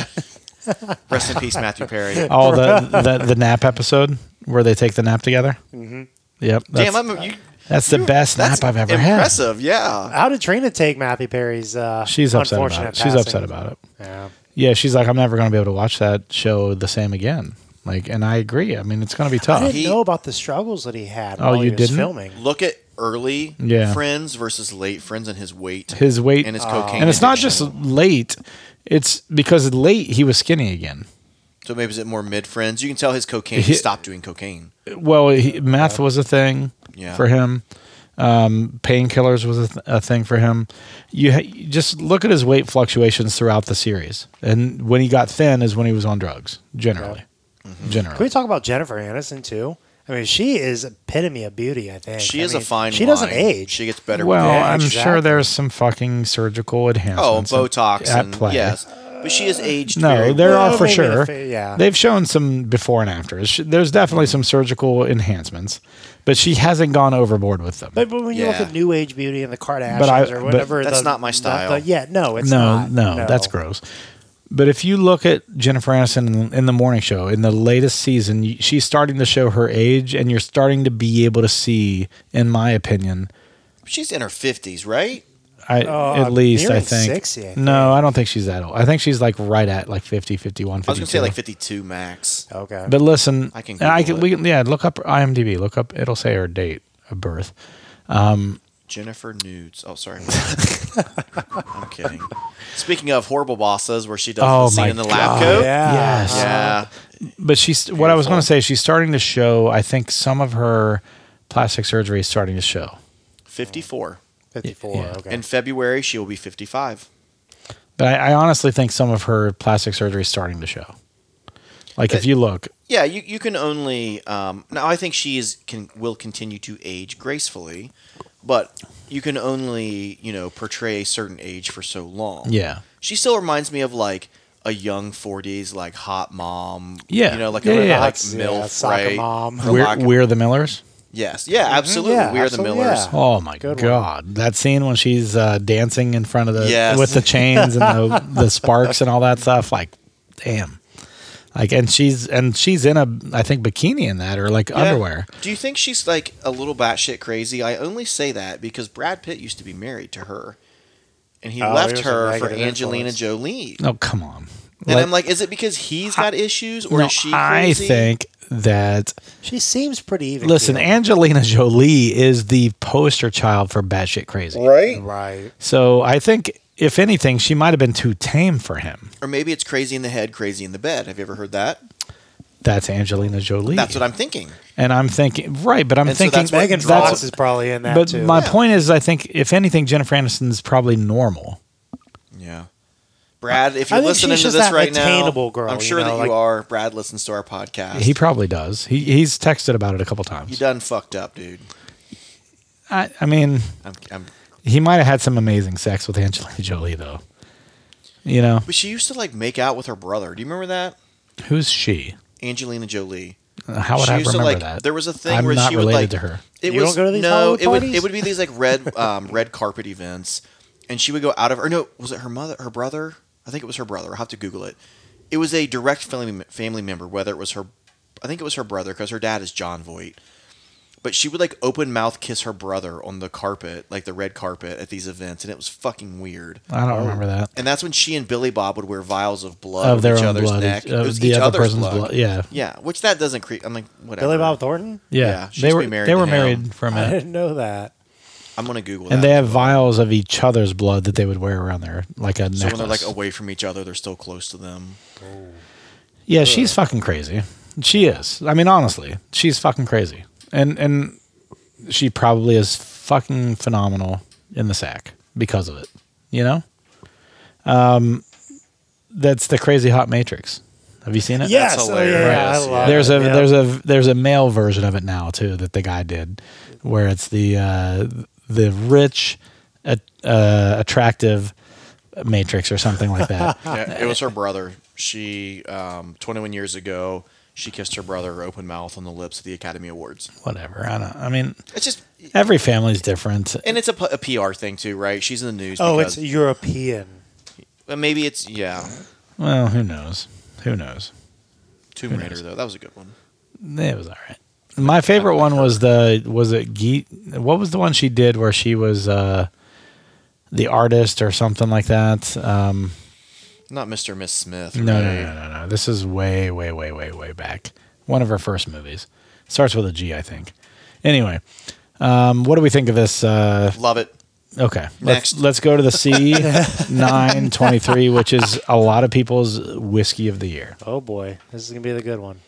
[SPEAKER 3] Rest in peace, Matthew Perry.
[SPEAKER 1] Oh, the, the the nap episode where they take the nap together. Mm-hmm. Yep.
[SPEAKER 3] Damn,
[SPEAKER 1] that's-
[SPEAKER 3] I'm a, you,
[SPEAKER 1] That's the
[SPEAKER 3] you-
[SPEAKER 1] best
[SPEAKER 3] that's
[SPEAKER 1] nap I've ever had.
[SPEAKER 3] impressive, Yeah.
[SPEAKER 2] How did Trina take Matthew Perry's? Uh,
[SPEAKER 1] She's upset about
[SPEAKER 2] unfortunate
[SPEAKER 1] it. She's
[SPEAKER 2] passing?
[SPEAKER 1] upset about it.
[SPEAKER 2] Yeah.
[SPEAKER 1] Yeah, she's like, I'm never going to be able to watch that show the same again. Like, and I agree. I mean, it's going to be
[SPEAKER 2] I
[SPEAKER 1] tough.
[SPEAKER 2] didn't
[SPEAKER 3] Oh, He-
[SPEAKER 2] know about the struggles that he had.
[SPEAKER 1] Oh,
[SPEAKER 2] while
[SPEAKER 1] you
[SPEAKER 2] he was
[SPEAKER 1] didn't?
[SPEAKER 2] filming.
[SPEAKER 3] Look at early
[SPEAKER 1] Yeah.
[SPEAKER 3] friends versus late friends and his weight.
[SPEAKER 1] His weight
[SPEAKER 3] and his
[SPEAKER 1] Oh.
[SPEAKER 3] cocaine.
[SPEAKER 1] and it's not
[SPEAKER 3] addiction.
[SPEAKER 1] just late. It's because late he was skinny again.
[SPEAKER 3] So maybe is it more mid friends? You can tell his cocaine
[SPEAKER 1] He-
[SPEAKER 3] he stopped doing cocaine.
[SPEAKER 1] Well, he, meth was a thing
[SPEAKER 3] Yeah.
[SPEAKER 1] for him. Um, painkillers was a, th- a thing for him. You, ha- you just look at his weight fluctuations throughout the series, and when he got thin is when he was on drugs. Generally,
[SPEAKER 3] Mm-hmm.
[SPEAKER 1] generally.
[SPEAKER 2] Can we talk about Jennifer Aniston too? I mean, she is epitome of beauty. I think
[SPEAKER 3] She
[SPEAKER 2] I
[SPEAKER 3] is a
[SPEAKER 2] mean,
[SPEAKER 3] fine.
[SPEAKER 2] She doesn't
[SPEAKER 3] wine.
[SPEAKER 2] age.
[SPEAKER 3] She gets better.
[SPEAKER 1] Well,
[SPEAKER 3] with age.
[SPEAKER 1] I'm
[SPEAKER 2] exactly.
[SPEAKER 1] sure there's some fucking surgical
[SPEAKER 3] oh,
[SPEAKER 1] enhancements. at-
[SPEAKER 3] Botox
[SPEAKER 1] at
[SPEAKER 3] and
[SPEAKER 1] play.
[SPEAKER 3] yes, but she is aged.
[SPEAKER 1] No,
[SPEAKER 3] very
[SPEAKER 1] there
[SPEAKER 3] well.
[SPEAKER 1] are for
[SPEAKER 2] maybe in a
[SPEAKER 1] sure.
[SPEAKER 2] fa- yeah.
[SPEAKER 1] They've shown some before and afters. Sh- There's definitely some surgical enhancements, but she hasn't gone overboard with them.
[SPEAKER 2] But, but when you look
[SPEAKER 3] Yeah.
[SPEAKER 2] at New Age beauty and the Kardashians
[SPEAKER 1] But I-
[SPEAKER 2] or
[SPEAKER 1] but-
[SPEAKER 2] whatever,
[SPEAKER 3] That's
[SPEAKER 2] the-
[SPEAKER 3] not my
[SPEAKER 2] the-
[SPEAKER 3] style.
[SPEAKER 2] the- yeah, no, it's
[SPEAKER 1] no,
[SPEAKER 2] not.
[SPEAKER 1] no, that's gross. But if you look at Jennifer Aniston in, in the morning show in the latest season, y- she's starting to show her age, and you're starting to be able to see, in my opinion,
[SPEAKER 3] She's in her fifties, right?
[SPEAKER 1] I
[SPEAKER 2] Oh,
[SPEAKER 1] at
[SPEAKER 2] I'm
[SPEAKER 1] least I
[SPEAKER 2] nearing
[SPEAKER 1] think.
[SPEAKER 2] 60, I think.
[SPEAKER 1] No, I don't think she's that old. I think she's like right at like 50, 51,
[SPEAKER 3] I was gonna say
[SPEAKER 1] 52.
[SPEAKER 3] like fifty-two max.
[SPEAKER 2] Okay,
[SPEAKER 1] But listen,
[SPEAKER 3] I can
[SPEAKER 1] and I
[SPEAKER 3] Google
[SPEAKER 1] can we can yeah look up IMDb. Look up it'll say her date of birth.
[SPEAKER 3] Jennifer Nudes. Oh, sorry. I'm kidding. Speaking of horrible bosses, where she does
[SPEAKER 1] Oh,
[SPEAKER 3] the scene
[SPEAKER 1] my
[SPEAKER 3] in the lab
[SPEAKER 1] God.
[SPEAKER 3] coat.
[SPEAKER 2] Yeah.
[SPEAKER 1] Yes.
[SPEAKER 3] Yeah.
[SPEAKER 1] But she's what I was
[SPEAKER 3] Beautiful.
[SPEAKER 1] going to say. She's starting to show. I think some of her plastic surgery is starting to show.
[SPEAKER 3] 54.
[SPEAKER 2] 54.
[SPEAKER 1] Yeah.
[SPEAKER 2] Okay.
[SPEAKER 3] In February, she will be 55.
[SPEAKER 1] But I, I honestly think some of her plastic surgery is starting to show. Like if
[SPEAKER 3] That-
[SPEAKER 1] you look,
[SPEAKER 3] Yeah, you, you can only um, now. I think she is can will continue to age gracefully, but you can only you know portray a certain age for so long.
[SPEAKER 1] yeah,
[SPEAKER 3] she still reminds me of like a young 40s like hot mom.
[SPEAKER 1] Yeah.
[SPEAKER 3] you know like
[SPEAKER 1] Yeah,
[SPEAKER 3] a
[SPEAKER 1] yeah.
[SPEAKER 3] like
[SPEAKER 2] That's- yeah,
[SPEAKER 3] milf
[SPEAKER 2] soccer
[SPEAKER 3] right?
[SPEAKER 2] mom. Mm-hmm.
[SPEAKER 3] Or
[SPEAKER 1] we're
[SPEAKER 3] like-
[SPEAKER 1] we're the Millers.
[SPEAKER 3] yes, yeah, absolutely.
[SPEAKER 2] yeah,
[SPEAKER 3] we're
[SPEAKER 2] absolutely,
[SPEAKER 3] the Millers.
[SPEAKER 2] yeah.
[SPEAKER 1] Oh my
[SPEAKER 2] Good one.
[SPEAKER 1] god, that scene when she's uh, dancing in front of the
[SPEAKER 3] Yes.
[SPEAKER 1] with the chains and the, the sparks and all that stuff. Like, damn. Like and she's and she's in a I think bikini in that or like
[SPEAKER 3] Yeah.
[SPEAKER 1] underwear.
[SPEAKER 3] Do you think she's like a little batshit crazy? I only say that because Brad Pitt used to be married to her, and he
[SPEAKER 2] Oh, he
[SPEAKER 3] left
[SPEAKER 2] was a
[SPEAKER 3] her for
[SPEAKER 2] negative
[SPEAKER 3] Angelina
[SPEAKER 2] influence.
[SPEAKER 3] Jolie.
[SPEAKER 1] Oh come on.
[SPEAKER 3] And
[SPEAKER 1] Like-
[SPEAKER 3] I'm like, is it because he's got issues, or
[SPEAKER 1] no,
[SPEAKER 3] is she?
[SPEAKER 1] I
[SPEAKER 3] crazy?
[SPEAKER 1] think that
[SPEAKER 2] She seems pretty even.
[SPEAKER 1] listen,
[SPEAKER 2] keeled.
[SPEAKER 1] Angelina Jolie is the poster child for batshit crazy.
[SPEAKER 2] Right.
[SPEAKER 1] So I think if anything, she might have been too tame for him.
[SPEAKER 3] Or maybe it's crazy in the head, crazy in the bed. Have you ever heard that?
[SPEAKER 1] That's Angelina Jolie.
[SPEAKER 3] That's what I'm thinking. And
[SPEAKER 1] and I'm thinking right, but I'm
[SPEAKER 3] And so
[SPEAKER 1] thinking
[SPEAKER 3] that's what
[SPEAKER 2] Megan
[SPEAKER 3] That's-
[SPEAKER 2] Fox is probably in that
[SPEAKER 1] But
[SPEAKER 2] too.
[SPEAKER 1] my
[SPEAKER 3] Yeah.
[SPEAKER 1] point is, I think if anything, Jennifer Aniston's probably normal.
[SPEAKER 3] Yeah. Brad, if you're
[SPEAKER 2] I think
[SPEAKER 3] listening
[SPEAKER 2] she's
[SPEAKER 3] to
[SPEAKER 2] just
[SPEAKER 3] this
[SPEAKER 2] that
[SPEAKER 3] right now,
[SPEAKER 2] attainable girl,
[SPEAKER 3] I'm
[SPEAKER 2] you
[SPEAKER 3] sure
[SPEAKER 2] know,
[SPEAKER 3] that
[SPEAKER 2] like-
[SPEAKER 3] you are. Brad listens to our podcast.
[SPEAKER 1] He probably does. He he's texted about it a couple
[SPEAKER 3] you
[SPEAKER 1] times.
[SPEAKER 3] done fucked up, dude.
[SPEAKER 1] I, I mean,
[SPEAKER 3] I'm, I'm,
[SPEAKER 1] he might have had some amazing sex with Angelina Jolie though. You know
[SPEAKER 3] but she used to like make out with her brother. Do you remember that?
[SPEAKER 1] who's she?
[SPEAKER 3] Angelina Jolie.
[SPEAKER 1] How would
[SPEAKER 3] she
[SPEAKER 1] I
[SPEAKER 3] used
[SPEAKER 1] remember
[SPEAKER 3] to like.
[SPEAKER 1] that?
[SPEAKER 3] There was a thing
[SPEAKER 1] I'm
[SPEAKER 3] where
[SPEAKER 1] not
[SPEAKER 3] she would
[SPEAKER 1] related
[SPEAKER 3] like.
[SPEAKER 1] to her.
[SPEAKER 3] It
[SPEAKER 2] You don't
[SPEAKER 3] was
[SPEAKER 2] go to these
[SPEAKER 3] no.
[SPEAKER 2] Hollywood
[SPEAKER 3] It would
[SPEAKER 2] parties?
[SPEAKER 3] it would be these like red um, red carpet events, and she would go out of or no was it her mother her brother I think it was her brother I'll have to Google it. It was a direct family family member whether it was her I think it was her brother because her dad is John Voight, but she would like open mouth kiss her brother on the carpet like the red carpet at these events and it was fucking weird.
[SPEAKER 1] I don't remember that.
[SPEAKER 3] And that's when she and Billy Bob would wear vials of blood
[SPEAKER 1] Of their
[SPEAKER 3] each
[SPEAKER 1] own
[SPEAKER 3] other's
[SPEAKER 1] blood,
[SPEAKER 3] neck.
[SPEAKER 1] each-
[SPEAKER 3] it
[SPEAKER 1] of
[SPEAKER 3] was
[SPEAKER 1] the
[SPEAKER 3] each
[SPEAKER 1] other
[SPEAKER 3] other's
[SPEAKER 1] person's
[SPEAKER 3] blood.
[SPEAKER 1] blood. Yeah,
[SPEAKER 3] Yeah, which that doesn't creep. I'm like whatever.
[SPEAKER 2] Billy Bob Thornton?
[SPEAKER 1] yeah.
[SPEAKER 3] Yeah, she
[SPEAKER 1] they
[SPEAKER 3] used to
[SPEAKER 1] were
[SPEAKER 3] be married
[SPEAKER 1] they
[SPEAKER 3] to
[SPEAKER 1] were
[SPEAKER 3] him.
[SPEAKER 1] married for a
[SPEAKER 2] I
[SPEAKER 1] minute,
[SPEAKER 2] didn't know that.
[SPEAKER 3] I'm gonna Google that.
[SPEAKER 1] and they have vials of each other's blood that they would wear around their like a
[SPEAKER 3] So when they're
[SPEAKER 1] necklace.
[SPEAKER 3] like away from each other, they're still close to them.
[SPEAKER 1] Yeah, she's fucking crazy. She is. I mean, honestly, she's fucking crazy, and and she probably is fucking phenomenal in the sack because of it. You know, um, that's the crazy hot matrix. Have you seen it?
[SPEAKER 2] Yes. oh,
[SPEAKER 3] hilarious.
[SPEAKER 2] yeah, yeah, I
[SPEAKER 3] Right.
[SPEAKER 2] love
[SPEAKER 1] There's
[SPEAKER 2] it.
[SPEAKER 1] a
[SPEAKER 2] yeah.
[SPEAKER 1] there's a there's a male version of it now too that the guy did, where it's the uh, the rich, uh, uh, attractive matrix or something like that.
[SPEAKER 3] Yeah, it was her brother. She, um, 21 years ago, she kissed her brother open mouth on the lips at the Academy Awards.
[SPEAKER 1] Whatever. I don't. I mean,
[SPEAKER 3] It's just,
[SPEAKER 1] every family's different.
[SPEAKER 3] and it's a, p- a PR thing too, right? She's in the news.
[SPEAKER 2] Oh,
[SPEAKER 3] because,
[SPEAKER 2] it's European.
[SPEAKER 3] uh, maybe it's yeah.
[SPEAKER 1] Well, who knows? Who knows?
[SPEAKER 3] Tomb Raider though, that was a good one.
[SPEAKER 1] It was all right. My favorite one was the was it Geet? What was the one she did where she was uh, the artist or something like that? Um,
[SPEAKER 3] Not Mr. and Miss Smith.
[SPEAKER 1] no, no,
[SPEAKER 3] right?
[SPEAKER 1] no, no, no. This is way, way, way, way, way back. One of her first movies starts with a G, I think. Anyway, um, what do we think of this? Uh,
[SPEAKER 3] Love it.
[SPEAKER 1] okay,
[SPEAKER 3] Next.
[SPEAKER 1] let's let's go to the C nine twenty three, which is a lot of people's whiskey of the year.
[SPEAKER 2] Oh boy, this is gonna be the good one.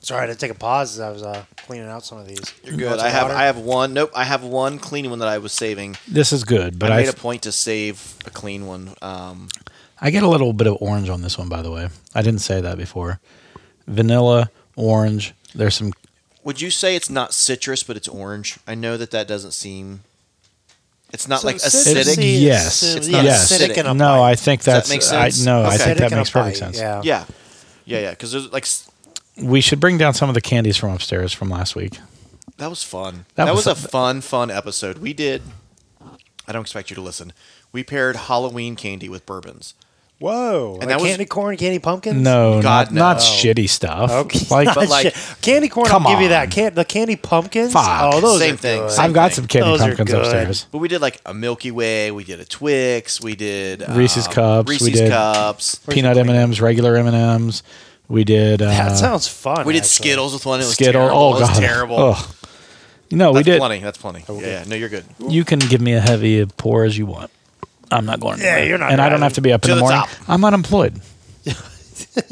[SPEAKER 2] Sorry, I had to take a pause as I was uh, cleaning out some of these.
[SPEAKER 3] You're good. I have I have one. Nope, I have one clean one that I was saving.
[SPEAKER 1] This is good, but
[SPEAKER 3] I
[SPEAKER 1] I,
[SPEAKER 3] made a point to save a clean one. Um,
[SPEAKER 1] I get a little bit of orange on this one, by the way. I didn't say that before. Vanilla, orange. There's some.
[SPEAKER 3] Would you say it's not citrus, but it's orange? I know that that doesn't seem. It's not like
[SPEAKER 1] citrusy-
[SPEAKER 3] acidic.
[SPEAKER 1] yes.
[SPEAKER 3] It's
[SPEAKER 2] yeah,
[SPEAKER 3] not
[SPEAKER 1] yes.
[SPEAKER 2] acidic in a
[SPEAKER 1] no,
[SPEAKER 2] bite.
[SPEAKER 1] I think
[SPEAKER 3] Does
[SPEAKER 1] that's.
[SPEAKER 3] that make sense?
[SPEAKER 1] I, no, I
[SPEAKER 3] Okay.
[SPEAKER 1] think
[SPEAKER 2] Acidic in
[SPEAKER 1] that
[SPEAKER 2] a
[SPEAKER 1] makes perfect
[SPEAKER 2] bite,
[SPEAKER 1] sense.
[SPEAKER 2] Yeah.
[SPEAKER 3] Yeah, yeah, yeah. Because there's like s-
[SPEAKER 1] We should bring down some of the candies from upstairs from last week.
[SPEAKER 3] that was fun.
[SPEAKER 1] That
[SPEAKER 3] That,
[SPEAKER 1] was
[SPEAKER 3] was,
[SPEAKER 1] fun.
[SPEAKER 3] a fun, fun episode. We did. I don't expect you to listen. We paired Halloween candy with bourbons.
[SPEAKER 2] Whoa! like
[SPEAKER 3] that was-
[SPEAKER 2] candy corn, candy pumpkins.
[SPEAKER 1] No,
[SPEAKER 3] God,
[SPEAKER 1] not, not
[SPEAKER 3] no.
[SPEAKER 1] shitty stuff.
[SPEAKER 2] Okay.
[SPEAKER 1] Like,
[SPEAKER 3] But, like,
[SPEAKER 2] Shit. candy corn,
[SPEAKER 1] come
[SPEAKER 2] I'll give you
[SPEAKER 1] on.
[SPEAKER 2] that. Can- the candy pumpkins.
[SPEAKER 1] Fuck.
[SPEAKER 2] Oh, those
[SPEAKER 3] Same
[SPEAKER 2] are
[SPEAKER 3] thing,
[SPEAKER 2] good.
[SPEAKER 3] same-
[SPEAKER 1] I've got
[SPEAKER 3] thing.
[SPEAKER 1] some candy
[SPEAKER 2] Those are
[SPEAKER 1] pumpkins
[SPEAKER 2] good.
[SPEAKER 1] upstairs.
[SPEAKER 3] But we did like a Milky Way. We did a Twix. We did um,
[SPEAKER 1] Reese's Cups, we
[SPEAKER 3] Reese's
[SPEAKER 1] did-
[SPEAKER 3] cups.
[SPEAKER 1] Peanut M and M's, regular M and M's. We did. Uh,
[SPEAKER 2] that sounds fun.
[SPEAKER 3] We did
[SPEAKER 2] actually.
[SPEAKER 3] Skittles with one. It was
[SPEAKER 1] Skittle.
[SPEAKER 3] terrible.
[SPEAKER 1] Oh
[SPEAKER 3] it was
[SPEAKER 1] god.
[SPEAKER 3] terrible.
[SPEAKER 1] Ugh. No,
[SPEAKER 3] That's
[SPEAKER 1] we did.
[SPEAKER 3] plenty. That's plenty. Yeah, yeah. No, you're good.
[SPEAKER 1] You can give me a heavy pour as you want. I'm not going.
[SPEAKER 2] Yeah,
[SPEAKER 1] anywhere.
[SPEAKER 2] you're not
[SPEAKER 1] And I don't
[SPEAKER 2] driving.
[SPEAKER 1] have to be up
[SPEAKER 3] To
[SPEAKER 1] in the
[SPEAKER 3] the
[SPEAKER 1] morning.
[SPEAKER 3] top.
[SPEAKER 1] I'm unemployed.
[SPEAKER 2] yeah.
[SPEAKER 3] This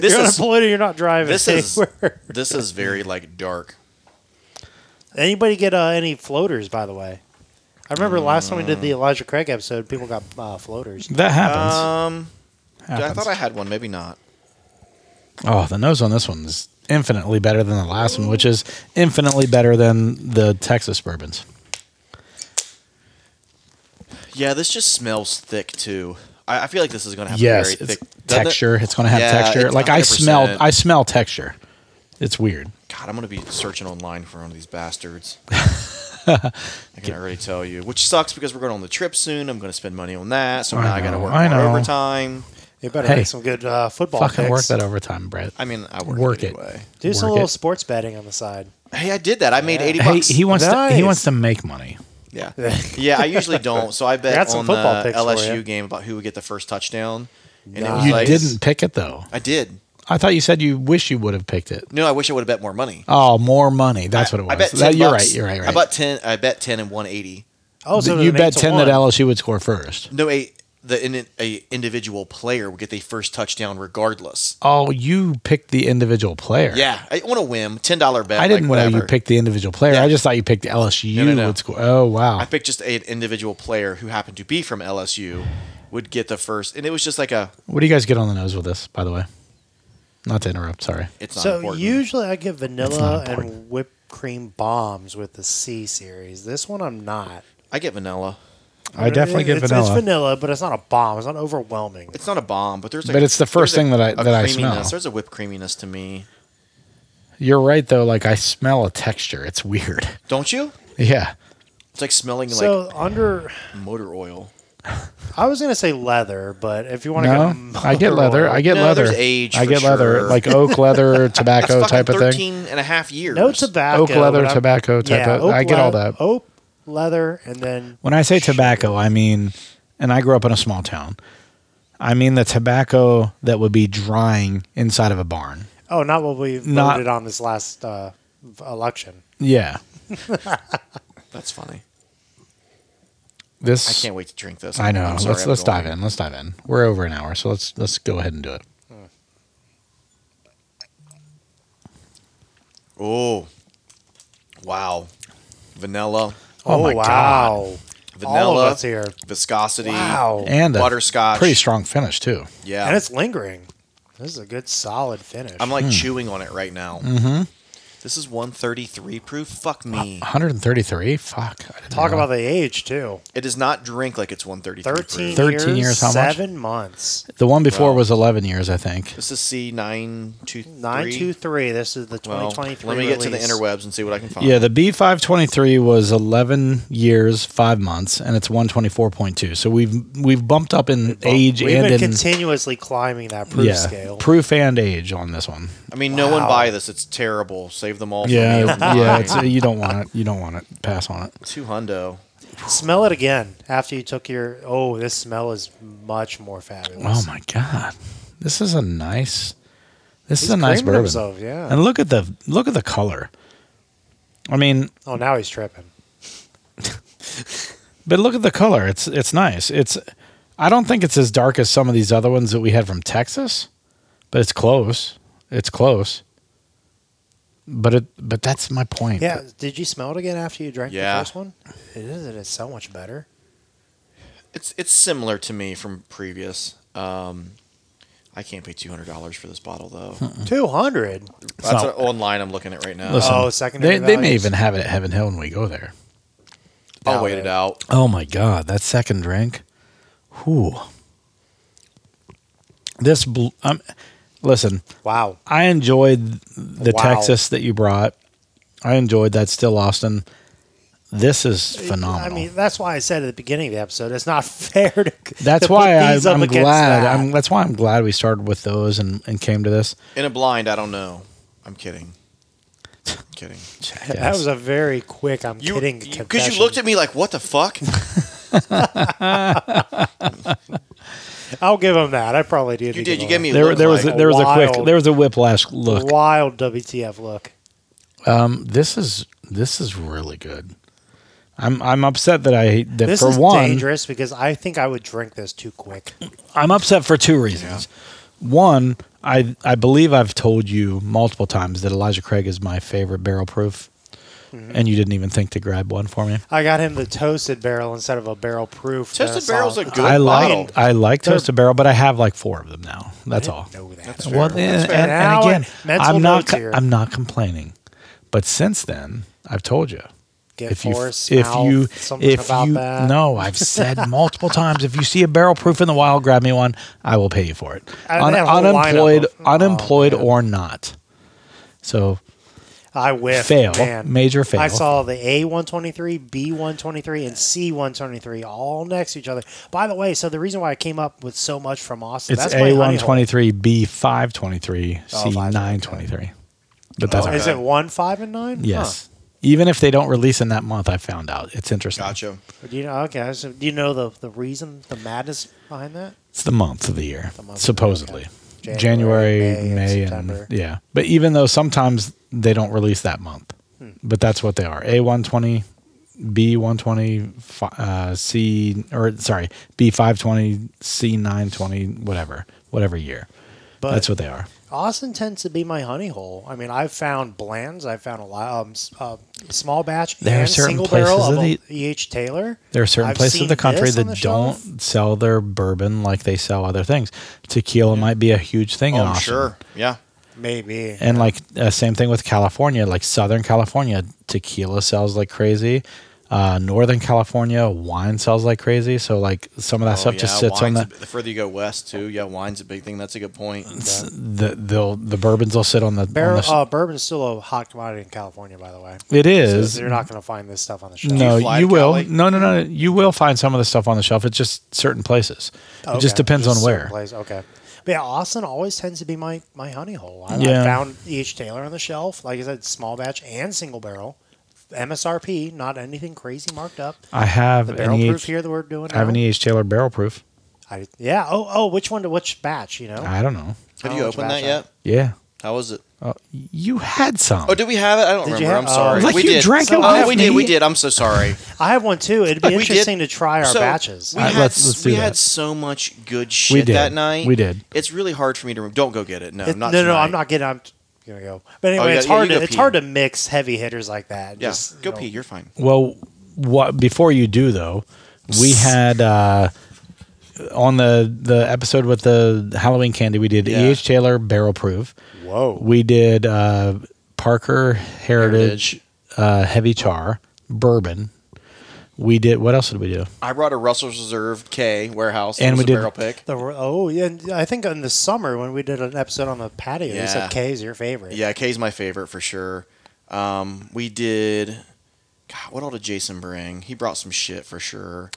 [SPEAKER 2] you're
[SPEAKER 3] is-
[SPEAKER 2] unemployed and you're not driving.
[SPEAKER 3] This is
[SPEAKER 2] anywhere.
[SPEAKER 3] this is very like dark.
[SPEAKER 2] Anybody get uh, any floaters? By the way, I remember last time we did the Elijah Craig episode, people got uh, floaters.
[SPEAKER 1] That happens.
[SPEAKER 3] Um, dude, I
[SPEAKER 1] Happens.
[SPEAKER 3] thought I had one. Maybe not.
[SPEAKER 1] Oh, the nose on this one is infinitely better than the last one, which is infinitely better than the Texas bourbons.
[SPEAKER 3] Yeah, this just smells thick too. I, I feel like this is gonna have
[SPEAKER 1] yes,
[SPEAKER 3] very
[SPEAKER 1] it's
[SPEAKER 3] thick doesn't it?
[SPEAKER 1] texture. It's going to have
[SPEAKER 3] Yeah,
[SPEAKER 1] texture.
[SPEAKER 3] it's
[SPEAKER 1] Like I smell,
[SPEAKER 3] 100%.
[SPEAKER 1] I smell texture. It's weird.
[SPEAKER 3] God, I'm gonna be searching online for one of these bastards. I can already tell you, which sucks because we're going on the trip soon. I'm gonna spend money on that, so
[SPEAKER 1] I
[SPEAKER 3] now I gotta
[SPEAKER 1] know,
[SPEAKER 3] work
[SPEAKER 1] I
[SPEAKER 3] on
[SPEAKER 1] know.
[SPEAKER 3] overtime.
[SPEAKER 2] You better
[SPEAKER 1] Hey,
[SPEAKER 2] make some good uh, football
[SPEAKER 1] Fucking
[SPEAKER 2] picks.
[SPEAKER 1] work that overtime, Brett.
[SPEAKER 3] I mean, I work,
[SPEAKER 1] Work
[SPEAKER 3] work
[SPEAKER 1] it.
[SPEAKER 3] anyway.
[SPEAKER 2] Do some
[SPEAKER 1] Work
[SPEAKER 2] little
[SPEAKER 1] it.
[SPEAKER 2] sports betting on the side.
[SPEAKER 3] Hey, I did that. I made eighty
[SPEAKER 1] Hey,
[SPEAKER 3] bucks.
[SPEAKER 1] he wants to. He
[SPEAKER 2] Nice.
[SPEAKER 1] wants to make money.
[SPEAKER 3] yeah, yeah. I usually don't, so I
[SPEAKER 2] got
[SPEAKER 3] bet
[SPEAKER 2] some
[SPEAKER 3] on
[SPEAKER 2] football
[SPEAKER 3] the
[SPEAKER 2] picks for you.
[SPEAKER 3] LSU game about who would get the first touchdown. And it was
[SPEAKER 1] You
[SPEAKER 3] like-
[SPEAKER 1] didn't pick it though.
[SPEAKER 3] I did.
[SPEAKER 1] I thought you said you wish you would have picked it.
[SPEAKER 3] No, I wish I would have bet more money.
[SPEAKER 1] Oh, more money. That's what it was.
[SPEAKER 3] I bet
[SPEAKER 1] That-
[SPEAKER 3] 10
[SPEAKER 1] you're
[SPEAKER 3] bucks.
[SPEAKER 1] right. You're right. Right.
[SPEAKER 3] I bet ten. I bet ten and one eighty.
[SPEAKER 2] Oh, so
[SPEAKER 1] That
[SPEAKER 2] it
[SPEAKER 1] you
[SPEAKER 2] was an eight
[SPEAKER 1] bet
[SPEAKER 2] to
[SPEAKER 1] ten that
[SPEAKER 2] one.
[SPEAKER 1] LSU would score first.
[SPEAKER 3] No, a the in, a individual player would get the first touchdown regardless.
[SPEAKER 1] Oh, you picked the individual player.
[SPEAKER 3] Yeah, I on a whim, ten dollar bet.
[SPEAKER 1] I didn't
[SPEAKER 3] like,
[SPEAKER 1] know you
[SPEAKER 3] whatever.
[SPEAKER 1] picked the individual player.
[SPEAKER 3] Yeah.
[SPEAKER 1] I just thought you picked LSU.
[SPEAKER 3] No, no, no.
[SPEAKER 1] would score. Oh wow.
[SPEAKER 3] I picked just an individual player who happened to be from LSU would get the first, and it was just like a.
[SPEAKER 1] What do you guys get on the nose with this, by the way? Not to interrupt, sorry.
[SPEAKER 3] It's not
[SPEAKER 2] So
[SPEAKER 3] important.
[SPEAKER 2] usually I get vanilla
[SPEAKER 1] important.
[SPEAKER 2] and whipped cream bombs with the C series. This one I'm not.
[SPEAKER 3] I get vanilla.
[SPEAKER 1] I definitely get
[SPEAKER 2] It's-
[SPEAKER 1] vanilla.
[SPEAKER 2] It's vanilla, but it's not a bomb. It's not overwhelming.
[SPEAKER 3] It's not a bomb, but there's. Like,
[SPEAKER 1] But it's the first
[SPEAKER 3] there's
[SPEAKER 1] thing that I-
[SPEAKER 3] a
[SPEAKER 1] that I
[SPEAKER 3] creaminess.
[SPEAKER 1] smell.
[SPEAKER 3] There's a whipped creaminess to me.
[SPEAKER 1] You're right though, like I smell a texture. It's weird.
[SPEAKER 3] Don't you?
[SPEAKER 1] Yeah.
[SPEAKER 3] It's like smelling
[SPEAKER 2] So under,
[SPEAKER 3] like motor oil.
[SPEAKER 2] I was gonna say leather, but if you want to
[SPEAKER 1] No,
[SPEAKER 2] go,
[SPEAKER 1] I get leather. I get
[SPEAKER 3] No,
[SPEAKER 1] leather.
[SPEAKER 3] there's age
[SPEAKER 1] I
[SPEAKER 3] for
[SPEAKER 1] get leather,
[SPEAKER 3] sure.
[SPEAKER 1] like oak leather, tobacco
[SPEAKER 3] That's
[SPEAKER 1] type
[SPEAKER 3] fucking
[SPEAKER 1] of thing.
[SPEAKER 3] 13 and a half years.
[SPEAKER 2] no tobacco,
[SPEAKER 1] Oak leather,
[SPEAKER 2] but I'm-
[SPEAKER 1] tobacco type of-
[SPEAKER 2] oak
[SPEAKER 1] I get all
[SPEAKER 2] leather-
[SPEAKER 1] that.
[SPEAKER 2] Oak leather, and then
[SPEAKER 1] When I say tobacco, I mean, and I grew up in a small town. I mean the tobacco that would be drying inside of a barn.
[SPEAKER 2] oh, not what we
[SPEAKER 1] Not-
[SPEAKER 2] voted on this last uh, v- election.
[SPEAKER 1] Yeah.
[SPEAKER 3] That's funny.
[SPEAKER 1] This
[SPEAKER 3] I can't wait to drink this.
[SPEAKER 1] I know.
[SPEAKER 3] I'm sorry,
[SPEAKER 1] let's
[SPEAKER 3] I'm
[SPEAKER 1] let's
[SPEAKER 3] going.
[SPEAKER 1] dive in. Let's dive in. We're over an hour, so let's let's go ahead and do it.
[SPEAKER 3] Oh, wow. Vanilla,
[SPEAKER 1] Oh my
[SPEAKER 2] wow!
[SPEAKER 1] God.
[SPEAKER 3] vanilla,
[SPEAKER 2] All of us here.
[SPEAKER 3] viscosity,
[SPEAKER 2] Wow,
[SPEAKER 1] And a
[SPEAKER 3] Oh, butterscotch.
[SPEAKER 1] pretty strong finish too.
[SPEAKER 3] Yeah.
[SPEAKER 2] and it's Hmm. lingering. This is a good solid finish.
[SPEAKER 3] I'm like chewing on it right now.
[SPEAKER 2] Mm-hmm.
[SPEAKER 3] This is 133 proof. Fuck me.
[SPEAKER 1] 133. Fuck. I didn't
[SPEAKER 2] Talk
[SPEAKER 1] know.
[SPEAKER 2] about the age too.
[SPEAKER 3] It does not drink like it's 133
[SPEAKER 2] Thirteen,
[SPEAKER 3] proof.
[SPEAKER 1] 13
[SPEAKER 2] years,
[SPEAKER 1] years, how much?
[SPEAKER 2] seven months.
[SPEAKER 1] the one before
[SPEAKER 3] Wow.
[SPEAKER 1] was 11 years, I think.
[SPEAKER 3] This is C923.
[SPEAKER 2] Nine two three. This is the
[SPEAKER 3] Well,
[SPEAKER 2] twenty
[SPEAKER 3] let me
[SPEAKER 2] twenty three.
[SPEAKER 3] get to the interwebs and see what I can find.
[SPEAKER 1] Yeah, the B523 was 11 years, 5 months and it's 124.2. So we've we've bumped up in age
[SPEAKER 2] We've
[SPEAKER 1] and
[SPEAKER 2] been
[SPEAKER 1] in
[SPEAKER 2] continuously climbing that proof
[SPEAKER 1] yeah,
[SPEAKER 2] scale.
[SPEAKER 1] proof and age on this one.
[SPEAKER 3] I mean, no one
[SPEAKER 2] Wow.
[SPEAKER 3] buy this. It's terrible. Save them all for
[SPEAKER 1] Yeah,
[SPEAKER 3] me.
[SPEAKER 1] yeah, it's, you don't want it. You don't want it. Pass on it.
[SPEAKER 3] Two hundo.
[SPEAKER 2] smell it again after you took your. Oh, this smell is much more
[SPEAKER 1] Oh
[SPEAKER 2] fabulous.
[SPEAKER 1] my god. This is a nice This
[SPEAKER 2] He's
[SPEAKER 1] is a nice
[SPEAKER 2] creaming
[SPEAKER 1] bourbon.
[SPEAKER 2] himself, yeah.
[SPEAKER 1] And look at the look at the color. I mean,
[SPEAKER 2] Oh, now he's tripping.
[SPEAKER 1] But look at the color. It's it's nice. It's I don't think it's as dark as some of these other ones that we had from Texas, but it's close. It's close. But it but that's my point.
[SPEAKER 2] Yeah. Did you smell it again after you drank
[SPEAKER 3] Yeah.
[SPEAKER 2] the first one? It is. It is so much better.
[SPEAKER 3] It's it's similar to me from previous. Um, I can't pay two hundred dollars for this bottle though.
[SPEAKER 2] Two hundred.
[SPEAKER 3] That's
[SPEAKER 1] not-
[SPEAKER 3] what online I'm looking at right now.
[SPEAKER 1] Listen,
[SPEAKER 2] Oh, secondary
[SPEAKER 1] They, they may
[SPEAKER 2] values.
[SPEAKER 1] even have it at Heaven Hill when we go there.
[SPEAKER 3] I'll wait it out.
[SPEAKER 1] Oh my god, that second drink. Whew. This bl- um, listen,
[SPEAKER 2] Wow.
[SPEAKER 1] I enjoyed the
[SPEAKER 2] Wow.
[SPEAKER 1] Texas that you brought. I enjoyed that still Austin. This is phenomenal.
[SPEAKER 2] I mean, that's why I said at the beginning of the episode, it's not fair to.
[SPEAKER 1] That's
[SPEAKER 2] to put
[SPEAKER 1] why I,
[SPEAKER 2] these up
[SPEAKER 1] I'm
[SPEAKER 2] against
[SPEAKER 1] glad.
[SPEAKER 2] that.
[SPEAKER 1] I'm, that's why I'm glad we started with those and, and came to this.
[SPEAKER 3] In a blind, I don't know. I'm kidding. I'm kidding.
[SPEAKER 2] That was a very quick. I'm
[SPEAKER 3] You
[SPEAKER 2] kidding.
[SPEAKER 3] because you, looked at me like what the fuck.
[SPEAKER 2] I'll give them that. I probably did.
[SPEAKER 3] You
[SPEAKER 2] give
[SPEAKER 3] did. You gave
[SPEAKER 2] 'em that.
[SPEAKER 3] me. A
[SPEAKER 1] There,
[SPEAKER 3] look
[SPEAKER 1] there was a,
[SPEAKER 3] like-
[SPEAKER 1] there was a quick
[SPEAKER 2] Wild.
[SPEAKER 1] there was a whiplash look.
[SPEAKER 2] wild WTF look.
[SPEAKER 1] Um, this is this is really good. I'm I'm upset that I that
[SPEAKER 2] This
[SPEAKER 1] for
[SPEAKER 2] is
[SPEAKER 1] one
[SPEAKER 2] dangerous because I think I would drink this too quick.
[SPEAKER 1] I'm upset for two reasons. One, I I believe I've told you multiple times that Elijah Craig is my favorite barrel proof,
[SPEAKER 2] Mm-hmm.
[SPEAKER 1] and you didn't even think to grab one for me.
[SPEAKER 2] I got him the toasted barrel instead of a barrel proof.
[SPEAKER 3] Toasted barrels are good
[SPEAKER 1] I
[SPEAKER 3] bottle.
[SPEAKER 1] like I like toasted barrel, but I have like four of them now. That's all.
[SPEAKER 2] No, that.
[SPEAKER 1] Well, and,
[SPEAKER 2] fair.
[SPEAKER 1] and- and
[SPEAKER 2] Now
[SPEAKER 1] again,
[SPEAKER 2] I- mental
[SPEAKER 1] I'm not
[SPEAKER 2] notes
[SPEAKER 1] co-
[SPEAKER 2] here.
[SPEAKER 1] I'm not complaining, but since then I've told you.
[SPEAKER 2] Get
[SPEAKER 1] if you
[SPEAKER 2] force,
[SPEAKER 1] if
[SPEAKER 2] mouth,
[SPEAKER 1] you
[SPEAKER 2] something
[SPEAKER 1] if
[SPEAKER 2] about
[SPEAKER 1] you
[SPEAKER 2] that.
[SPEAKER 1] no, I've said multiple times. If you see a barrel proof in the wild, grab me one. I will pay you for it.
[SPEAKER 2] I
[SPEAKER 1] Un-
[SPEAKER 2] had a whole lineup
[SPEAKER 1] unemployed,
[SPEAKER 2] of- oh,
[SPEAKER 1] unemployed or not. So
[SPEAKER 2] I whiffed.
[SPEAKER 1] Fail.
[SPEAKER 2] Man.
[SPEAKER 1] Major fail.
[SPEAKER 2] I saw the A123, B123, and C123 all next to each other. By the way, so the reason why I came up with so much from Austin,
[SPEAKER 1] it's
[SPEAKER 2] that's my
[SPEAKER 1] A one
[SPEAKER 2] honey hole. Oh,
[SPEAKER 1] twenty three, B five twenty three, C
[SPEAKER 2] 523,
[SPEAKER 1] nine twenty three. But that's
[SPEAKER 3] Oh,
[SPEAKER 1] all
[SPEAKER 2] Is
[SPEAKER 1] right.
[SPEAKER 3] okay.
[SPEAKER 2] it one, five, and nine?
[SPEAKER 1] yes. Even if they don't release in that month, I found out. It's interesting.
[SPEAKER 3] Gotcha.
[SPEAKER 2] Huh. Do you know? Okay. So do you know the, the reason, the madness behind that?
[SPEAKER 1] It's the month of the year,
[SPEAKER 2] month of the year,
[SPEAKER 1] supposedly.
[SPEAKER 2] okay.
[SPEAKER 1] January,
[SPEAKER 2] January,
[SPEAKER 1] May,
[SPEAKER 2] May, and
[SPEAKER 1] and,
[SPEAKER 2] September.
[SPEAKER 1] yeah. But even though sometimes they don't release that month,
[SPEAKER 2] Hmm.
[SPEAKER 1] but that's what they are: A one twenty, B one twenty, uh, C or sorry, B five twenty, C nine twenty, whatever, whatever year.
[SPEAKER 2] But
[SPEAKER 1] that's what they are.
[SPEAKER 2] Austin tends to be my honey hole. I mean, I've found Bland's, I've found a lot, um, s- uh, small batch
[SPEAKER 1] There are
[SPEAKER 2] and
[SPEAKER 1] certain
[SPEAKER 2] single barrel
[SPEAKER 1] places
[SPEAKER 2] of
[SPEAKER 1] that
[SPEAKER 2] a E.H. Taylor.
[SPEAKER 1] There are certain
[SPEAKER 2] I've
[SPEAKER 1] places of
[SPEAKER 2] seen
[SPEAKER 1] the country
[SPEAKER 2] this on
[SPEAKER 1] that
[SPEAKER 2] the
[SPEAKER 1] don't
[SPEAKER 2] shelf.
[SPEAKER 1] sell their bourbon like they sell other things. Tequila might be a huge thing.
[SPEAKER 3] Oh,
[SPEAKER 1] in
[SPEAKER 3] I'm
[SPEAKER 1] Austin.
[SPEAKER 3] sure. Yeah.
[SPEAKER 2] Maybe.
[SPEAKER 1] And like uh, same thing with California, like Southern California, tequila sells like crazy. Uh, Northern California, wine sells like crazy. So like some of that stuff
[SPEAKER 3] Oh,
[SPEAKER 1] just
[SPEAKER 3] yeah,
[SPEAKER 1] sits
[SPEAKER 3] wine's
[SPEAKER 1] on the,
[SPEAKER 3] a bit- the further you go west too. Yeah, wine's a big thing. That's a good point.
[SPEAKER 1] the they'll the bourbons will sit on the. on
[SPEAKER 2] Barrel,
[SPEAKER 1] the s-
[SPEAKER 2] uh, bourbon's still a hot commodity in California, by the way.
[SPEAKER 1] it is.
[SPEAKER 2] So you're not going to find this stuff on the shelf.
[SPEAKER 1] no,
[SPEAKER 3] you fly
[SPEAKER 1] you
[SPEAKER 3] to
[SPEAKER 1] will.
[SPEAKER 3] Cali?
[SPEAKER 1] No, no, no. You will find some of the stuff on the shelf. It's just certain places. It just
[SPEAKER 2] Okay,
[SPEAKER 1] depends on
[SPEAKER 2] just
[SPEAKER 1] where.
[SPEAKER 2] someplace, Okay. But yeah, Austin always tends to be my, my honey hole. I,
[SPEAKER 1] Yeah.
[SPEAKER 2] I found E.H. Taylor on the shelf. Like I said, small batch and single barrel. MSRP, not anything crazy marked up.
[SPEAKER 1] I have
[SPEAKER 2] The barrel
[SPEAKER 1] an
[SPEAKER 2] proof
[SPEAKER 1] EH.
[SPEAKER 2] here that we're doing.
[SPEAKER 1] I have an
[SPEAKER 2] now.
[SPEAKER 1] EH Taylor barrel proof.
[SPEAKER 2] I, yeah. Oh, oh, which one to which batch, you know?
[SPEAKER 1] I don't know.
[SPEAKER 3] Have
[SPEAKER 2] Oh,
[SPEAKER 3] you
[SPEAKER 2] it's
[SPEAKER 3] opened that
[SPEAKER 2] bad
[SPEAKER 3] yet?
[SPEAKER 1] Yeah,
[SPEAKER 3] How was it?
[SPEAKER 1] uh, you had some.
[SPEAKER 3] Oh, did we have it? I don't
[SPEAKER 2] Did you
[SPEAKER 3] remember.
[SPEAKER 2] have-
[SPEAKER 3] I'm sorry.
[SPEAKER 2] oh.
[SPEAKER 1] Like
[SPEAKER 3] we
[SPEAKER 1] you
[SPEAKER 3] did.
[SPEAKER 1] drank it
[SPEAKER 3] Oh,
[SPEAKER 1] with
[SPEAKER 3] we did.
[SPEAKER 1] me.
[SPEAKER 3] We did. I'm so sorry.
[SPEAKER 2] I have one too. It'd be
[SPEAKER 3] We did-
[SPEAKER 2] interesting to try our
[SPEAKER 3] so,
[SPEAKER 2] batches.
[SPEAKER 3] We
[SPEAKER 1] Uh,
[SPEAKER 3] had,
[SPEAKER 1] let's- let's
[SPEAKER 3] we
[SPEAKER 1] do that.
[SPEAKER 3] had so much good shit
[SPEAKER 1] did.
[SPEAKER 3] that night.
[SPEAKER 1] We did.
[SPEAKER 3] It's really hard for me to remember. Don't go get it. No,
[SPEAKER 2] It-
[SPEAKER 3] not
[SPEAKER 2] no, no,
[SPEAKER 3] tonight. Oh,
[SPEAKER 2] I'm not getting. I'm gonna go. But anyway,
[SPEAKER 3] yeah,
[SPEAKER 2] it's
[SPEAKER 3] yeah, you
[SPEAKER 2] hard.
[SPEAKER 3] go
[SPEAKER 2] to, it's
[SPEAKER 3] pee.
[SPEAKER 2] hard to mix heavy hitters like that.
[SPEAKER 3] Yeah,
[SPEAKER 2] Just, you
[SPEAKER 3] go
[SPEAKER 2] know,
[SPEAKER 3] pee. You're fine.
[SPEAKER 1] Well, what before you do though, we had uh, on the the episode with the Halloween candy, we did
[SPEAKER 3] Yeah.
[SPEAKER 1] E.H. Taylor Barrel Proof.
[SPEAKER 2] Whoa.
[SPEAKER 1] We did uh, Parker Heritage,
[SPEAKER 3] Heritage.
[SPEAKER 1] Uh, Heavy Char Bourbon. We did what else did we do?
[SPEAKER 3] I brought a Russell's Reserve K warehouse.
[SPEAKER 1] And
[SPEAKER 3] It was
[SPEAKER 1] we
[SPEAKER 3] a
[SPEAKER 1] did-
[SPEAKER 3] barrel pick.
[SPEAKER 2] The, oh yeah, and I think in the summer when we did an episode on the patio, you
[SPEAKER 3] Yeah.
[SPEAKER 2] said K is your favorite.
[SPEAKER 3] Yeah, K's my favorite for sure. Um, we did. God, what all did Jason bring? He brought some shit for sure.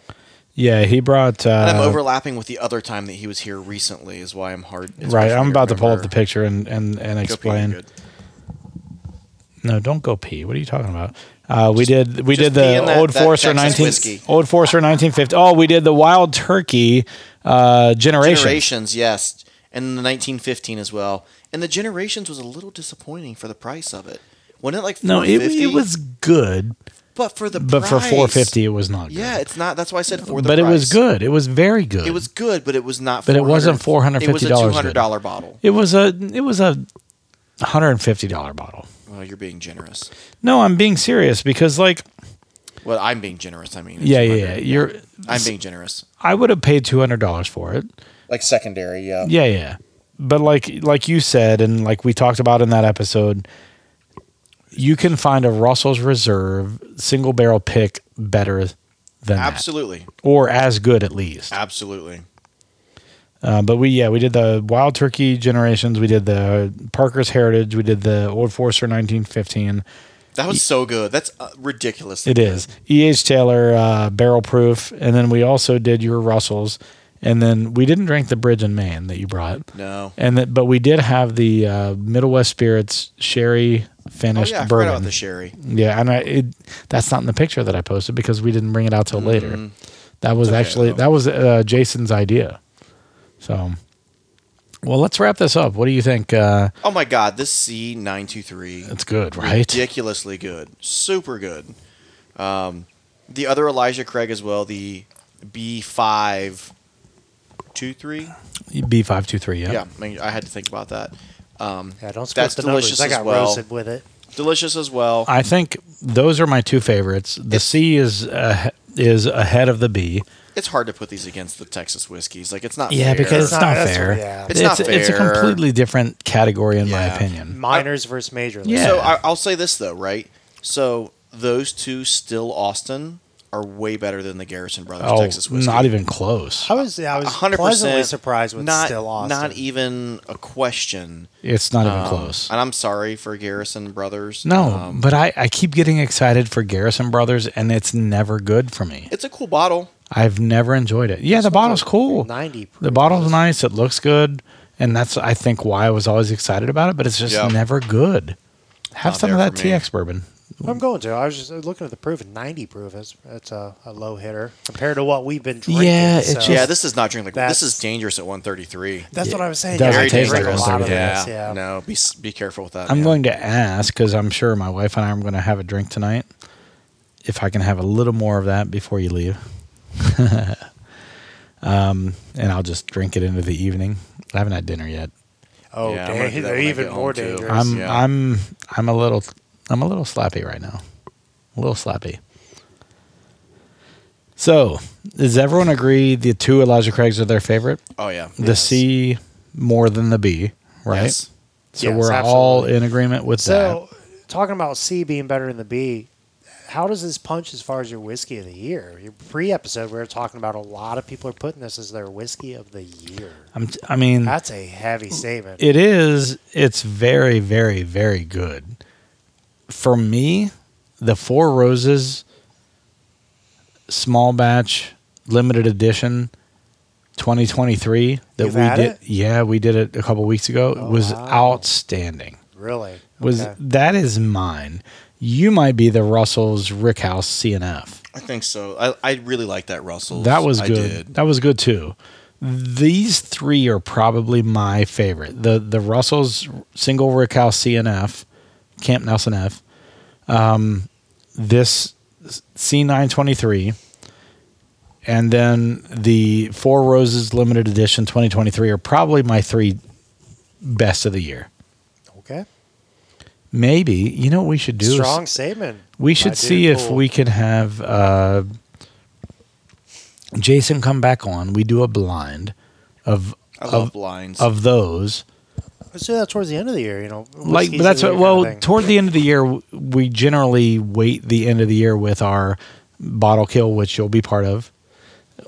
[SPEAKER 1] Yeah, he brought. Uh,
[SPEAKER 3] And I'm overlapping with the other time that he was here recently, is why I'm hard. it's hard
[SPEAKER 1] right,
[SPEAKER 3] for
[SPEAKER 1] I'm
[SPEAKER 3] me
[SPEAKER 1] about to pull up
[SPEAKER 3] remember.
[SPEAKER 1] the picture and and and
[SPEAKER 3] Go pee, you're
[SPEAKER 1] explain.
[SPEAKER 3] good.
[SPEAKER 1] No, don't go pee. What are you talking about? Uh, we did we
[SPEAKER 3] just
[SPEAKER 1] did
[SPEAKER 3] pee in
[SPEAKER 1] the
[SPEAKER 3] that-
[SPEAKER 1] Old
[SPEAKER 3] that
[SPEAKER 1] Forester
[SPEAKER 3] Texas
[SPEAKER 1] nineteen
[SPEAKER 3] whiskey.
[SPEAKER 1] Old Forester nineteen fifty. Oh, we did the Wild Turkey uh, generation.
[SPEAKER 3] Generations, yes, and the 1915 as well. And the Generations was a little disappointing for the price of it. Wasn't it like
[SPEAKER 1] No, it, it
[SPEAKER 3] 450?
[SPEAKER 1] was good,
[SPEAKER 3] but for the
[SPEAKER 1] but for
[SPEAKER 3] price-
[SPEAKER 1] four fifty, it was not. Good.
[SPEAKER 3] Yeah, it's not. That's why I said for the.
[SPEAKER 1] but it was
[SPEAKER 3] price.
[SPEAKER 1] good. It was very good.
[SPEAKER 3] It was good, but it was not.
[SPEAKER 1] But it wasn't
[SPEAKER 3] 400 It was a
[SPEAKER 1] $450
[SPEAKER 3] two
[SPEAKER 1] good.
[SPEAKER 3] hundred dollar bottle.
[SPEAKER 1] It was a it was a hundred and fifty dollar bottle.
[SPEAKER 3] Well, you're being generous.
[SPEAKER 1] No, I'm being serious because like
[SPEAKER 3] Well, I'm being generous. I mean, it's
[SPEAKER 1] yeah yeah,
[SPEAKER 3] 200.
[SPEAKER 1] yeah you're
[SPEAKER 3] I'm being generous.
[SPEAKER 1] I would have paid two hundred dollars for it.
[SPEAKER 3] Like secondary, yeah.
[SPEAKER 1] Yeah, yeah. But like like you said and like we talked about in that episode, you can find a Russell's Reserve single barrel pick better than Absolutely.
[SPEAKER 3] Absolutely,
[SPEAKER 1] or as good at least.
[SPEAKER 3] absolutely.
[SPEAKER 1] Uh, but we yeah, we did the Wild Turkey Generations, we did the Parker's Heritage, we did the Old Forester 1915.
[SPEAKER 3] That was so good. That's uh, ridiculous.
[SPEAKER 1] It is E.H. Taylor uh, barrel proof and then we also did your Russell's and then we didn't drink the Bridge in Maine that you brought.
[SPEAKER 3] No.
[SPEAKER 1] And that, but we did have the uh, Middle West Spirits sherry
[SPEAKER 3] Oh
[SPEAKER 1] finished
[SPEAKER 3] yeah, I forgot
[SPEAKER 1] bourbon.
[SPEAKER 3] about the sherry.
[SPEAKER 1] yeah, and I, it, that's not in the picture that I posted because we didn't bring it out till later. That was
[SPEAKER 3] Mm-hmm. okay,
[SPEAKER 1] actually
[SPEAKER 3] though.
[SPEAKER 1] that was uh, Jason's idea. So, well, let's wrap this up. What do you think? Uh,
[SPEAKER 3] Oh my God, this C nine two three
[SPEAKER 1] it's good, right?
[SPEAKER 3] ridiculously good, super good. Um, the other Elijah Craig as well, the B five two three.
[SPEAKER 1] B five two three.
[SPEAKER 3] Yeah, I, mean, I had to think about that. Um,
[SPEAKER 2] Yeah, don't
[SPEAKER 3] That's
[SPEAKER 2] script the numbers.
[SPEAKER 3] delicious
[SPEAKER 2] I
[SPEAKER 3] as
[SPEAKER 2] got
[SPEAKER 3] well.
[SPEAKER 2] roasted with it.
[SPEAKER 3] delicious as well.
[SPEAKER 1] I think those are my two favorites. The C is uh, is ahead of the B.
[SPEAKER 3] it's hard to put these against the Texas whiskeys. Like it's not.
[SPEAKER 1] Yeah,
[SPEAKER 3] fair.
[SPEAKER 1] because it's
[SPEAKER 2] It's not-
[SPEAKER 1] not,
[SPEAKER 2] that's-
[SPEAKER 1] fair.
[SPEAKER 2] yeah.
[SPEAKER 3] It's not
[SPEAKER 1] It's a
[SPEAKER 3] fair.
[SPEAKER 1] completely different category in my
[SPEAKER 3] Yeah.
[SPEAKER 1] opinion.
[SPEAKER 2] Minors versus major. league.
[SPEAKER 1] Yeah.
[SPEAKER 3] So I, I'll say this though, right? So those two still Austin are way better than the Garrison Brothers
[SPEAKER 1] Oh,
[SPEAKER 3] Texas whiskey.
[SPEAKER 1] not even close.
[SPEAKER 2] I was I was
[SPEAKER 3] 100%
[SPEAKER 2] pleasantly surprised with
[SPEAKER 3] not,
[SPEAKER 2] still Austin.
[SPEAKER 3] Not e- even a question.
[SPEAKER 1] It's not even
[SPEAKER 3] Um,
[SPEAKER 1] close.
[SPEAKER 3] And I'm sorry for Garrison Brothers.
[SPEAKER 1] No,
[SPEAKER 3] Um,
[SPEAKER 1] but I, I keep getting excited for Garrison Brothers, and it's never good for me.
[SPEAKER 3] it's a cool bottle.
[SPEAKER 1] I've never enjoyed it. Yeah, the bottle's cool.
[SPEAKER 2] Ninety.
[SPEAKER 1] The bottle's nice. It looks good, and that's I think why I was always excited about it. But it's just
[SPEAKER 3] Yep.
[SPEAKER 1] never good. Have
[SPEAKER 3] Not
[SPEAKER 1] some of
[SPEAKER 3] there
[SPEAKER 1] that
[SPEAKER 3] for me.
[SPEAKER 1] TX bourbon.
[SPEAKER 2] I'm going to. I was just looking at the proof. and Ninety proof. It's, it's a, a low hitter compared to what we've been drinking.
[SPEAKER 1] Yeah, it's
[SPEAKER 2] so-
[SPEAKER 1] just-
[SPEAKER 3] Yeah, this is not drinking. Like, this
[SPEAKER 2] That's-
[SPEAKER 3] is dangerous at 133.
[SPEAKER 2] That's what I was saying.
[SPEAKER 1] It doesn't
[SPEAKER 2] You
[SPEAKER 1] Very
[SPEAKER 2] drink
[SPEAKER 1] taste like
[SPEAKER 2] a lot of
[SPEAKER 1] 133.
[SPEAKER 2] this,
[SPEAKER 3] Yeah.
[SPEAKER 2] yeah.
[SPEAKER 3] No, be s- be careful with that.
[SPEAKER 1] I'm
[SPEAKER 3] man.
[SPEAKER 1] going to ask because I'm sure my wife and I are going to have a drink tonight. If I can have a little more of that before you leave, um, and I'll just drink it into the evening. I haven't had dinner yet.
[SPEAKER 2] Oh,
[SPEAKER 3] Yeah, I'm gonna do that
[SPEAKER 2] dang, they're
[SPEAKER 3] when I
[SPEAKER 2] even
[SPEAKER 3] get
[SPEAKER 2] more
[SPEAKER 3] home, too.
[SPEAKER 2] dangerous.
[SPEAKER 1] I'm
[SPEAKER 3] Yeah.
[SPEAKER 1] I'm I'm a little I'm a little slappy right now. A little slappy. So, does everyone agree the two Elijah Craigs are their favorite?
[SPEAKER 3] Oh yeah.
[SPEAKER 1] The C more than the B, right?
[SPEAKER 3] Yes.
[SPEAKER 1] So
[SPEAKER 2] Yes,
[SPEAKER 1] we're all
[SPEAKER 2] absolutely.
[SPEAKER 1] in agreement with
[SPEAKER 2] So, talking about C being better than the B, how does this punch as far as your whiskey of the year? Your pre-episode, we were talking about a lot of people are putting this as their whiskey of the year.
[SPEAKER 1] that. I'm t- I mean,
[SPEAKER 2] That's a heavy statement.
[SPEAKER 1] it is it's very very very good. For me, the Four Roses small batch limited edition 2023 that
[SPEAKER 2] You've
[SPEAKER 1] we
[SPEAKER 2] had
[SPEAKER 1] did
[SPEAKER 2] it?
[SPEAKER 1] yeah we did it a couple weeks ago
[SPEAKER 2] Oh,
[SPEAKER 1] was
[SPEAKER 2] wow.
[SPEAKER 1] outstanding
[SPEAKER 2] really
[SPEAKER 1] was
[SPEAKER 2] Okay.
[SPEAKER 1] that is mine you might be the russell's rickhouse cnf
[SPEAKER 3] I think so. I, I really like that Russell.
[SPEAKER 1] that was
[SPEAKER 3] I
[SPEAKER 1] good
[SPEAKER 3] did.
[SPEAKER 1] that was good too these three are probably my favorite the the russell's single rickhouse cnf camp nelson f um, this c923 and then the four roses limited edition 2023 are probably my three best of the year
[SPEAKER 2] okay.
[SPEAKER 1] maybe you know what we should do is-
[SPEAKER 2] Strong statement.
[SPEAKER 1] we
[SPEAKER 2] by
[SPEAKER 1] should
[SPEAKER 2] David
[SPEAKER 1] see if
[SPEAKER 2] Poole.
[SPEAKER 1] we can have uh, Jason come back on. We do a blind of
[SPEAKER 3] I
[SPEAKER 1] of,
[SPEAKER 3] love blinds.
[SPEAKER 1] of those.
[SPEAKER 2] Let's do that towards the end of the year. You know,
[SPEAKER 1] Like,
[SPEAKER 2] whiskeys
[SPEAKER 1] but that's
[SPEAKER 2] of
[SPEAKER 1] what.
[SPEAKER 2] the year
[SPEAKER 1] Well,
[SPEAKER 2] kind of thing.
[SPEAKER 1] toward the end of the year, w- we generally wait the end of the year with our bottle kill, which you'll be part of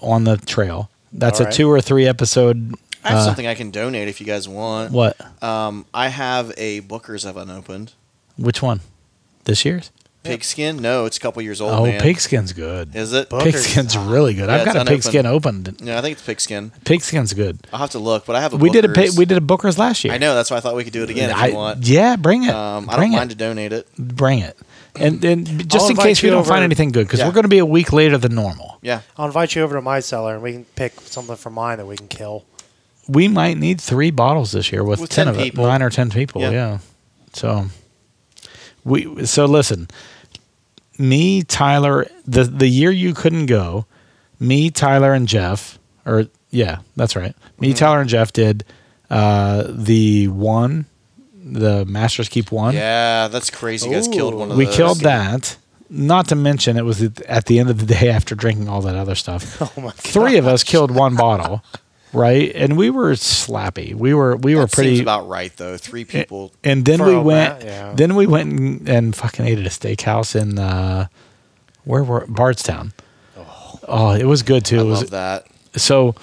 [SPEAKER 1] on the trail. That's
[SPEAKER 2] All
[SPEAKER 1] a
[SPEAKER 2] right.
[SPEAKER 1] two or three episode.
[SPEAKER 3] I have
[SPEAKER 1] uh,
[SPEAKER 3] something I can donate if you guys want.
[SPEAKER 1] What?
[SPEAKER 3] Um, I have a Booker's I've unopened.
[SPEAKER 1] Which one? This year's?
[SPEAKER 3] Pigskin? No, it's a couple years old.
[SPEAKER 1] Oh,
[SPEAKER 3] man.
[SPEAKER 1] pigskin's good.
[SPEAKER 3] Is it?
[SPEAKER 2] Book- Booker's-
[SPEAKER 1] Pigskin's really good.
[SPEAKER 3] Yeah,
[SPEAKER 1] I've got a
[SPEAKER 3] it's
[SPEAKER 1] pigskin opened.
[SPEAKER 3] No, I think it's pigskin.
[SPEAKER 1] Pigskin's good.
[SPEAKER 3] I'll have to look, but I have a.
[SPEAKER 1] We did a
[SPEAKER 3] Booker's.
[SPEAKER 1] pig- we did a Booker's last year.
[SPEAKER 3] I know. That's why I thought we could do it again if
[SPEAKER 1] I-
[SPEAKER 3] you want.
[SPEAKER 1] Yeah, bring it.
[SPEAKER 3] Um, I
[SPEAKER 1] bring
[SPEAKER 3] don't
[SPEAKER 1] it.
[SPEAKER 3] mind to donate it.
[SPEAKER 1] Bring it. And then b-
[SPEAKER 2] I'll
[SPEAKER 1] just in
[SPEAKER 2] invite
[SPEAKER 1] case we
[SPEAKER 2] you
[SPEAKER 1] don't
[SPEAKER 2] over.
[SPEAKER 1] find anything good, because
[SPEAKER 3] Yeah.
[SPEAKER 1] we're going to be a week later than normal.
[SPEAKER 3] Yeah.
[SPEAKER 2] I'll invite you over to my cellar and we can pick something from mine that we can kill.
[SPEAKER 1] We might need three bottles this year with,
[SPEAKER 3] With
[SPEAKER 1] 10,
[SPEAKER 3] 10
[SPEAKER 1] of it,
[SPEAKER 3] people.
[SPEAKER 1] nine or ten people. Yeah.
[SPEAKER 3] Yeah.
[SPEAKER 1] So we so listen, me, Tyler, the the year you couldn't go, me, Tyler, and Jeff, or yeah, that's right. Me,
[SPEAKER 3] Mm-hmm.
[SPEAKER 1] Tyler, and Jeff did uh, the one, the Masters Keep one.
[SPEAKER 3] Yeah, that's crazy. You guys killed
[SPEAKER 2] Ooh.
[SPEAKER 3] one of
[SPEAKER 1] we
[SPEAKER 3] those.
[SPEAKER 1] killed that. Not to mention, it was at- at the end of the day after drinking all that other stuff.
[SPEAKER 2] Oh my god.
[SPEAKER 1] Three of us killed one bottle, right? And we were slappy. We were we were
[SPEAKER 3] That seems
[SPEAKER 1] pretty.
[SPEAKER 3] about right though. Three people.
[SPEAKER 1] And then
[SPEAKER 2] for
[SPEAKER 1] we
[SPEAKER 2] a
[SPEAKER 1] went.
[SPEAKER 2] rat, yeah.
[SPEAKER 1] Then we went and, and fucking ate at a steakhouse in uh, where were Bardstown. Oh, it was good too.
[SPEAKER 3] I
[SPEAKER 1] It was-
[SPEAKER 3] love that.
[SPEAKER 1] So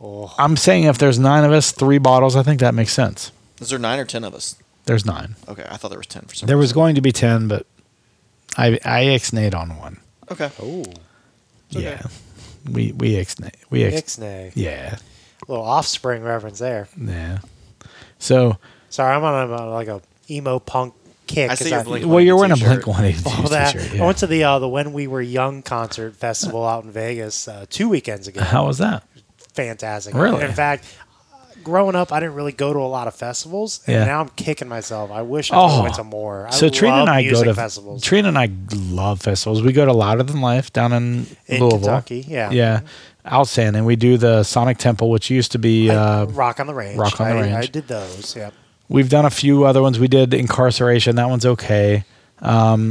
[SPEAKER 2] Oh,
[SPEAKER 1] I'm saying if there's nine of us, three bottles, I think that makes sense.
[SPEAKER 3] Is there nine or ten of us?
[SPEAKER 1] There's nine.
[SPEAKER 3] Okay, I thought there was ten for some.
[SPEAKER 1] There was
[SPEAKER 3] reason.
[SPEAKER 1] going to be ten, but I I ixnayed on one.
[SPEAKER 3] Okay.
[SPEAKER 2] oh,
[SPEAKER 3] okay.
[SPEAKER 1] Yeah, we we ixnay we ex-
[SPEAKER 2] Ixnay.
[SPEAKER 1] Yeah,
[SPEAKER 2] Little offspring reference there.
[SPEAKER 1] yeah. So,
[SPEAKER 2] Sorry, I'm on, a, on like a emo punk kick.
[SPEAKER 3] I see
[SPEAKER 2] 'cause
[SPEAKER 3] your Blink-
[SPEAKER 1] well, you're wearing a
[SPEAKER 3] T-shirt.
[SPEAKER 1] Blink One Eighty
[SPEAKER 2] all that.
[SPEAKER 1] T-shirt.
[SPEAKER 2] I
[SPEAKER 1] Yeah.
[SPEAKER 2] went to the uh, the When We Were Young concert festival out in Vegas uh, two weekends ago.
[SPEAKER 1] How was that?
[SPEAKER 2] fantastic.
[SPEAKER 1] Really?
[SPEAKER 2] In fact, growing up, I didn't really go to a lot of festivals, and
[SPEAKER 1] Yeah.
[SPEAKER 2] now I'm kicking myself. I wish I
[SPEAKER 1] Oh.
[SPEAKER 2] went to more. I
[SPEAKER 1] so Trina
[SPEAKER 2] love
[SPEAKER 1] and I go
[SPEAKER 2] music
[SPEAKER 1] to
[SPEAKER 2] festivals
[SPEAKER 1] Trina and I love festivals. We go to Louder Than Life down in,
[SPEAKER 2] in
[SPEAKER 1] Louisville.
[SPEAKER 2] Kentucky. Yeah, Mm-hmm.
[SPEAKER 1] Yeah, Alsan, and we do the Sonic Temple, which used to be. Uh,
[SPEAKER 2] Rock on the Range.
[SPEAKER 1] Rock on the
[SPEAKER 2] I,
[SPEAKER 1] Range.
[SPEAKER 2] I did those. Yep.
[SPEAKER 1] we've done a few other ones. We did Incarceration. That one's okay.
[SPEAKER 2] Oh,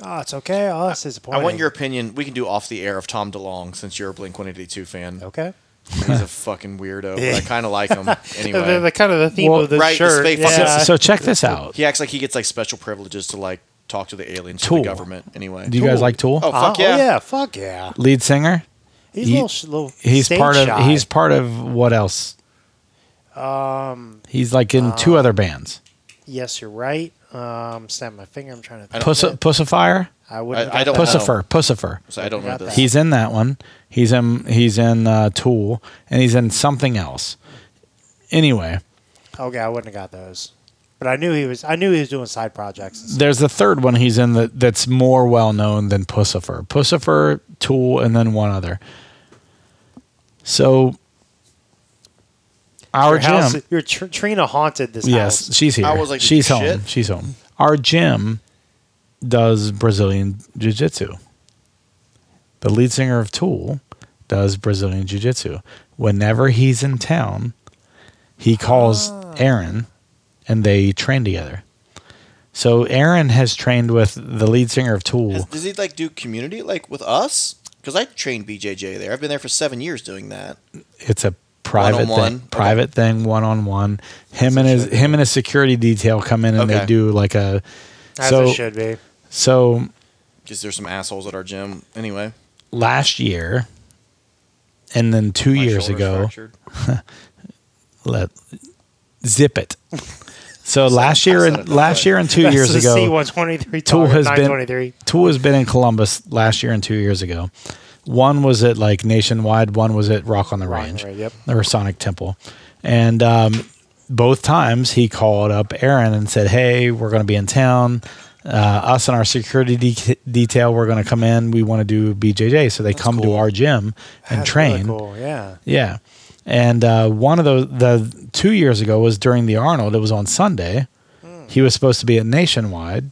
[SPEAKER 2] it's okay. Oh, that's disappointing.
[SPEAKER 3] I want your opinion. We can do off the air of Tom DeLong since you're a Blink 182 fan.
[SPEAKER 2] okay.
[SPEAKER 3] He's a fucking weirdo. but I kind of like him
[SPEAKER 2] The,
[SPEAKER 3] anyway.
[SPEAKER 2] the- kind of the theme
[SPEAKER 1] Well,
[SPEAKER 2] of the
[SPEAKER 3] right,
[SPEAKER 2] shirt.
[SPEAKER 3] it's fake-
[SPEAKER 2] yeah.
[SPEAKER 1] So check this out.
[SPEAKER 3] He acts like he gets like special privileges to like talk to the aliens from
[SPEAKER 1] Tool.
[SPEAKER 3] the government anyway.
[SPEAKER 1] Do you guys
[SPEAKER 2] Tool.
[SPEAKER 1] like Tool?
[SPEAKER 3] Oh fuck
[SPEAKER 2] Oh,
[SPEAKER 3] yeah.
[SPEAKER 2] Fuck yeah.
[SPEAKER 1] Lead singer.
[SPEAKER 2] He's
[SPEAKER 1] He-
[SPEAKER 2] a little, sh- little
[SPEAKER 1] He's
[SPEAKER 2] stage
[SPEAKER 1] part of.
[SPEAKER 2] shy.
[SPEAKER 1] He's part of what else? Um. He's like in two other bands.
[SPEAKER 2] yes, you're right. Um, snap my finger. I'm trying to.
[SPEAKER 3] I don't-
[SPEAKER 1] Puss, Pussifier.
[SPEAKER 2] I wouldn't.
[SPEAKER 3] I- I
[SPEAKER 2] have
[SPEAKER 3] don't
[SPEAKER 2] got that.
[SPEAKER 3] know.
[SPEAKER 1] Pussifer. Pussifer.
[SPEAKER 3] So I don't know
[SPEAKER 2] Got
[SPEAKER 3] this.
[SPEAKER 2] that.
[SPEAKER 1] He's in that one. He's in. He's in uh, Tool, and he's in something else. Anyway,
[SPEAKER 2] Okay, I wouldn't have got those. But I knew he was. I knew he was doing side projects. And stuff.
[SPEAKER 1] there's a third one he's in that that's more well known than Pussifer. Pussifer, Tool, and then one other. So our
[SPEAKER 2] Your house,
[SPEAKER 1] gym,
[SPEAKER 2] your tr- Trina haunted this
[SPEAKER 1] yes,
[SPEAKER 2] house.
[SPEAKER 1] she's here.
[SPEAKER 3] I was like,
[SPEAKER 1] she's home.
[SPEAKER 3] shit.
[SPEAKER 1] She's home. Our gym does Brazilian Jiu Jitsu. The lead singer of Tool does Brazilian Jiu Jitsu. Whenever he's in town, he calls
[SPEAKER 3] Ah.
[SPEAKER 1] Aaron and they train together. So Aaron has trained with the lead singer of Tool.
[SPEAKER 3] Has- does he like do community like with us? Because I trained BJJ there. I've been there for seven years doing that.
[SPEAKER 1] it's a private
[SPEAKER 3] One-on-one?
[SPEAKER 1] thing,
[SPEAKER 3] Okay.
[SPEAKER 1] private thing, one on one. Him and his him and his security detail come in and they
[SPEAKER 3] Okay.
[SPEAKER 1] do like a
[SPEAKER 2] As
[SPEAKER 1] so
[SPEAKER 2] it should be.
[SPEAKER 1] so
[SPEAKER 3] Because there's some assholes at our gym anyway.
[SPEAKER 1] last year, and then two
[SPEAKER 3] my
[SPEAKER 1] years
[SPEAKER 3] shoulder's
[SPEAKER 1] ago,
[SPEAKER 3] fractured.
[SPEAKER 1] let zip it. So last year,
[SPEAKER 3] said it
[SPEAKER 1] and
[SPEAKER 3] that
[SPEAKER 1] last
[SPEAKER 3] way.
[SPEAKER 1] year and two
[SPEAKER 2] That's
[SPEAKER 1] years
[SPEAKER 2] the
[SPEAKER 1] ago,
[SPEAKER 2] C one twenty three.
[SPEAKER 1] Tool has been-
[SPEAKER 2] 923.
[SPEAKER 1] Tool has been in Columbus last year and two years ago. One was at like Nationwide, one was at Rock on the
[SPEAKER 2] Rock on
[SPEAKER 1] Range,
[SPEAKER 2] the Range, yep.
[SPEAKER 1] or Sonic Temple, and um, both times he called up Aaron and said, "Hey, we're going to be in town. Uh, us and our security de- detail, we're going to come in. We want to do BJJ, so they come to
[SPEAKER 3] cool.
[SPEAKER 1] our gym and
[SPEAKER 2] That's
[SPEAKER 1] train."
[SPEAKER 2] really cool. Yeah.
[SPEAKER 1] Yeah. And uh, one of those, the two years ago was during the Arnold. It was on Sunday.
[SPEAKER 3] Hmm.
[SPEAKER 1] He was supposed to be at Nationwide.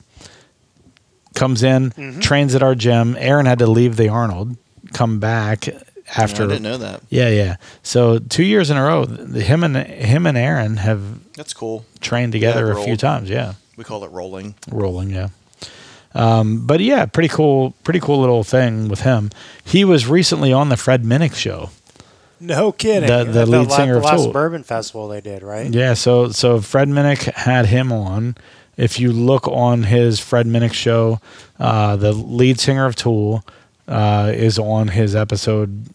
[SPEAKER 1] Comes in,
[SPEAKER 3] Mm-hmm.
[SPEAKER 1] trains at our gym. Aaron had to leave the Arnold, come back
[SPEAKER 3] I
[SPEAKER 1] after.
[SPEAKER 3] didn't know that.
[SPEAKER 1] Yeah, yeah. So two years in a row, th- him and him and Aaron have
[SPEAKER 3] That's cool.
[SPEAKER 1] trained together a few
[SPEAKER 3] rolled.
[SPEAKER 1] times. Yeah,
[SPEAKER 3] We call it rolling.
[SPEAKER 1] rolling. Yeah. Um, but yeah, pretty cool, pretty cool little thing with him. He was recently on the Fred Minnick show.
[SPEAKER 2] No kidding.
[SPEAKER 1] The- the lead
[SPEAKER 2] la-
[SPEAKER 1] singer
[SPEAKER 2] the
[SPEAKER 1] of
[SPEAKER 2] last
[SPEAKER 1] Tool.
[SPEAKER 2] Bourbon Festival they did, right?
[SPEAKER 1] Yeah, so so Fred Minnick had him on. If you look on his Fred Minnick show, uh, the lead singer of Tool uh, is on his episode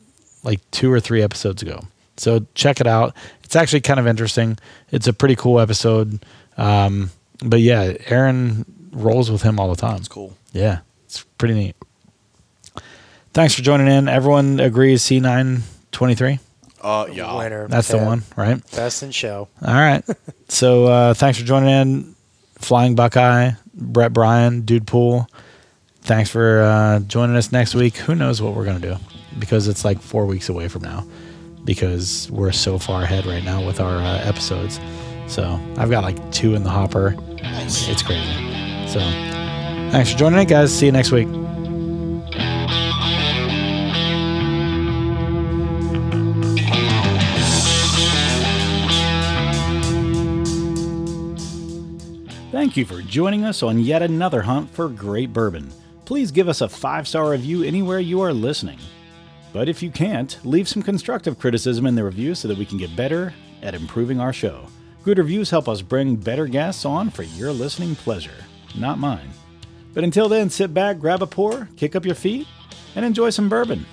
[SPEAKER 1] like two or three episodes ago. So check it out. It's actually kind of interesting. It's a pretty cool episode. Um, but yeah, Aaron rolls with him all the time.
[SPEAKER 3] That's cool.
[SPEAKER 1] Yeah, it's pretty neat. Thanks for joining in. Everyone agrees C923.
[SPEAKER 3] Uh, yeah.
[SPEAKER 2] Winner.
[SPEAKER 1] That's the
[SPEAKER 2] Yeah.
[SPEAKER 1] one, right?
[SPEAKER 2] Best in show.
[SPEAKER 1] All right. So uh, thanks for joining in, Flying Buckeye, Brett Bryan, Dude Pool. Thanks for uh, joining us next week. Who knows what we're going to do because it's like four weeks away from now because we're so far ahead right now with our uh, episodes. So I've got like two in the hopper.
[SPEAKER 3] Nice.
[SPEAKER 1] It's crazy. So thanks for joining in, guys. See you next week. Thank you for joining us on yet another hunt for great bourbon. Please give us a five star review anywhere you are listening. But if you can't, leave some constructive criticism in the review so that we can get better at improving our show. Good reviews help us bring better guests on for your listening pleasure, not mine. But until then, sit back, grab a pour, kick up your feet, and enjoy some bourbon.